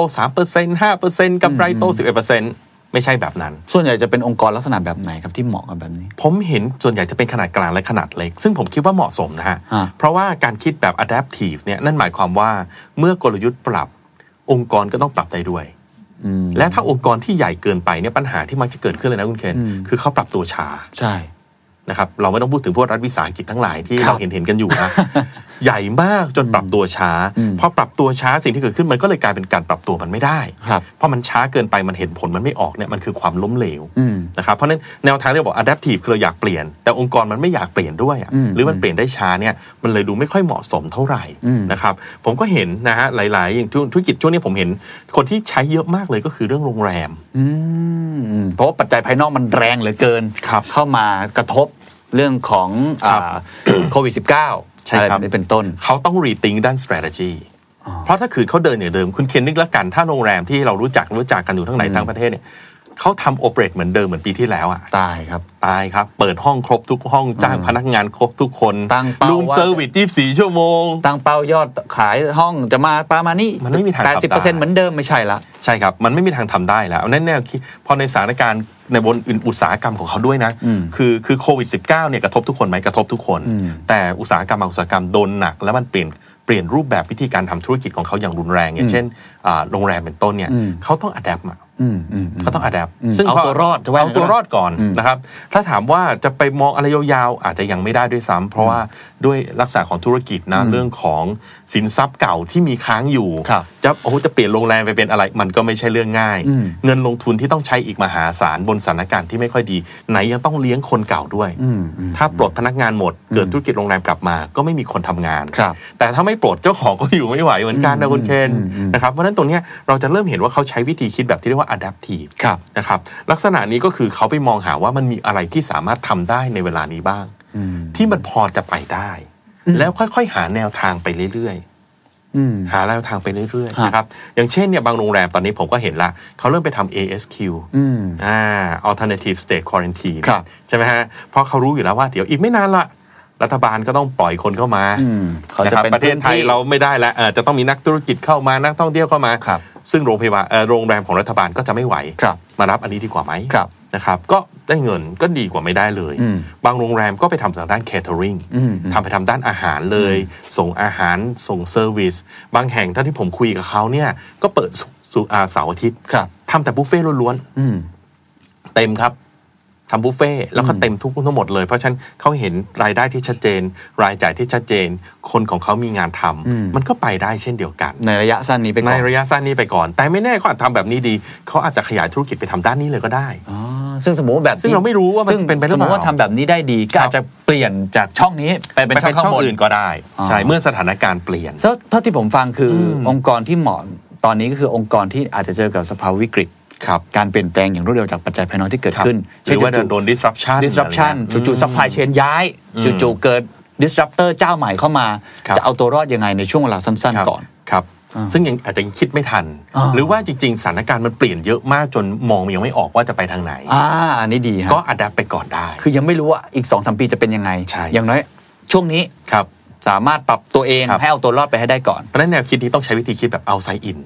Speaker 4: 3% 5%กับไรโต 11%ไม่ใช่แบบนั้น
Speaker 3: ส่วนใหญ่จะเป็นองค์กรลักษณะแบบไหนครับที่เหมาะกับแบบนี้
Speaker 4: ผมเห็นส่วนใหญ่จะเป็นขนาดกลางและขนาดเล็ก ซึ่งผมคิดว่าเหมาะสมนะฮะ
Speaker 3: ฮะ
Speaker 4: เพราะว่าการคิดแบบ adaptive เนี่ยนั่นหมายความว่าเมื่อกลยุทธ์ปรับองค์กรก็ต้องปรับได้ด้วย
Speaker 3: อืม
Speaker 4: และถ้าองค์กรที่ใหญ่เกินไปเนี่ยปัญหาที่มักจะเกิดขึ้นเลยนะคุณเคนคือเขาปรับตัวช้า
Speaker 3: ใช่
Speaker 4: นะครับเราไม่ต้องพูดถึงพวกรัฐวิสาหกิจทั้งหลายที่
Speaker 3: ครับ
Speaker 4: เราเห็นเห็นๆกันอยู่ นะ ใหญ่มากจนปรับตัวช้า
Speaker 3: อืม
Speaker 4: พอปรับตัวช้าสิ่งที่เกิดขึ้นมันก็เลยกลายเป็นการปรับตัวมันไม่ได้
Speaker 3: ครับ
Speaker 4: เพราะมันช้าเกินไปมันเห็นผลมันไม่ออกเนี่ยมันคือความล้มเหลว
Speaker 3: อืม
Speaker 4: นะครับเพราะฉะนั้นแนวทางที่เราบอก adaptive คือเราอยากเปลี่ยน แต่องค์กรมันไม่อยากเปลี่ยนด้วยอะ
Speaker 3: อืม
Speaker 4: หรือมันเปลี่ยนได้ช้าเนี่ยมันเลยดูไม่ค่อยเหมาะสมเท่าไหร่
Speaker 3: อืม
Speaker 4: นะครับผมก็เห็นนะฮะหลายๆอย่างธุรกิจช่วงนี้ผมเห็นคนที่ใช้เยอะมากเลยก็คือเรื่องโรงแรม
Speaker 3: อืมอืมเพราะว่าปัจจัยภายนอกมันแรงเหลือเกิน
Speaker 4: ครับ
Speaker 3: เข้ามากระทบเรื่องของ
Speaker 4: ครับ
Speaker 3: อ่าโควิด -19
Speaker 4: ใช่
Speaker 3: อะไร
Speaker 4: ค
Speaker 3: แบ
Speaker 4: รับ
Speaker 3: บนี้เป็นต้น
Speaker 4: เขาต้องรีติงด้าน strategy เพราะถ้าคืนเขาเดินอย่างเดิม คุณเคนนึกแล้วกัน ถ้าโรงแรมที่เรารู้จักรู้จักกันอยู่ทั้งไหนทั้งประเทศเนี่ยเขาทำโอเปเรตเหมือนเดิมเหมือนปีที่แล้วอ่ะ
Speaker 3: ตายครับ
Speaker 4: ตายครับ เปิดห้องครบทุกห้องจ้างพนักงานครบทุกคน
Speaker 3: ตั้งเป้า
Speaker 4: รูม
Speaker 3: ว่า
Speaker 4: เซอร์วิส24 ชั่วโมง
Speaker 3: ตั้งเป้ายอดขายห้องจะมาประมาณนี้
Speaker 4: มันไม่มีทาง
Speaker 3: แปด
Speaker 4: ทำ
Speaker 3: สิบเปอร์
Speaker 4: ได้
Speaker 3: เซ็นต์เหมือนเดิมไม่ใช่ละ
Speaker 4: ใช่ครับ มันไม่มีทางทำได้แล้วนั่นแนวคิดพอในสถานการณ์ในบนอื่นอุตสาหกรรมของเขาด้วยนะ
Speaker 3: อืม
Speaker 4: คือคือโควิด -19 เนี่ยกระทบทุกคนไหมกระทบทุกคน
Speaker 3: อืม
Speaker 4: แต่อุตสาหกรรมบางอุตสาหกรรมโดนหนัก แล้วมันเปลี่ยนเปลี่ยนรูปแบบวิธีการทำธุรกิจของเขาอย่างรุนแรงอย่างเช่นอ่าโรงแรมเป็นต้นเนี่ยเขาต้องอัดแอป
Speaker 3: อืมอืมอืม
Speaker 4: เขาต้องอัดแอป
Speaker 3: อืมเอาตัวรอดจะว่า
Speaker 4: เอาตัวรอดก่อน
Speaker 3: อืม
Speaker 4: นะครับถ้าถามว่าจะไปมองอะไรยาวๆอาจจะยังไม่ได้ด้วยซ้ำเพราะว่าด้วยลักษณะของธุรกิจนะเรื่องของสินทรัพย์เก่าที่มีค้างอยู่
Speaker 3: ครับ
Speaker 4: จะโอ้โหจะเปลี่ยนโรงแรมไปเป็นอะไรมันก็ไม่ใช่เรื่องง่าย
Speaker 3: อืม
Speaker 4: เงินลงทุนที่ต้องใช้อีกมหาศาลบนสถานการณ์ที่ไม่ค่อยดี ไหนยังต้องเลี้ยงคนเก่าด้วย
Speaker 3: อืมอืม
Speaker 4: ถ้าปลดพนักงานหมด เกิดธุรกิจโรงแรมกลับมา ก็ไม่มีคนทำงาน
Speaker 3: ครับ
Speaker 4: แต่ถ้าไม่ปลดเจ้าของก็อยู่ไม่ไหวเหมือนกันนะคุณเคน
Speaker 3: อืมอืม
Speaker 4: นะครับเพราะฉะนั้นตรงเนี้ยเราจะเริ่มเห็นว่าเขาใช้วิธีคิดแบบที่เรียกว่า adaptive
Speaker 3: ครับ
Speaker 4: นะครับลักษณะนี้ก็คือเขาไปมองหาว่ามันมีอะไรที่สามารถทำได้ในเวลานี้บ้าง
Speaker 3: อืม
Speaker 4: ที่มันพอจะไปได้ แล้วค่อยๆ หาแนวทางไปเรื่อยๆ
Speaker 3: อืม
Speaker 4: หาแนวทางไปเรื่อยๆ
Speaker 3: ฮะ
Speaker 4: นะครับ อย่างเช่นเนี่ยบางโรงแรมตอนนี้ผมก็เห็นละเขาเริ่มไปทำ ASQ
Speaker 3: อืม
Speaker 4: อ่า alternative state quarantine
Speaker 3: ครับ
Speaker 4: ใช่ไหมฮะ เพราะเขารู้อยู่แล้วว่าเดี๋ยวอีกไม่นานละรัฐบาลก็ต้องปล่อยคนเข้ามา
Speaker 3: อืมเขา
Speaker 4: นะ
Speaker 3: จะ
Speaker 4: ครับ
Speaker 3: เป็น
Speaker 4: ประเทศไทยเราไม่ได้แล้วเอ่อจะต้องมีนักธุรกิจเข้ามานักท่องเที่ยวเข้ามา
Speaker 3: ครับ
Speaker 4: ซึ่งโรงพยาบาลเอ่อโรงแรมของรัฐบาลก็จะไม่ไหว
Speaker 3: ครับ
Speaker 4: มารับอันนี้ดีกว่าไหม
Speaker 3: ครับ
Speaker 4: นะครับก็ได้เงินก็ดีกว่าไม่ได้เลย
Speaker 3: อืม
Speaker 4: บางโรงแรมก็ไปทำทางด้าน catering
Speaker 3: อืมอืม
Speaker 4: ทำไปทำด้านอาหารเลย ส่งอาหารส่งเซอร์วิสบางแห่งเท่าที่ผมคุยกับเขาเนี่ยก็เปิดสุสุอ่าเสาร์อาทิตย์
Speaker 3: ครับ
Speaker 4: ทำแต่บุฟเฟ่ต์ล้วน
Speaker 3: อืม
Speaker 4: ๆ เต็มครับ ทำบุฟเฟ่ต์แล้วก็เต็มทุกทั้งหมดเลย เพราะฉะนั้นเขาเห็นรายได้ที่ชัดเจน รายจ่ายที่ชัดเจน คนของเขามีงานทำมันก็ไปได้เช่นเดียวกัน
Speaker 3: ในระยะสั้นนี้ไปก่
Speaker 4: ใน
Speaker 3: อน
Speaker 4: ระยะสั้นนี้ไปก่อน แต่ไม่แน่เขาอาจทำแบบนี้ดี เขาอาจจะขยายธุรกิจไปทำด้านนี้เลยก็ได้
Speaker 3: อ๋อซึ่งสมมติว่าแบบ
Speaker 4: ซึ่งเราไม่รู้ว่ามัน
Speaker 3: ซึ่ง
Speaker 4: เป็นไปหรือเป
Speaker 3: สมม
Speaker 4: ล่า
Speaker 3: ติว่าทำแบบนี้ได้ดีก็อาจจะเปลี่ยนจากช่องนี้ไปเป็น
Speaker 4: ไป
Speaker 3: ช่อ
Speaker 4: เป็
Speaker 3: ง
Speaker 4: น
Speaker 3: ข้า
Speaker 4: ช่องง
Speaker 3: บน
Speaker 4: อื่นก็ได้
Speaker 3: อ๋อ
Speaker 4: ใช่ เมื่อสถานการณ์เปลี่ยน
Speaker 3: เท่าเท่าที่ผมฟังคืออ
Speaker 4: ม
Speaker 3: องค์กรที่เหมาะตอนนี้ก็คือองค์กรที่อาจจะเจอกับสภาวะวิกฤต
Speaker 4: ครับ
Speaker 3: การเปลี่ยนแปลงอย่างรวดเร็วจากปัจจัยภายนอกที่เกิด
Speaker 4: ครับ
Speaker 3: ขึ้น
Speaker 4: หรือว่า
Speaker 3: จู่ๆ
Speaker 4: โดน disruption
Speaker 3: disruption
Speaker 4: อะไรเงี้ย
Speaker 3: จู่
Speaker 4: อืม
Speaker 3: ๆ supply chain ย้าย
Speaker 4: อืม
Speaker 3: จู่ๆ เกิด disruptor เจ้าใหม่เข้ามา
Speaker 4: ครับ
Speaker 3: จะเอาตัวรอดยังไงในช่วงเวลาสั้น
Speaker 4: ครับ
Speaker 3: ๆ ก่อน
Speaker 4: ครับ ซึ่งยังอาจจะยังคิดไม่ทัน
Speaker 3: อ่า
Speaker 4: หรือว่าจริง ๆ สถานการณ์มันเปลี่ยนเยอะมากจนมองยังไม่ออกว่าจะไปทางไหน
Speaker 3: อ่าอันนี้ดีฮะ
Speaker 4: ก็อัดแอปไปก่อนได้
Speaker 3: คือยังไม่รู้ว่าอีก2อสปีจะเป็นยังไง
Speaker 4: ใช่
Speaker 3: อย่างน้อย ช่วงนี้
Speaker 4: ครับ
Speaker 3: สามารถปรับตัวเอง
Speaker 4: ครับ
Speaker 3: ให้เอาตัวรอดไปให้ได้ก่อน
Speaker 4: เพราะฉะนั้นแนวคิดนี้ต้องใช้วิธีคิดแบบ outside in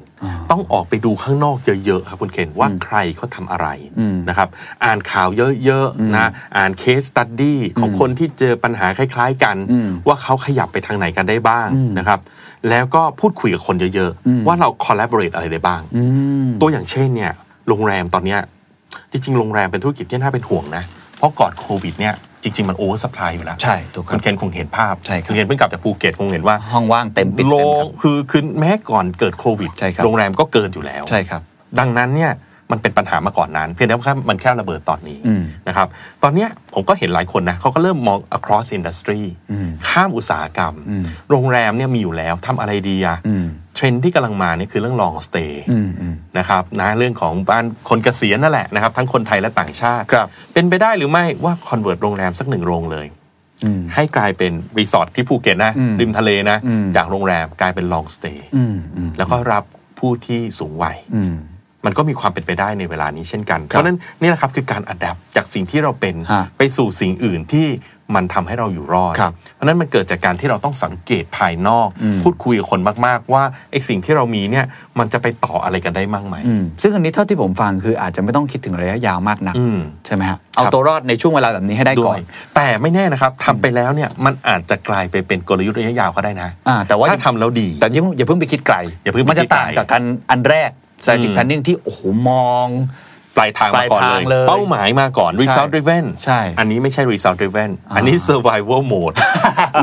Speaker 4: ต้องออกไปดูข้างนอกเยอะ ๆ ครับคุณเคนว่าใครเขาทำอะไรนะครับ อ่านข่าวเยอะ ๆ นะ อ่าน case study ของคนที่เจอปัญหาคล้าย ๆ กัน
Speaker 3: อืม
Speaker 4: ว่าเขาขยับไปทางไหนกันได้บ้าง
Speaker 3: อืม
Speaker 4: นะครับ แล้วก็พูดคุยกับคนเยอะ ๆ ว่าเรา collaborate อะไรได้บ้าง
Speaker 3: อืม
Speaker 4: ตัวอย่างเช่นเนี่ยโรงแรมตอนเนี้ยจริง ๆ โรงแรมเป็นธุรกิจที่น่าเป็นห่วงนะ เพราะก่อนโควิดเนี่ยจริง ๆ มันโอเวอร์สปายอยู่แล้ว
Speaker 3: ใช่ถูกครับ
Speaker 4: คุณเคนคงเห็นภาพ
Speaker 3: ใช่ครับ
Speaker 4: ณเคนเพิ่งกลับจากภูเก็ตคงเห็นว่า
Speaker 3: ห้องว่างเต็มปิด
Speaker 4: โร
Speaker 3: เต็มค
Speaker 4: ง
Speaker 3: รับ
Speaker 4: คือคือแม้ก่อนเกิดโควิด
Speaker 3: ใช่ครับ
Speaker 4: โรงแรมก็เกินอยู่แล้ว
Speaker 3: ใช่ครับ
Speaker 4: ดังนั้นเนี่ยมันเป็นปัญหามาก่อนนั้น เพียงแต่ว่ามันแค่ระเบิดตอนนี้
Speaker 3: อืม
Speaker 4: นะครับตอนเนี้ยผมก็เห็นหลายคนนะเขาก็เริ่มมอง across industry
Speaker 3: อืม
Speaker 4: ข้ามอุตสาหกรรม
Speaker 3: อืม
Speaker 4: โรงแรมเนี่ยมีอยู่แล้วทำอะไรดีอะ
Speaker 3: อืม
Speaker 4: เทรนด์ที่กำลังมาเนี่ยคือเรื่อง long stay
Speaker 3: อืมอืม
Speaker 4: นะครับนะเรื่องของบ้านคนเกษียณนั่นแหละนะครับทั้งคนไทยและต่างชาติ
Speaker 3: ครับ
Speaker 4: เป็นไปได้หรือไม่ว่า convert โรงแรมสักหนึ่งโรงเลย
Speaker 3: อืม
Speaker 4: ให้กลายเป็นรีสอร์ทที่ภูเก็ตนะ
Speaker 3: อืม
Speaker 4: ริมทะเลนะ
Speaker 3: อืม
Speaker 4: จากโรงแรมกลายเป็น long stay
Speaker 3: อืมอืม
Speaker 4: แล้วก็รับผู้ที่สูงวัย
Speaker 3: อืม
Speaker 4: มันก็มีความเป็นไปได้ในเวลานี้เช่นกัน เพราะฉะนั้นนี่แหละครับคือการอัดแอปจากสิ่งที่เราเป็น
Speaker 3: ฮะ
Speaker 4: ไปสู่สิ่งอื่นที่มันทำให้เราอยู่รอด
Speaker 3: ครับ
Speaker 4: เพราะฉะนั้นมันเกิดจากการที่เราต้องสังเกตภายนอก
Speaker 3: อืม
Speaker 4: พูดคุยกับคนมากๆ ว่าไอ้สิ่งที่เรามีเนี่ยมันจะไปต่ออะไรกันได้มากไหม
Speaker 3: อืมซึ่งอันนี้เท่าที่ผมฟังคืออาจจะไม่ต้องคิดถึงระยะยาวมากนัก
Speaker 4: อืม
Speaker 3: ใช่ไหมฮะเอาตัวรอดในช่วงเวลาแบบนี้ให้ได้
Speaker 4: ด้
Speaker 3: ก่
Speaker 4: ว
Speaker 3: อน
Speaker 4: ยแต่ไม่แน่นะครับทำไปแล้วเนี่ยมันอาจจะกลายไปเป็นกลยุทธ์ระยะยาวก็ได้นะ
Speaker 3: อ่าแต่ว่า
Speaker 4: ถ้าทำแล้วดี
Speaker 3: แต่อย่าอย่าเพิ่งไปคิดไกล
Speaker 4: อย่าเพิ่งไป
Speaker 3: มันจะ
Speaker 4: คิดไกล
Speaker 3: ต่างจากอันอันแรก strategic
Speaker 4: อืม
Speaker 3: planning ที่ โอ้โห มอง
Speaker 4: ปลายทางมาก่อ
Speaker 3: ปลาย
Speaker 4: น
Speaker 3: ทางเล
Speaker 4: เลย ย เป้าหมายมาก่อน result driven
Speaker 3: ใช่
Speaker 4: อันนี้ไม่ใช่ result driven
Speaker 3: อ่า
Speaker 4: อันนี้ survival mode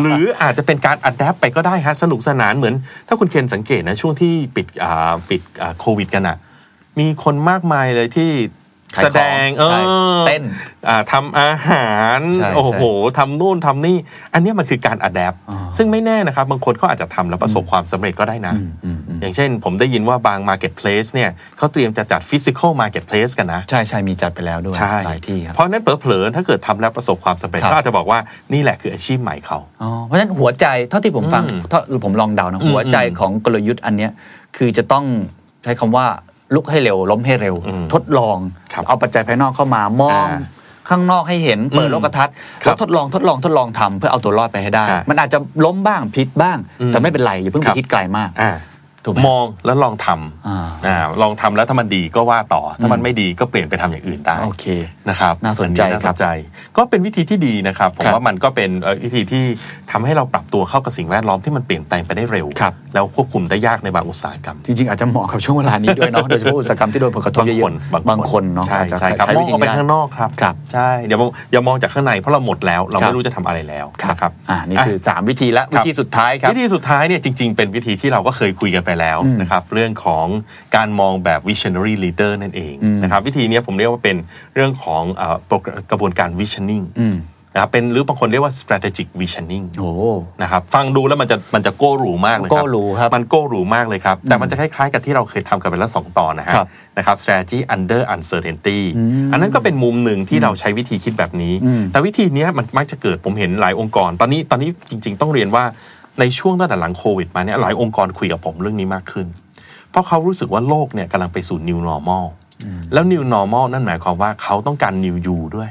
Speaker 4: หรืออาจจะเป็นการ adapt ไปก็ได้ฮะ สนุกสนานเหมือน ถ้าคุณเคนสังเกตนะ ช่วงที่ปิดอ่าปิดอ่าโควิดกันอะมีคนมากมายเลยที่
Speaker 3: ขายข
Speaker 4: แส
Speaker 3: อง
Speaker 4: ดงเอ
Speaker 3: ใช่
Speaker 4: อ
Speaker 3: เต้น
Speaker 4: อ่าทำอาหาร
Speaker 3: ใช่ใช่
Speaker 4: โอ้โหทำนู่นทำนี่ อันเนี้ยมันคือการ adapt
Speaker 3: อ่า
Speaker 4: ซึ่งไม่แน่นะครับ บางคนเขาอาจจะทำแล้วประสบความสำเร็จก็ได้นะ
Speaker 3: อืมอืมอืม
Speaker 4: อย่างเช่น ผมได้ยินว่าบาง Marketplace เนี่ยเขาเตรียมจะจัด Physical Marketplace กันนะ
Speaker 3: ใช่ใช่มีจัดไปแล้วด้วย
Speaker 4: ใช่
Speaker 3: หลายที่ครับ
Speaker 4: เพราะฉะนั้นเผลอๆถ้าเกิดทำแล้วประสบความสำเร็จ
Speaker 3: ครับ
Speaker 4: ก็อาจจะบอกว่านี่แหละคืออาชีพใหม่เขา
Speaker 3: อ๋อเพราะฉะนั้นหัวใจเท่าที่ผมฟัง
Speaker 4: อืม
Speaker 3: เท่าหรือผมลองเดานะ
Speaker 4: อืม
Speaker 3: หัวใจของกลยุทธ์อันเนี้ยคือจะต้องใช้คำว่าลุกให้เร็ว ล้มให้เร็ว
Speaker 4: อืม
Speaker 3: ทดลอง
Speaker 4: ครับ
Speaker 3: เอาปัจจัยภายนอกเข้ามามอง
Speaker 4: อ่า
Speaker 3: ข้างนอกให้เห็น เปิดโลกทัศน์
Speaker 4: ครับ
Speaker 3: แล้วทดลองทดลองทดลองทำเพื่อเอาตัวรอดไปให้ได้
Speaker 4: อ่ามั
Speaker 3: มันอาจจะล้มบ้างผิดบ้าง
Speaker 4: อืม
Speaker 3: แต่ไม่เป็นไร อย่าเพิ่ง
Speaker 4: ค
Speaker 3: ไป
Speaker 4: รับ
Speaker 3: คิดไกลมาก
Speaker 4: อ่า
Speaker 3: ถูกไหม
Speaker 4: มองแล้วลองทำ
Speaker 3: อ่า
Speaker 4: อ่าลองทำแล้วถ้ามันดีก็ว่าต่อ ถ้ามันไม่ดีก็เปลี่ยนไปทำอย่างอื่นได้
Speaker 3: โอเค
Speaker 4: นะครับ
Speaker 3: น่าสนใจ
Speaker 4: อั
Speaker 3: ครับ
Speaker 4: น่าสนใจ ก็เป็นวิธีที่ดีนะครับผม
Speaker 3: ครับ
Speaker 4: ว่ามันก็เป็นเอ่อวิธีที่ทำให้เราปรับตัวเข้ากับสิ่งแวดล้อมที่มันเปลี่ยนแปลงไปได้เร็ว
Speaker 3: ครับ
Speaker 4: แล้วควบคุมได้ยากในบางอุตสาหกรรม
Speaker 3: จริงๆ อาจจะเหมาะกับช่วงเวลานี้ด้วยเนาะ โดยเฉพาะอุตสาหกรรมที่โดนผลกระทบบ
Speaker 4: าง
Speaker 3: เย
Speaker 4: ค
Speaker 3: อะ
Speaker 4: น
Speaker 3: ๆบางคนเนาะ
Speaker 4: ใช่
Speaker 3: อาจจะ
Speaker 4: ใช่ครับ
Speaker 3: ใช้
Speaker 4: ม
Speaker 3: วิ
Speaker 4: อง
Speaker 3: ธี
Speaker 4: ออกไป
Speaker 3: ด้
Speaker 4: ข้างนอกครับ
Speaker 3: ครับ
Speaker 4: ใช่เดี๋ยวมองอย่ามองจากข้างในเพราะเราหมดแล้ว เรา
Speaker 3: ครั
Speaker 4: ไม่
Speaker 3: บ
Speaker 4: รู้จะทำอะไรแล้ว
Speaker 3: ครับ
Speaker 4: นะครับ
Speaker 3: อ่านี่คือ 3 วิธีและ
Speaker 4: ค
Speaker 3: วิ
Speaker 4: รับ
Speaker 3: ธีสุดท้ายครับ
Speaker 4: วิธีสุดท้ายเนี่ยจริง ๆ เป็นวิธีที่เราก็เคยคุยกันไปแล้ว
Speaker 3: อืม
Speaker 4: นะครับเรื่องของการมองแบบ visionary leader นั่นเอง
Speaker 3: อืม
Speaker 4: นะครับวิธีเนี้ยผมเรียกว่าเป็นเรื่องของเอ่อโปรแกรมกระบวนการ visioning
Speaker 3: อืม
Speaker 4: นะครับเป็นหรือบางคนเรียกว่า strategic visioning
Speaker 3: โอ้
Speaker 4: นะครับฟังดูแล้วมันจะมันจะโก้หรูมากเลยครั
Speaker 3: โก้หรูครับ
Speaker 4: มันโก้หรูมากเลยครับ แต่มันจะคล้ายๆกับที่เราเคยทำกันไปแล้วสองตอนนะฮะ
Speaker 3: ครับ
Speaker 4: นะครับ strategy under uncertainty
Speaker 3: อืม
Speaker 4: อันนั้นก็เป็นมุมหนึ่งที่เราใช้วิธีคิดแบบนี้
Speaker 3: อืม
Speaker 4: แต่วิธีเนี้ยมันมักจะเกิดผมเห็นหลายองค์กร ตอนนี้ตอนนี้จริง ๆ ต้องเรียนว่าในช่วงตั้งแต่หลังโควิดมาเนี่ยหลายองค์กรคุยกับผมเรื่องนี้มากขึ้น เพราะเขารู้สึกว่าโลกเนี่ยกำลังไปสู่ new normal แล้ว new normal นั่นหมายความว่าเขาต้องการ new you ด้วย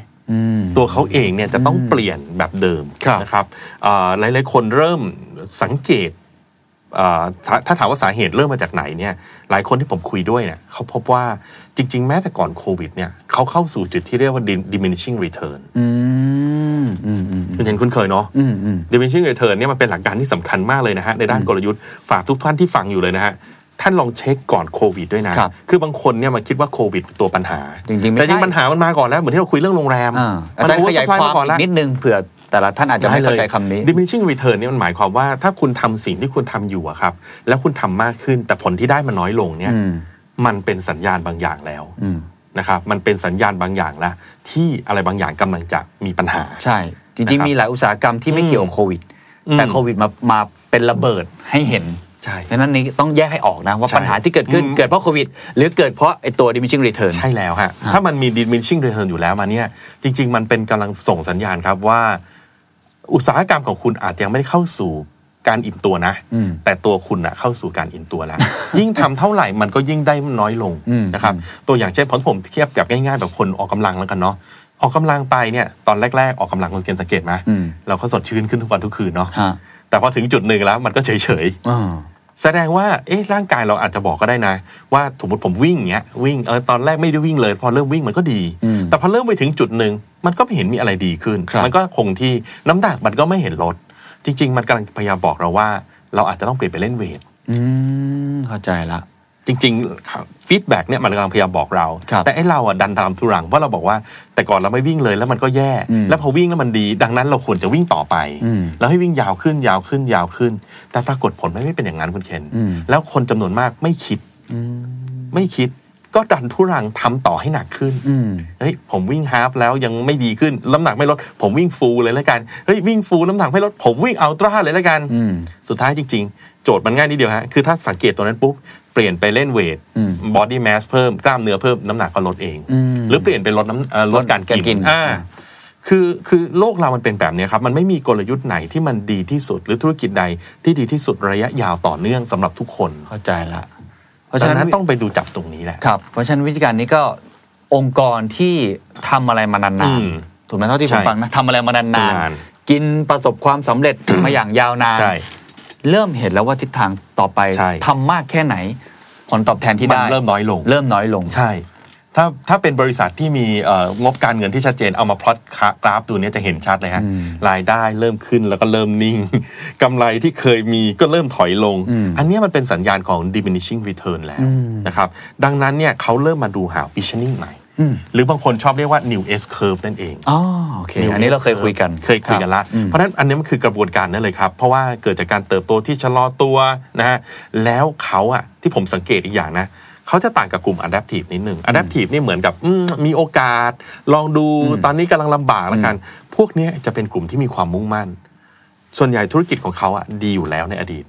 Speaker 4: ตัวเขาเองเนี่ยจะต้องเปลี่ยนแบบเดิม
Speaker 3: ครับ
Speaker 4: นะครับอ่าหลายๆคนเริ่มสังเกตอ่าถ้าถ้าถามว่าสาเหตุเริ่มมาจากไหนเนี่ยหลายคนที่ผมคุยด้วยเนี่ยเขาพบว่าจริง ๆ แม้แต่ก่อนโควิดเนี่ยเขาเข้าสู่จุดที่เรียกว่า diminishing return คุณเห็นคุ้นเคยเนาะ diminishing return เนี่ยมันเป็นหลักการที่สำคัญมากเลยนะฮะในด้านกลยุทธ์ฝากทุกท่านที่ฟังอยู่เลยนะฮะ ท่านลองเช็คก่อนโควิดด้วยนะครับ อบางคนเนี่ยมาคิดว่าโควิดเป็นตัวปัญหา
Speaker 3: จริงๆไม่
Speaker 4: แต่จริ
Speaker 3: ใช่
Speaker 4: งปัญหามันมาก่อนแล้วเหมือนที่เราคุยเรื่องโรงแรม
Speaker 3: อ่าอาจารย์ขยายความ
Speaker 4: ก่อน
Speaker 3: อี
Speaker 4: แล้ว
Speaker 3: กนิดนึงเผื่อแต่ละท่านอาจจะไม่เข้าใจคำนี้
Speaker 4: diminishing return เนี่ยมันหมายความว่าถ้าคุณทำสิ่งที่คุณทำอยู่อะครับ แล้วคุณทำมากขึ้นแต่ผลที่ได้มันน้อยลงเนี่ย
Speaker 3: อืม
Speaker 4: มันเป็นสัญญาณบางอย่างแล้ว
Speaker 3: อืม
Speaker 4: นะครับมันเป็นสัญญาณบางอย่างละที่อะไรบางอย่างกำลังจะมีปัญหา
Speaker 3: ใช่ จริง
Speaker 4: นะครับ
Speaker 3: ๆ มีหลายอุตสาหกรรมที่ไม่
Speaker 4: อืม
Speaker 3: เกี่ยวกับโควิด
Speaker 4: อืม
Speaker 3: แต่โควิดมามาเป็นระเบิดให้เห็น
Speaker 4: ใช่
Speaker 3: ดังนั้นนี่ต้องแยกให้ออกนะว่า
Speaker 4: ใช่
Speaker 3: ปัญหาที่เกิดขึ้น
Speaker 4: อืม
Speaker 3: เกิดเพราะโควิด หรือเกิดเพราะไอตัว diminishing return
Speaker 4: ใช่แล้วฮะถ้ามันมี diminishing return อยู่แล้วมาเนี่ยจริง ๆ มันเป็นกำลังส่งสัญญาณครับว่า อุตสาหกรรมของคุณอาจจะยังไม่ได้เข้าสู่การอิ่มตัวนะ
Speaker 3: อืม
Speaker 4: แต่ตัวคุณอะเข้าสู่การอิ่มตัว แล้ว ยิ่งทำเท่าไหร่มันก็ยิ่งได้น้อยลง
Speaker 3: อืม
Speaker 4: นะครับตัวอย่างเช่นผมผมเทียบกับง่ายๆ แบบคนออกกำลังแล้วกันเนาะออกกำลังไปเนี่ยตอนแรกๆ ออกกำลังคนเกณฑ์สังเกตไหม
Speaker 3: อืม
Speaker 4: เราก็สดชื่นขึ้นทุกวันทุกคืนเนาะ
Speaker 3: ฮะ
Speaker 4: แต่พอถึงจุดหนึ่งแล้วมันก็เฉยๆ
Speaker 3: อ่า
Speaker 4: แสดงว่าเอ๊ะร่างกายเราอาจจะบอกก็ได้นะ ว่าสมมติผมวิ่งเงี้ยวิ่งเออตอนแรกไม่ได้วิ่งเลย พอเริ่มวิ่งมันก็ดี
Speaker 3: อืม
Speaker 4: แต่พอเริ่มไปถึงจุดหนึ่งมันก็ไม่เห็นมีอะไรดีขึ้น
Speaker 3: ครับ
Speaker 4: มันก็คงที่น้ำหนักมันก็ไม่เห็นลด จริง ๆ มันกำลังพยายามบอกเราว่า เราอาจจะต้องเปลี่ยนไปเล่นเวท
Speaker 3: ืมเข้าใจละ
Speaker 4: จริงๆฟีดแบ็กเนี่ยมันกำลังพยายามบอกเรา
Speaker 3: ครับ
Speaker 4: แต่ไอ้เราอ่ะดันตามทุรังเพราะเราบอกว่า แต่ก่อนเราไม่วิ่งเลยแล้วมันก็แย่
Speaker 3: อืม
Speaker 4: แล้วพอวิ่งแล้วมันดี ดังนั้นเราควรจะวิ่งต่อไป
Speaker 3: อืม
Speaker 4: แล้วให้วิ่งยาวขึ้นยาวขึ้นยาวขึ้น แต่ปรากฏผลมันไม่เป็นอย่างนั้นคุณเคน
Speaker 3: อืม
Speaker 4: แล้วคนจำนวนมากไม่คิด
Speaker 3: อืม
Speaker 4: ไม่คิดก็ดันทุรังทำต่อให้หนักขึ้น
Speaker 3: อืม
Speaker 4: เฮ้ยผมวิ่งฮาล์ฟแล้วยังไม่ดีขึ้นน้ำหนักไม่ลด ผมวิ่งฟูลเลยแล้วกันเฮ้ยวิ่งฟูลน้ำหนักไม่ลด ผมวิ่งอัลตร้าเลยแล้วกัน
Speaker 3: อืม
Speaker 4: สุดท้ายจริง ๆ โจทย์มันง่ายนิดเดียวฮะ คือถ้าสังเกตตัวนั้นปุ๊บ เปลี่ยนไปเล่นเวท
Speaker 3: อืม
Speaker 4: บอดี้แมสเพิ่ม กล้ามเนื้อเพิ่ม น้ำหนักก็ลดเอง
Speaker 3: อืม
Speaker 4: หรือเปลี่ยนไปลดน้ำเอ่อลดการ
Speaker 3: การกิ
Speaker 4: กิ
Speaker 3: น
Speaker 4: นอ่าคือคือโลกเรามันเป็นแบบนี้ครับ มันไม่มีกลยุทธ์ไหนที่มันดีที่สุด หรือธุรกิจใดที่ดีที่สุดระยะยาวต่อเนื่องสำหรับทุกคน
Speaker 3: เข้าใจละ เพ
Speaker 4: เพราะ
Speaker 3: ราะฉะ
Speaker 4: ฉะ
Speaker 3: นั้
Speaker 4: นั้น นต้องไปดูจับตรงนี้แหละ
Speaker 3: ครับ เพราะฉะนั้นวิธีการนี้ก็องค์กรที่ทำอะไรมา
Speaker 4: อื
Speaker 3: นาน
Speaker 4: ม
Speaker 3: ๆถูกไหมเท่าที่ผม
Speaker 4: ใช่
Speaker 3: ฟังนะทำอะไรมานาน
Speaker 4: นาน
Speaker 3: ๆกินประสบความสำเร็จ มาอย่างยาวนาน
Speaker 4: ใช่
Speaker 3: เริ่มเห็นแล้วว่าทิศทางต่อไป
Speaker 4: ใช่
Speaker 3: ทำมากแค่ไหน ผลตอบแทนที่
Speaker 4: มัน
Speaker 3: ได้
Speaker 4: เริ่มน้อยลง
Speaker 3: เริ่มน้อยลง
Speaker 4: ใช่ ถ้าถ้าเป็นบริษัทที่มีเอ่องบการเงินที่ชัดเจนเอามาพลอตกราฟตัวเนี้ยจะเห็นชัดเลยฮะ
Speaker 3: อืม
Speaker 4: รายได้เริ่มขึ้นแล้วก็เริ่มนิ่ง กำไรที่เคยมีก็เริ่มถอยลง
Speaker 3: อืม
Speaker 4: อันเนี้ยมันเป็นสัญญาณของ diminishing return แล้
Speaker 3: อื
Speaker 4: ว
Speaker 3: ม
Speaker 4: นะครับ ดังนั้นเนี่ยเขาเริ่มมาดูหา visioning ใหม่
Speaker 3: อืม
Speaker 4: หรือบางคนชอบเรียกว่า new S curve นั่นเอง
Speaker 3: อ๋อโอเค
Speaker 4: New
Speaker 3: อันนี้เราเคย
Speaker 4: S-curve
Speaker 3: คุยกัน
Speaker 4: เคยคุยกันละ
Speaker 3: อืม
Speaker 4: เพราะฉะนั้นอันนี้มันคือกระบวนการนั่นเลยครับ เพราะว่าเกิดจากการเติบโตที่ชะลอตัวนะฮะ แล้วเขาอะที่ผมสังเกตอีกอย่างนะ เขาจะต่างกับกลุ่ม adaptive นิดหนึ่ง adaptive นี่เหมือนกับอืมมีโอกาส ลองดูตอนนี้กำลังลำบากแล้วกัน พวกเนี้ยจะเป็นกลุ่มที่มีความมุ่งมั่น ส่วนใหญ่ธุรกิจของเขาอะดีอยู่แล้วในอดีต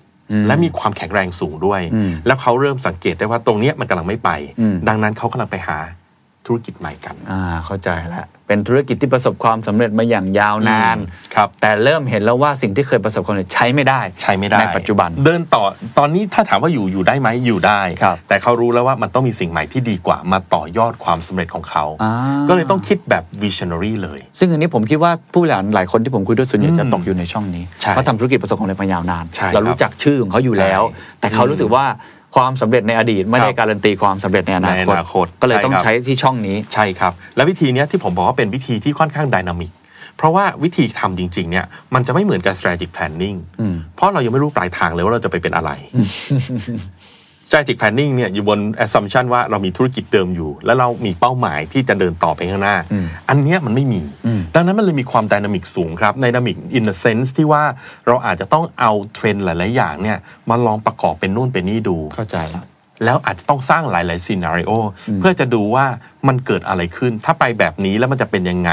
Speaker 4: และมีความแข็งแรงสูงด้วย
Speaker 3: อืม
Speaker 4: แล้วเขาเริ่มสังเกตได้ว่าตรงเนี้ยมันกำลังไม่ไป
Speaker 3: อืม
Speaker 4: ดังนั้นเขากำลังไปหาธุรกิจใหม่กัน
Speaker 3: อ่าเข้าใจละเป็นธุรกิจที่ประสบความสำเร็จมาอย่างยาวนาน
Speaker 4: ครับ
Speaker 3: แต่เริ่มเห็นแล้วว่าสิ่งที่เคยประสบความสำเร็จใช้ไม่ได้
Speaker 4: ใช้ไม่ได้
Speaker 3: ในปัจจุบัน
Speaker 4: เดินต่อตอนนี้ถ้าถามว่าอยู่อยู่ได้ไหมอยู่ได้
Speaker 3: ครับ
Speaker 4: แต่เขารู้แล้วว่ามันต้องมีสิ่งใหม่ที่ดีกว่ามาต่อยอดความสำเร็จของเขา
Speaker 3: อ่า
Speaker 4: ก็เลยต้องคิดแบบ visionary เลย
Speaker 3: ซึ่งอันนี้ผมคิดว่าผู้บริหารหลายคนที่ผมคุยด้วยส่วนใหญ่
Speaker 4: อืม
Speaker 3: จะตกอยู่ในช่องนี้
Speaker 4: ใช่
Speaker 3: เขาทำธุรกิจประสบความสำเร็จมายาวนาน
Speaker 4: ใช่ครับ
Speaker 3: เรารู้จักชื่อของเขาอยู่แล้ว
Speaker 4: ใช่
Speaker 3: แต่เขารู้สึกว่าความสำเร็จในอดีต ไม่ได้
Speaker 4: ครับ
Speaker 3: การันตีความสำเร็จในอนา
Speaker 4: ใน
Speaker 3: คต
Speaker 4: อนาคต
Speaker 3: ก็เลย
Speaker 4: ใช่
Speaker 3: ต้อง
Speaker 4: ครับ
Speaker 3: ใช้ที่ช่องนี้
Speaker 4: ใช่ครับ และวิธีเนี้ยที่ผมบอกว่าเป็นวิธีที่ค่อนข้างดินามิกเพราะว่าวิธีทำจริง ๆ เนี่ยมันจะไม่เหมือนกับ strategic planning
Speaker 3: อืม
Speaker 4: เพราะเรายังไม่รู้ปลายทางเลยว่าเราจะไปเป็นอะไร strategic planning เนี่ยอยู่บน assumption ว่าเรามีธุรกิจเดิมอยู่ แล้วเรามีเป้าหมายที่จะเดินต่อไปข้างหน้า อันเนี้ยมันไม่มี ดังนั้นมันเลยมีความดินามิกสูงครับดินามิก in the sense ที่ว่าเราอาจจะต้องเอาเทรนด์หลาย ๆ อย่างเนี่ยมาลองประกอบเป็นนู่นเป็นนี่ดู
Speaker 3: เข้าใจแล้ว
Speaker 4: แล้วอาจจะต้องสร้างหลาย ๆ ซีนารีโอเพื่อจะดูว่ามันเกิดอะไรขึ้น ถ้าไปแบบนี้แล้วมันจะเป็นยังไง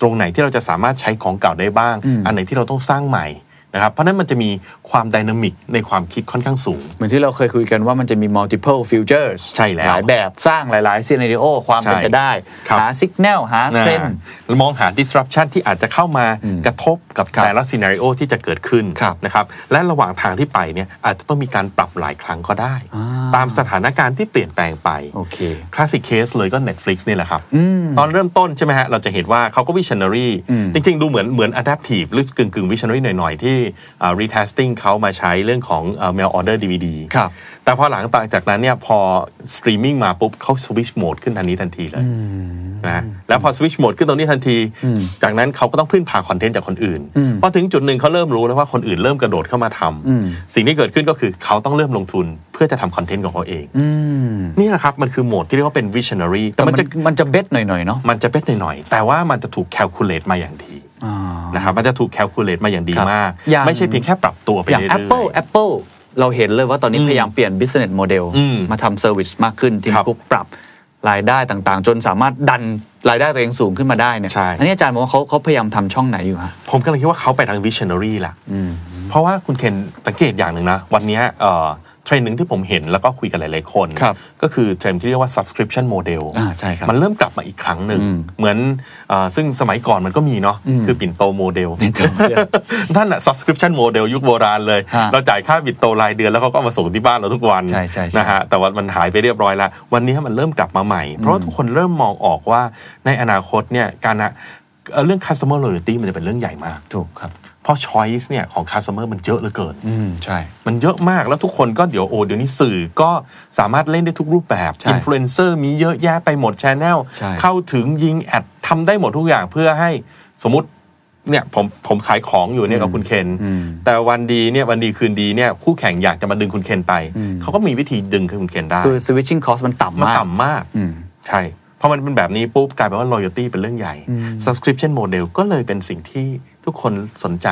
Speaker 4: ตรงไหนที่เราจะสามารถใช้ของเก่าได้บ้าง อันไหนที่เราต้องสร้างใหม่นะครับ เพราะฉะนั้นมันจะมีความดินามิกในความคิดค่อนข้างสูง
Speaker 3: เหมือนที่เราเคยคุยกันว่ามันจะมี multiple futures
Speaker 4: ใช่แล้ว
Speaker 3: หลายแบบสร้างหลาย ๆ scenario ความเป็นไปได้
Speaker 4: ใช่ครับ
Speaker 3: หา signal หาเทรนด์
Speaker 4: อ่ามองหา disruption ที่อาจจะเข้ามากระทบกับ
Speaker 3: ครับ
Speaker 4: แต่ละ scenario ที่จะเกิดขึ้น
Speaker 3: ครับ
Speaker 4: นะครับและระหว่างทางที่ไปเนี่ยอาจจะต้องมีการปรับหลายครั้งก็ได้
Speaker 3: อ่า
Speaker 4: ตามสถานการณ์ที่เปลี่ยนแปลงไป
Speaker 3: โอเค
Speaker 4: คลาสสิกเคสเลยก็ Netflix นี่แหละครับ
Speaker 3: อืม
Speaker 4: ตอนเริ่มต้นใช่ไหมฮะ เราจะเห็นว่าเขาก็วิช i o น a รี
Speaker 3: อืม
Speaker 4: จริง ๆ ดูเหมือนเหมือน Adaptive หรือกึ่งกึ่งวิช i o น a รีหน่อย ๆ ที่รีทัสติ้งเขามาใช้เรื่องของเอ่อ mail order DVD
Speaker 3: ครับ
Speaker 4: แต่พอหลังจากนั้นเนี่ยพอสตรีมมิ่งมาปุ๊บเขาสวิชโหมดขึ้นทันนี้ทันทีเลยนะแล้วพอสวิชโหมดขึ้นตรงนี้ทันที จากนั้นเขาก็ต้องพึ่งพาคอนเทนต์จากคนอื่นพอถึงจุดหนึ่งเขาเริ่มรู้แล้วว่าคนอื่นเริ่มกระโดดเข้ามาทำ
Speaker 3: อืม
Speaker 4: สิ่งที่เกิดขึ้นก็คือเขาต้องเริ่มลงทุนเพื่อ พื่อจะทำคอนเทนต์ของเขาเอง
Speaker 3: อืม
Speaker 4: นี่แหละครับมันคือโหมดที่เรียกว่าเป็น visionary แต่
Speaker 3: แต่
Speaker 4: มั
Speaker 3: มัน น
Speaker 4: จะ
Speaker 3: จะมันจะเบ็ดหน่อยๆเนาะ
Speaker 4: มันจะเป็นหน่อยๆแต่ว่ามันจะถูก calculate มาอย่างดี
Speaker 3: อ่า
Speaker 4: นะครับมันจะถูก calculate มาอย่างดี
Speaker 3: ครับ
Speaker 4: มาก
Speaker 3: อย่าง
Speaker 4: ไม่ใช่เพียงแค่ปรับตัวไป
Speaker 3: อย่าง
Speaker 4: เรื่อยๆ
Speaker 3: Apple Apple เราเห็นเลยว่าตอนนี้
Speaker 4: อืม
Speaker 3: พยายามเปลี่ยน business model
Speaker 4: อืม
Speaker 3: มาทำ service มากขึ้นทีม
Speaker 4: ครับ
Speaker 3: คุกปรับรายได้ต่างๆ จนสามารถดันรายได้ตัวเองสูงขึ้นมาได้เนี่ย
Speaker 4: ใช่
Speaker 3: อันนี้อาจารย์มองว่าเขาเขาพยายามทำช่องไหนอยู่ฮะ
Speaker 4: ผมกำลังคิดว่าเขาไปทาง visionary ล่ะ เพราะว่าคุณเคนสังเกตอย่างหนึ่งนะ วันเนี้ยเอ่อเทรนด์หนึ่งที่ผมเห็นแล้วก็คุยกับหลายๆคน
Speaker 3: ครับ
Speaker 4: ก็คือเทรนด์ที่เรียกว่า subscription model
Speaker 3: อ่าใช่ครับ
Speaker 4: มันเริ่มกลับมาอีกครั้งหนึ่ง
Speaker 3: อืม
Speaker 4: เหมือนเอ่อซึ่งสมัยก่อนมันก็มีเนาะคือปิ่นโตโมเดล นั่นแหละ subscription model ยุคโบราณเลย
Speaker 3: ฮะ
Speaker 4: เราจ่ายค่าบิตโตรายเดือนแล้วเขาก็เอามาส่งที่บ้านเราทุกวัน
Speaker 3: ใช่ใช่ใช่
Speaker 4: นะฮะแต่ว่ามันหายไปเรียบร้อยแล้ว วันนี้มันเริ่มกลับมาใหม่ เพราะว่าทุกคนเริ่มมองออกว่าในอนาคตเนี่ยการอะเอ่อเรื่อง customer loyalty มันจะเป็นเรื่องใหญ่มาก
Speaker 3: ถูกครับ
Speaker 4: เพราะ choice เนี่ยของ customer มันเยอะเหลือเกิน
Speaker 3: อืมใช่
Speaker 4: มันเยอะมากแล้วทุกคนก็เดี๋ยวโอ้เดี๋ยวนี้สื่อก็สามารถเล่นได้ทุกรูปแบบ
Speaker 3: ใช่
Speaker 4: อินฟลูเอนเซอร์มีเยอะแยะไปหมดชแนล
Speaker 3: ใช่
Speaker 4: เข้าถึงยิงแอดทำได้หมดทุกอย่างเพื่อให้สมมติเนี่ยผมผมขายของอยู่เนี่ยกับคุณเคน แต่วันดีเนี่ยวันดีคืนดีเนี่ยคู่แข่งอยากจะมาดึงคุณเคนไป เขาก็มีวิธีดึงคุณเคนได้
Speaker 3: คือ switching cost มัน
Speaker 4: มัน
Speaker 3: ต่ำมาก
Speaker 4: ต่ำมาก
Speaker 3: อืม
Speaker 4: ใช่ เพราะมันเป็นแบบนี้ปุ๊บกลายเป็นว่า loyalty เป็นเรื่องใหญ่ subscription model ก็เลยเป็นสิ่งที่ทุกคนสนใจ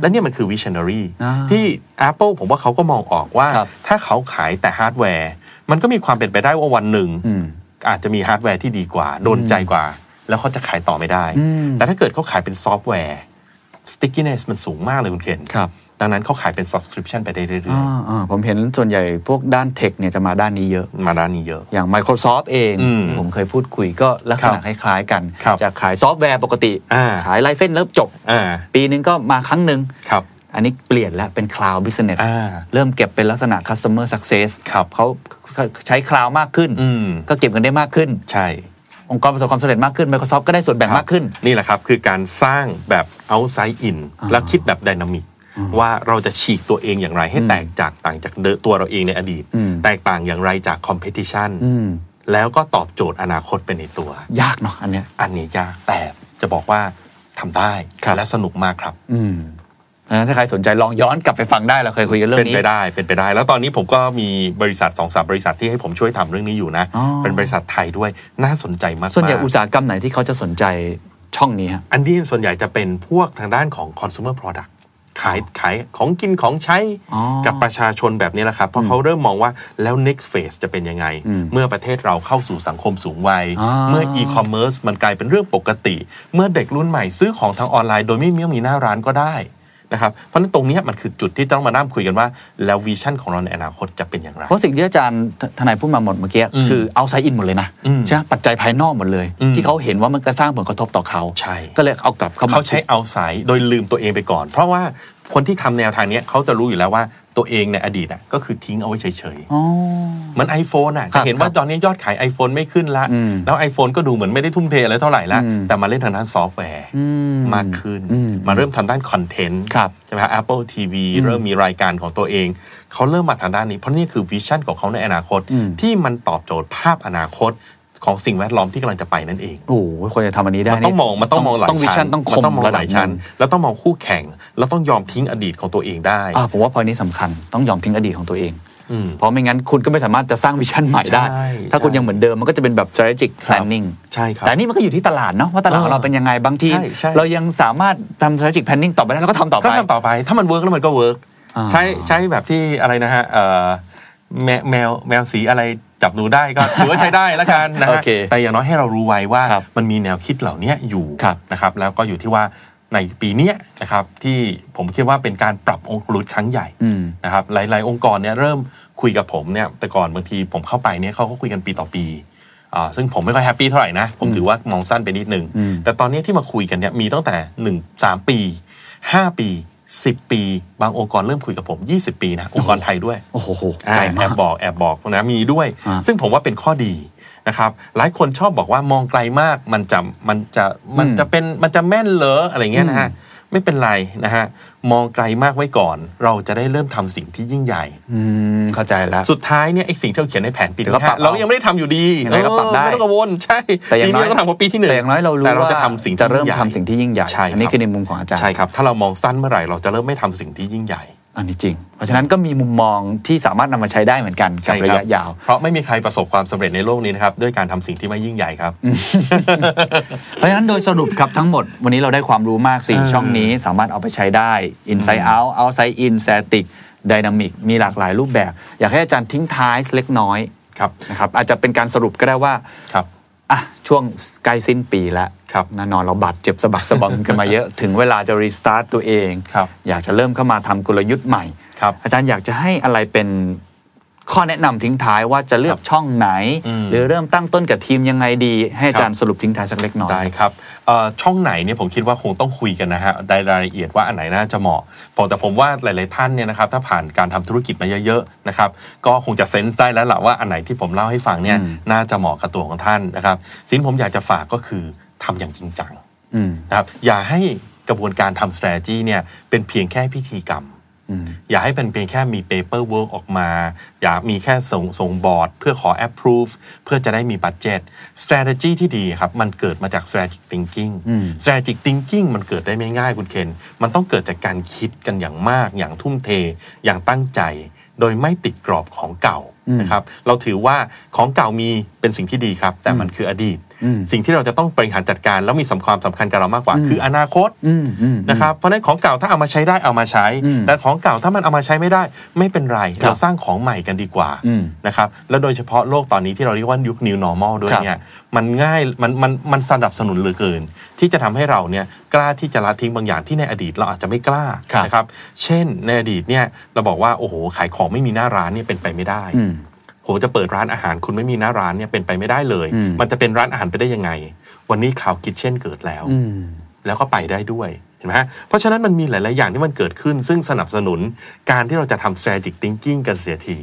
Speaker 4: และเนี่ยมันคือ visionary
Speaker 3: อ่า
Speaker 4: ที่ Apple ผมว่าเขาก็มองออกว่า
Speaker 3: ครับ
Speaker 4: ถ้าเขาขายแต่ฮาร์ดแวร์ มันก็มีความเป็นไปได้ว่าวันหนึ่ง
Speaker 3: อืม
Speaker 4: อาจจะมีฮาร์ดแวร์ที่ดีกว่า โดนใจกว่า แล้วเขาจะขายต่อไม่ได้
Speaker 3: อืม
Speaker 4: แต่ถ้าเกิดเขาขายเป็นซอฟต์แวร์ stickiness มันสูงมากเลยคุณเคน
Speaker 3: ครับ
Speaker 4: ดังนั้นเขาขายเป็น subscription ไปได้เรื่อย
Speaker 3: อ่าอ่าผมเห็นส่วนใหญ่พวกด้านเทคเนี่ยจะมาด้านนี้เยอะ
Speaker 4: ๆมาด้านนี้เยอะ
Speaker 3: อย่าง Microsoft เอง
Speaker 4: อืม
Speaker 3: ผมเคยพูดคุยก็ลักษณะคล้ายๆกัน
Speaker 4: ครับ
Speaker 3: จะขายซอฟต์แวร์ปกติ
Speaker 4: อ่า
Speaker 3: ขายไลเส้นส์แล้วจบ
Speaker 4: อ่า
Speaker 3: ปีนึงก็มาครั้งหนึ่ง
Speaker 4: ครับ
Speaker 3: อันนี้เปลี่ยนแล้วเป็น Cloud Business
Speaker 4: อ่า
Speaker 3: เริ่มเก็บเป็นลักษณะ Customer Success
Speaker 4: ครับ
Speaker 3: เขาใช้ Cloud มากขึ้น
Speaker 4: อืม
Speaker 3: ก็เก็บเงินได้มากขึ้น
Speaker 4: ใช่
Speaker 3: องค์กรประสบความสำเร็จมากขึ้น Microsoft ก็ได้ส่วนแบ่งมากขึ้น
Speaker 4: นี่แหละครับ คือการสร้างแบบ outside in แล้วคิดแบบ dynamic ว่าเราจะฉีกตัวเองอย่างไรให้แตกจากต่างจากเดิมตัวเราเองในอดีต
Speaker 3: อืม
Speaker 4: แตกต่างอย่างไรจาก competition
Speaker 3: อืม
Speaker 4: แล้วก็ตอบโจทย์อนาคตเป็นในตัว
Speaker 3: ยากเนาะอันเนี้ย
Speaker 4: อันนี้ยากแต่จะบอกว่าทำได้
Speaker 3: ครับ
Speaker 4: และสนุกมากครับ
Speaker 3: อืมดังนั้นถ้าใครสนใจลองย้อนกลับไปฟังได้เราเคยคุยกันเรื่อ
Speaker 4: เป็น
Speaker 3: งนี้
Speaker 4: ไปได้เป็นไปได้ แล้วตอนนี้ผมก็มีบริษัทสองสามบริษัทที่ให้ผมช่วยทำเรื่องนี้อยู่นะ
Speaker 3: อ๋อ
Speaker 4: เป็นบริษัทไทยด้วยน่าสนใจมากๆ
Speaker 3: ส่วนใหญ่อุตสาหกรรมไหนที่เขาจะสนใจช่องนี้ฮะ
Speaker 4: อันนี้ส่วนใหญ่จะเป็นพวกทางด้านของ consumer product ขายขายของกินของใช้
Speaker 3: อ๋อ
Speaker 4: กับประชาชนแบบนี้แหละครับ เพราะเขาเริ่มมองว่าแล้ว next phase จะเป็นยังไง เมื่อประเทศเราเข้าสู่สังคมสูงวัย
Speaker 3: อ่า
Speaker 4: เมื่อ e-commerce มันกลายเป็นเรื่องปกติ เมื่อเด็กรุ่นใหม่ซื้อของทางออนไลน์โดยไม่มีมีหน้าร้านก็ได้นะครับ เพราะฉะนั้นตรงเนี้ยมันคือจุดที่ต้องมานั่งคุยกันว่า แล้ววิชั่นของเราในอนาคตจะเป็นอย่างไร
Speaker 3: เพราะสิ่งที่อาจารย์ททนายพูดมาหมดเมื่อกี้
Speaker 4: อืม
Speaker 3: คือเอาไซอินหมดเลยนะ
Speaker 4: อืม
Speaker 3: ใช่ไหมปัจจัยภายนอกหมดเลย
Speaker 4: อืม
Speaker 3: ที่เขาเห็นว่ามันกระสร้างผลกระทบต่อเขา
Speaker 4: ใช่
Speaker 3: ก็เลยเอากลับเข้ามา
Speaker 4: เขาใช้เอาสายโดยลืมตัวเองไปก่อน เพราะว่าคนที่ทำแนวทางเนี้ยเขาจะรู้อยู่แล้วว่าตัวเองในอดีตอ่ะก็คือทิ้งเอาไว้เฉยๆ
Speaker 3: อ๋อ
Speaker 4: เหมือน iPhone อ่ะ
Speaker 3: ครั
Speaker 4: จะ
Speaker 3: บ
Speaker 4: เห็นว่าตอนนี้ยอดขาย iPhone ไม่ขึ้นละ
Speaker 3: อืม
Speaker 4: แล้ว iPhone ก็ดูเหมือนไม่ได้ทุ่มเทอะไรเท่าไหร่ละ
Speaker 3: อืม
Speaker 4: แต่มาเล่นทางด้านซอฟต์แวร์
Speaker 3: อืม
Speaker 4: มากขึ้น
Speaker 3: อืม
Speaker 4: มาเริ่มทางด้านคอนเทนต์
Speaker 3: ครับ
Speaker 4: ใช่ไหมฮะ Apple TV เริ่มมีรายการของตัวเอง เขาเริ่มมาทางด้านนี้ เพราะนี่คือวิชั่นของเขาในอนาคต
Speaker 3: อืม
Speaker 4: ที่มันตอบโจทย์ภาพอนาคตของสิ่งแวดล้อมที่กำลังจะไปนั่นเอง
Speaker 3: โอ้โหคนจะทำอันนี้ได้
Speaker 4: มันต้องมองมันต้องมองหลาย
Speaker 3: ต้องวิ
Speaker 4: ชั้
Speaker 3: ชั่
Speaker 4: น
Speaker 3: นต้องค
Speaker 4: มั
Speaker 3: ม
Speaker 4: ต้องมอง
Speaker 3: ระ
Speaker 4: ห
Speaker 3: ดั
Speaker 4: ลา
Speaker 3: บ
Speaker 4: ยชั้น แล้วต้องมองคู่แข่ง แล้วต้องยอมทิ้งอดีตของตัวเองได้
Speaker 3: อ่าผมว่าพอนี้สำคัญต้องยอมทิ้งอดีตของตัวเอง
Speaker 4: อืม
Speaker 3: เพราะไม่งั้นคุณก็ไม่สามารถจะสร้างวิชั่นใหม่ได้
Speaker 4: ใช่
Speaker 3: ถ้าคุณ
Speaker 4: ใช่
Speaker 3: ยังเหมือนเดิมมันก็จะเป็นแบบ strategic
Speaker 4: ครับ
Speaker 3: planning
Speaker 4: ใช่ครับ
Speaker 3: แต่อันนี่มันก็อยู่ที่ตลาดเนาะว่าตลาดของเราเป็นยังไงบางที
Speaker 4: ใช่ใช่
Speaker 3: เรายังสามารถทำ strategic planning ต่อไปได้แล้วก็ทำต่อไป
Speaker 4: ก็ทำต่อไป ถ้ามันเวิร์กแล้วมันก็เวิร์ก
Speaker 3: อ่า
Speaker 4: ใช้ใช้แบบที่อะไรนะฮะเอ่อแมวแมวแมวสีอะไรจับหนูได้ ก็ ถือว่าใช้ได้ละกันนะ
Speaker 3: โอ
Speaker 4: ฮะ
Speaker 3: เค
Speaker 4: แต่อย่างน้อยให้เรารู้ไว้ว่า
Speaker 3: ครับ
Speaker 4: มันมีแนวคิดเหล่านี้อยู่
Speaker 3: ครับ
Speaker 4: นะครับแล้วก็อยู่ที่ว่าในปีเนี้ยนะครับที่ผมคิดว่าเป็นการปรับองค์กรครั้งใหญ่
Speaker 3: อืม
Speaker 4: นะครับหลาย ๆ องค์กรเนี่ยเริ่มคุยกับผมเนี่ยแต่ก่อนบางทีผมเข้าไปเนี่ยเขาก็คุยกันปีต่อปีอ่าซึ่งผมไม่ค่อยแฮปปี้เท่าไหร่นะผมถือว่ามองสั้นไปนิดนึง
Speaker 3: อืม
Speaker 4: แต่ตอนนี้ที่มาคุยกันเนี่ยมีตั้งแต่1 3 ปี 5 ปี 10 ปี บางองค์กรเริ่มคุยกับผม 20 ปีนะองค์กรไทยด้วย
Speaker 3: โอ้โห
Speaker 4: อ่า
Speaker 3: ไกล
Speaker 4: แอ
Speaker 3: มาก
Speaker 4: บบอกแอบบอกนะมีด้วย
Speaker 3: อ่า
Speaker 4: ซึ่งผมว่าเป็นข้อดีนะครับหลายคนชอบบอกว่ามองไกลมากมันจะมันจะมันจะเป็นมันจะแม่นเหรออะไรเงี้ยนะฮะไม่เป็นไรนะฮะมองไกลมากไว้ก่อน เราจะได้เริ่มทำสิ่งที่ยิ่งใหญ่
Speaker 3: ืมเข้าใจแล้ว
Speaker 4: สุดท้ายเนี่ยไอ้สิ่งที่เราเขียนในแผนปี
Speaker 3: เดี๋ยว
Speaker 4: ที่
Speaker 3: ก็ปรับ
Speaker 4: ห้าเรายังไม่ได้ทำอยู่ดี
Speaker 3: ยังไงก็ปรับได้
Speaker 4: เออไม่ต้องกังวลใช่
Speaker 3: แต่อย่างน้อย
Speaker 4: ปีนี้เรก็ทำกว่าปีที่หนึ่ง
Speaker 3: แต่อย่างน้อยเรารู้
Speaker 4: แต่เรา
Speaker 3: ว่า
Speaker 4: จะทำสิ่งที่
Speaker 3: จะเริ่ม
Speaker 4: ยิ่งใหญ่
Speaker 3: ทำสิ่งที่ยิ่งใหญ่
Speaker 4: ใช่ครับ
Speaker 3: อันี้คือในมุมของอาจารย์
Speaker 4: ใช่ครับ ถ้าเรามองสั้นเมื่อไหร่เราจะเริ่มไม่ทำสิ่งที่ยิ่งใหญ่
Speaker 3: อันนี้จริง เพราะฉะนั้นก็มีมุมมองที่สามารถนำมาใช้ได้เหมือนกันกับ
Speaker 4: ใช่ค
Speaker 3: ระ
Speaker 4: บ
Speaker 3: ยะยาว
Speaker 4: เพราะไม่มีใครประสบความสำเร็จในโลกนี้นะครับ ด้วยการทำสิ่งที่ไม่ยิ่งใหญ่ครับ
Speaker 3: เพราะฉะนั้นโดยสรุปครับทั้งหมด วันนี้เราได้ความรู้มาก
Speaker 4: เออ
Speaker 3: 4 ช่องนี้สามารถเอาไปใช้ได้ Inside Out Outside In Static Dynamic มีหลากหลายรูปแบบ อยากให้อาจารย์ทิ้งท้ายเล็กน้อย
Speaker 4: ครับ
Speaker 3: นะครับอาจจะเป็นการสรุปก็ได้ว่า
Speaker 4: ครับ
Speaker 3: อ่ะช่วงใกล้สิ้นปีแล้ว
Speaker 4: ครับ
Speaker 3: แน่นอนเราบาดเจ็บสะบักสะบอมกันมา เยอะ ถึงเวลาจะรีสตาร์ทตัวเอง
Speaker 4: ครับ
Speaker 3: อยากจะเริ่มเข้ามาทำกลยุทธ์ใหม่
Speaker 4: ครับ
Speaker 3: อาจารย์อยากจะให้อะไรเป็นข้อแนะนำทิ้งท้ายว่าจะเลือกช่องไหน
Speaker 4: อืม
Speaker 3: หรือเริ่มตั้งต้นกับทีมยังไงดี ให้อาจารย์สรุปทิ้งท้ายสักเล็กน้อย
Speaker 4: ได้ครับเอ่อช่องไหนเนี่ยผมคิดว่าคงต้องคุยกันนะฮะในรายละเอียดว่าอันไหนน่าจะเหมาะผมแต่ผมว่าหลาย ๆ ท่านเนี่ยนะครับถ้าผ่านการทำธุรกิจมาเยอะ ๆ นะครับ ก็คงจะเซนส์ได้แล้วล่ะว่าอันไหนที่ผมเล่าให้ฟังเนี่ยน่าจะเหมาะกับตัวของท่านนะครับสิ่งที่ผมอยากจะฝากก็คือทำอย่างจริงจัง
Speaker 3: อืม
Speaker 4: นะครับอย่าให้กระบวนการทำ strategy เนี่ยเป็นเพียงแค่พิธีกรรม อย่าให้เป็นเพียงแค่มี paper work ออกมา อย่ามีแค่ส่งส่งบอร์ด เพื่อขอ approve เพื่อจะได้มีบัตเจ t strategy ที่ดีครับ มันเกิดมาจาก strategic thinking strategic thinking มันเกิดได้ไม่ง่ายคุณเคน มันต้องเกิดจากการคิดกันอย่างมาก อย่างทุ่มเท อย่างตั้งใจ โดยไม่ติดกรอบของเก่านะครับ เราถือว่าของเก่ามีเป็นสิ่งที่ดีครับ แต่มันคืออดีต สิ่งที่เราจะต้องบริหารจัดการแล้วมีสำความสำคัญกับเรามากกว่า คืออนาคตนะครับเพราะฉะนั้นของเก่าถ้าเอามาใช้ได้เอามาใช้ แต่ของเก่าถ้ามันเอามาใช้ไม่ได้ ไม่เป็นไร เราสร้างของใหม่กันดีกว่านะครับแล้วโดยเฉพาะโลกตอนนี้ที่เราเรียกว่ายุค new normal ด้วยเนี่ยมันง่ายมันมันมันสนับสนุนเหลือเกิน ที่จะทำให้เราเนี่ยกล้าที่จะละทิ้งบางอย่างที่ในอดีตเราอาจจะไม่กล้า
Speaker 3: ครับ
Speaker 4: นะครับเช่นในอดีตเนี่ยเราบอกว่าโอ้โหขายของไม่มีหน้าร้านเนี่ยเป็นไปไม่ได้ ผมจะเปิดร้านอาหารคุณไม่มีหน้าร้านเนี่ยเป็นไปไม่ได้เลย มันจะเป็นร้านอาหารไปได้ยังไง วันนี้ข่าวคิดเช่นเกิดแล้ว แล้วก็ไปได้ด้วยเห็นไหมฮะเพราะฉะนั้นมันมีหลาย ๆ อย่างที่มันเกิดขึ้น ซึ่งสนับสนุนการที่เราจะทำ strategic thinking กันเสียที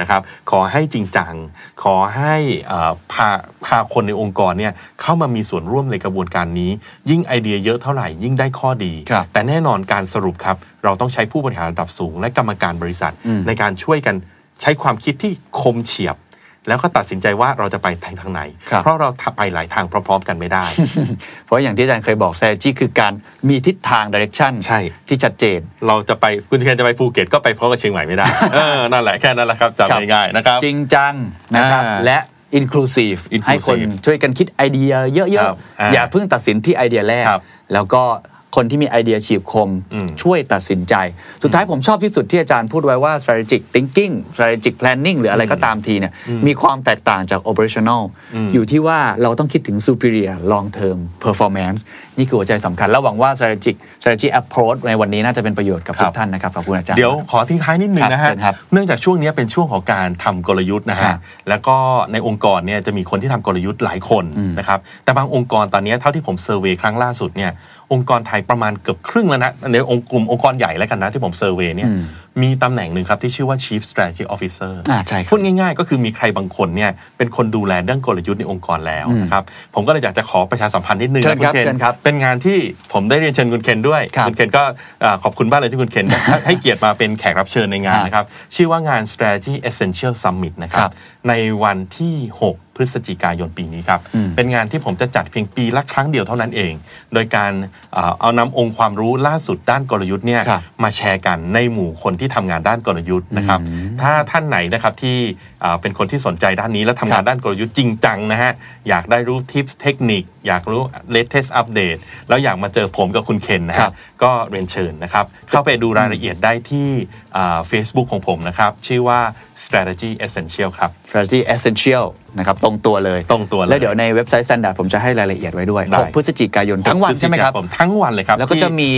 Speaker 4: นะครับ ขอให้จริงจัง ขอให้เอ่อพาพาคนในองค์กรเนี่ยเข้ามามีส่วนร่วมในกระบวนการนี้ ยิ่งไอเดียเยอะเท่าไหร่ ยิ่งได้ข้อดี
Speaker 3: ครับ
Speaker 4: แต่แน่นอนการสรุปครับ เราต้องใช้ผู้บริหารระดับสูง และกรรมการบริษัท ในการช่วยกันใช้ความคิดที่คมเฉียบ แล้วก็ตัดสินใจว่าเราจะไปทางทางไหน
Speaker 3: ครับ
Speaker 4: เพราะเราทำไปหลายทางพร้อม ๆ กันไม่ได้
Speaker 3: เพราะอย่างที่อาจารย์เคยบอกแซจี้คือการมีทิศทางดิเรกชัน
Speaker 4: ใช่
Speaker 3: ที่ชัดเจน
Speaker 4: เราจะไปคุณเคนจะไปภูเก็ตก็ไปพร้อมกับเชียงใหม่ไม่ได้ เออนั่นแหละแค่นั้นแหละครับจำ
Speaker 3: ครับ
Speaker 4: ง่ายๆนะครับ
Speaker 3: จริงจังนะครับ
Speaker 4: อ่า
Speaker 3: และ inclusive
Speaker 4: inclusive
Speaker 3: ให้คนช่วยกันคิดไอเดียเย
Speaker 4: ค
Speaker 3: อะ
Speaker 4: รับอ่า
Speaker 3: ๆ อย่าเพิ่งตัดสินที่ไอเดียแรก
Speaker 4: ครับ
Speaker 3: แล้วก็คนที่มีไอเดียฉีบคม
Speaker 4: อืม
Speaker 3: ช่วยตัดสินใจ สุดท้ายผมชอบที่สุดที่อาจารย์พูดไว้ว่า strategic thinking strategic planning หรืออะไรก็ตามทีเนี่ยมีความแตกต่างจาก operational
Speaker 4: อืม
Speaker 3: อยู่ที่ว่าเราต้องคิดถึง superior long term performance นี่คือหัวใจสำคัญและหวังว่า strategic strategy approach ในวันนี้น่าจะเป็นประโยชน์กับทุกท่านนะครับขอบคุณอาจารย์
Speaker 4: เดี๋ยวขอทิ้งท้ายนิดนึงนะ
Speaker 3: ครับ
Speaker 4: ฮะ
Speaker 3: เชิญครับ
Speaker 4: เนื่องจากช่วงนี้เป็นช่วงของการทำกลยุทธ์นะ
Speaker 3: ครั
Speaker 4: ฮะ
Speaker 3: บ
Speaker 4: แล้วก็ในองค์กรเนี่ยจะมีคนที่ทำกลยุทธ์หลายคนนะครับแต่บางองค์กรตอนนี้เท่าที่ผมเซอร์เวยครั้งล่าสุดเนี่ยองค์กรไทยประมาณเกือบครึ่งแล้วนะในองค์กลุ่มองค์กรใหญ่แล้วกันนะที่ผมเซอร์เวยเนี่ยมีตำแหน่งหนึ่งครับที่ชื่อว่า Chief Strategy Officer
Speaker 3: อ่าใช่ครับ
Speaker 4: พูดง่ายๆ ก็คือมีใครบางคนเนี่ยเป็นคนดูแลเรื่องกลยุทธ์ในองค์กรแล้วนะครับผมก็เลยอยากจะขอประชาสัมพันธ์นิดนึง
Speaker 3: เชิญ
Speaker 4: นะ
Speaker 3: ครับ
Speaker 4: ณคน
Speaker 3: เชิญครับ
Speaker 4: เป็นงานที่ผมได้เรียนเชิญคุณเคนด้วย
Speaker 3: ครับ
Speaker 4: คุณเคนก็เอ่อขอบคุณมากเลยที่คุณเคน ให้เกียรติมาเป็นแขกรับเชิญในงานนะครับ ชื่อว่างาน strategy essential summit นะครับ
Speaker 3: ครับ
Speaker 4: ในวันที่ 6 พฤศจิกายนปีนี้ครับ เป็นงานที่ผมจะจัดเพียงปีละครั้งเดียวเท่านั้นเอง โดยการเอ่อเอานำองค์ความรู้ล่าสุดด้านกลยุทธ์เนี่ย
Speaker 3: ครับ
Speaker 4: มาแชร์กันในหมู่คนที่ทำงานด้านกลยุทธ์นะครับ ถ้าท่านไหนนะครับที่เอ่อเป็นคนที่สนใจด้านนี้และทำ
Speaker 3: ครั
Speaker 4: งาน
Speaker 3: บ
Speaker 4: ด้านกลยุทธ์จริงจังนะฮะ อยากได้รู้ทิปเทคนิค อยากรู้ latest update แล้วอยากมาเจอผมกับคุณเคนนะ
Speaker 3: ครั
Speaker 4: ฮะ
Speaker 3: บ
Speaker 4: ก็เรียนเชิญนะครับ เข้าไปดูรายละเอียดได้ที่อ่า Facebook ของผมนะครับ ชื่อว่า strategy essential ครับ
Speaker 3: strategy essential นะครับ ตรงตัวเลย
Speaker 4: ตรงตัวเลย
Speaker 3: แล้วเดี๋ยวในเว็บไซต์ standard ผมจะให้รายละเอียดไว้ด้วย
Speaker 4: ได้
Speaker 3: 6พฤศจิกายนทั้งวันใช่ไหมครับ
Speaker 4: ผมทั้งวันเลยครับ
Speaker 3: แล้วก็จะมี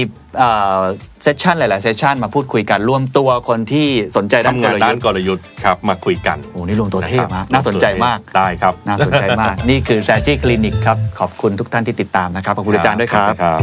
Speaker 3: เซสชันหลาย ๆ เซสชันมาพูดคุยกันร่วมตัวคนที่สนใจ
Speaker 4: ที่
Speaker 3: ด้านก
Speaker 4: ทำงาน
Speaker 3: ล
Speaker 4: ด้า
Speaker 3: ยุ
Speaker 4: น
Speaker 3: ทธ์
Speaker 4: กลยุทธ์ครับ มาคุยกัน
Speaker 3: โอ้โหนี่รวมตัวเทพ
Speaker 4: ะครั
Speaker 3: มา
Speaker 4: บ
Speaker 3: กน่าสนใจมาก
Speaker 4: ได้ครับ
Speaker 3: น่าสนใจมาก นี่คือ strategy clinic ครับ ขอบคุณทุกท่านที่ติดตามนะครับ ขอบคุณอาจารย์ด้วยครับ
Speaker 4: ครับ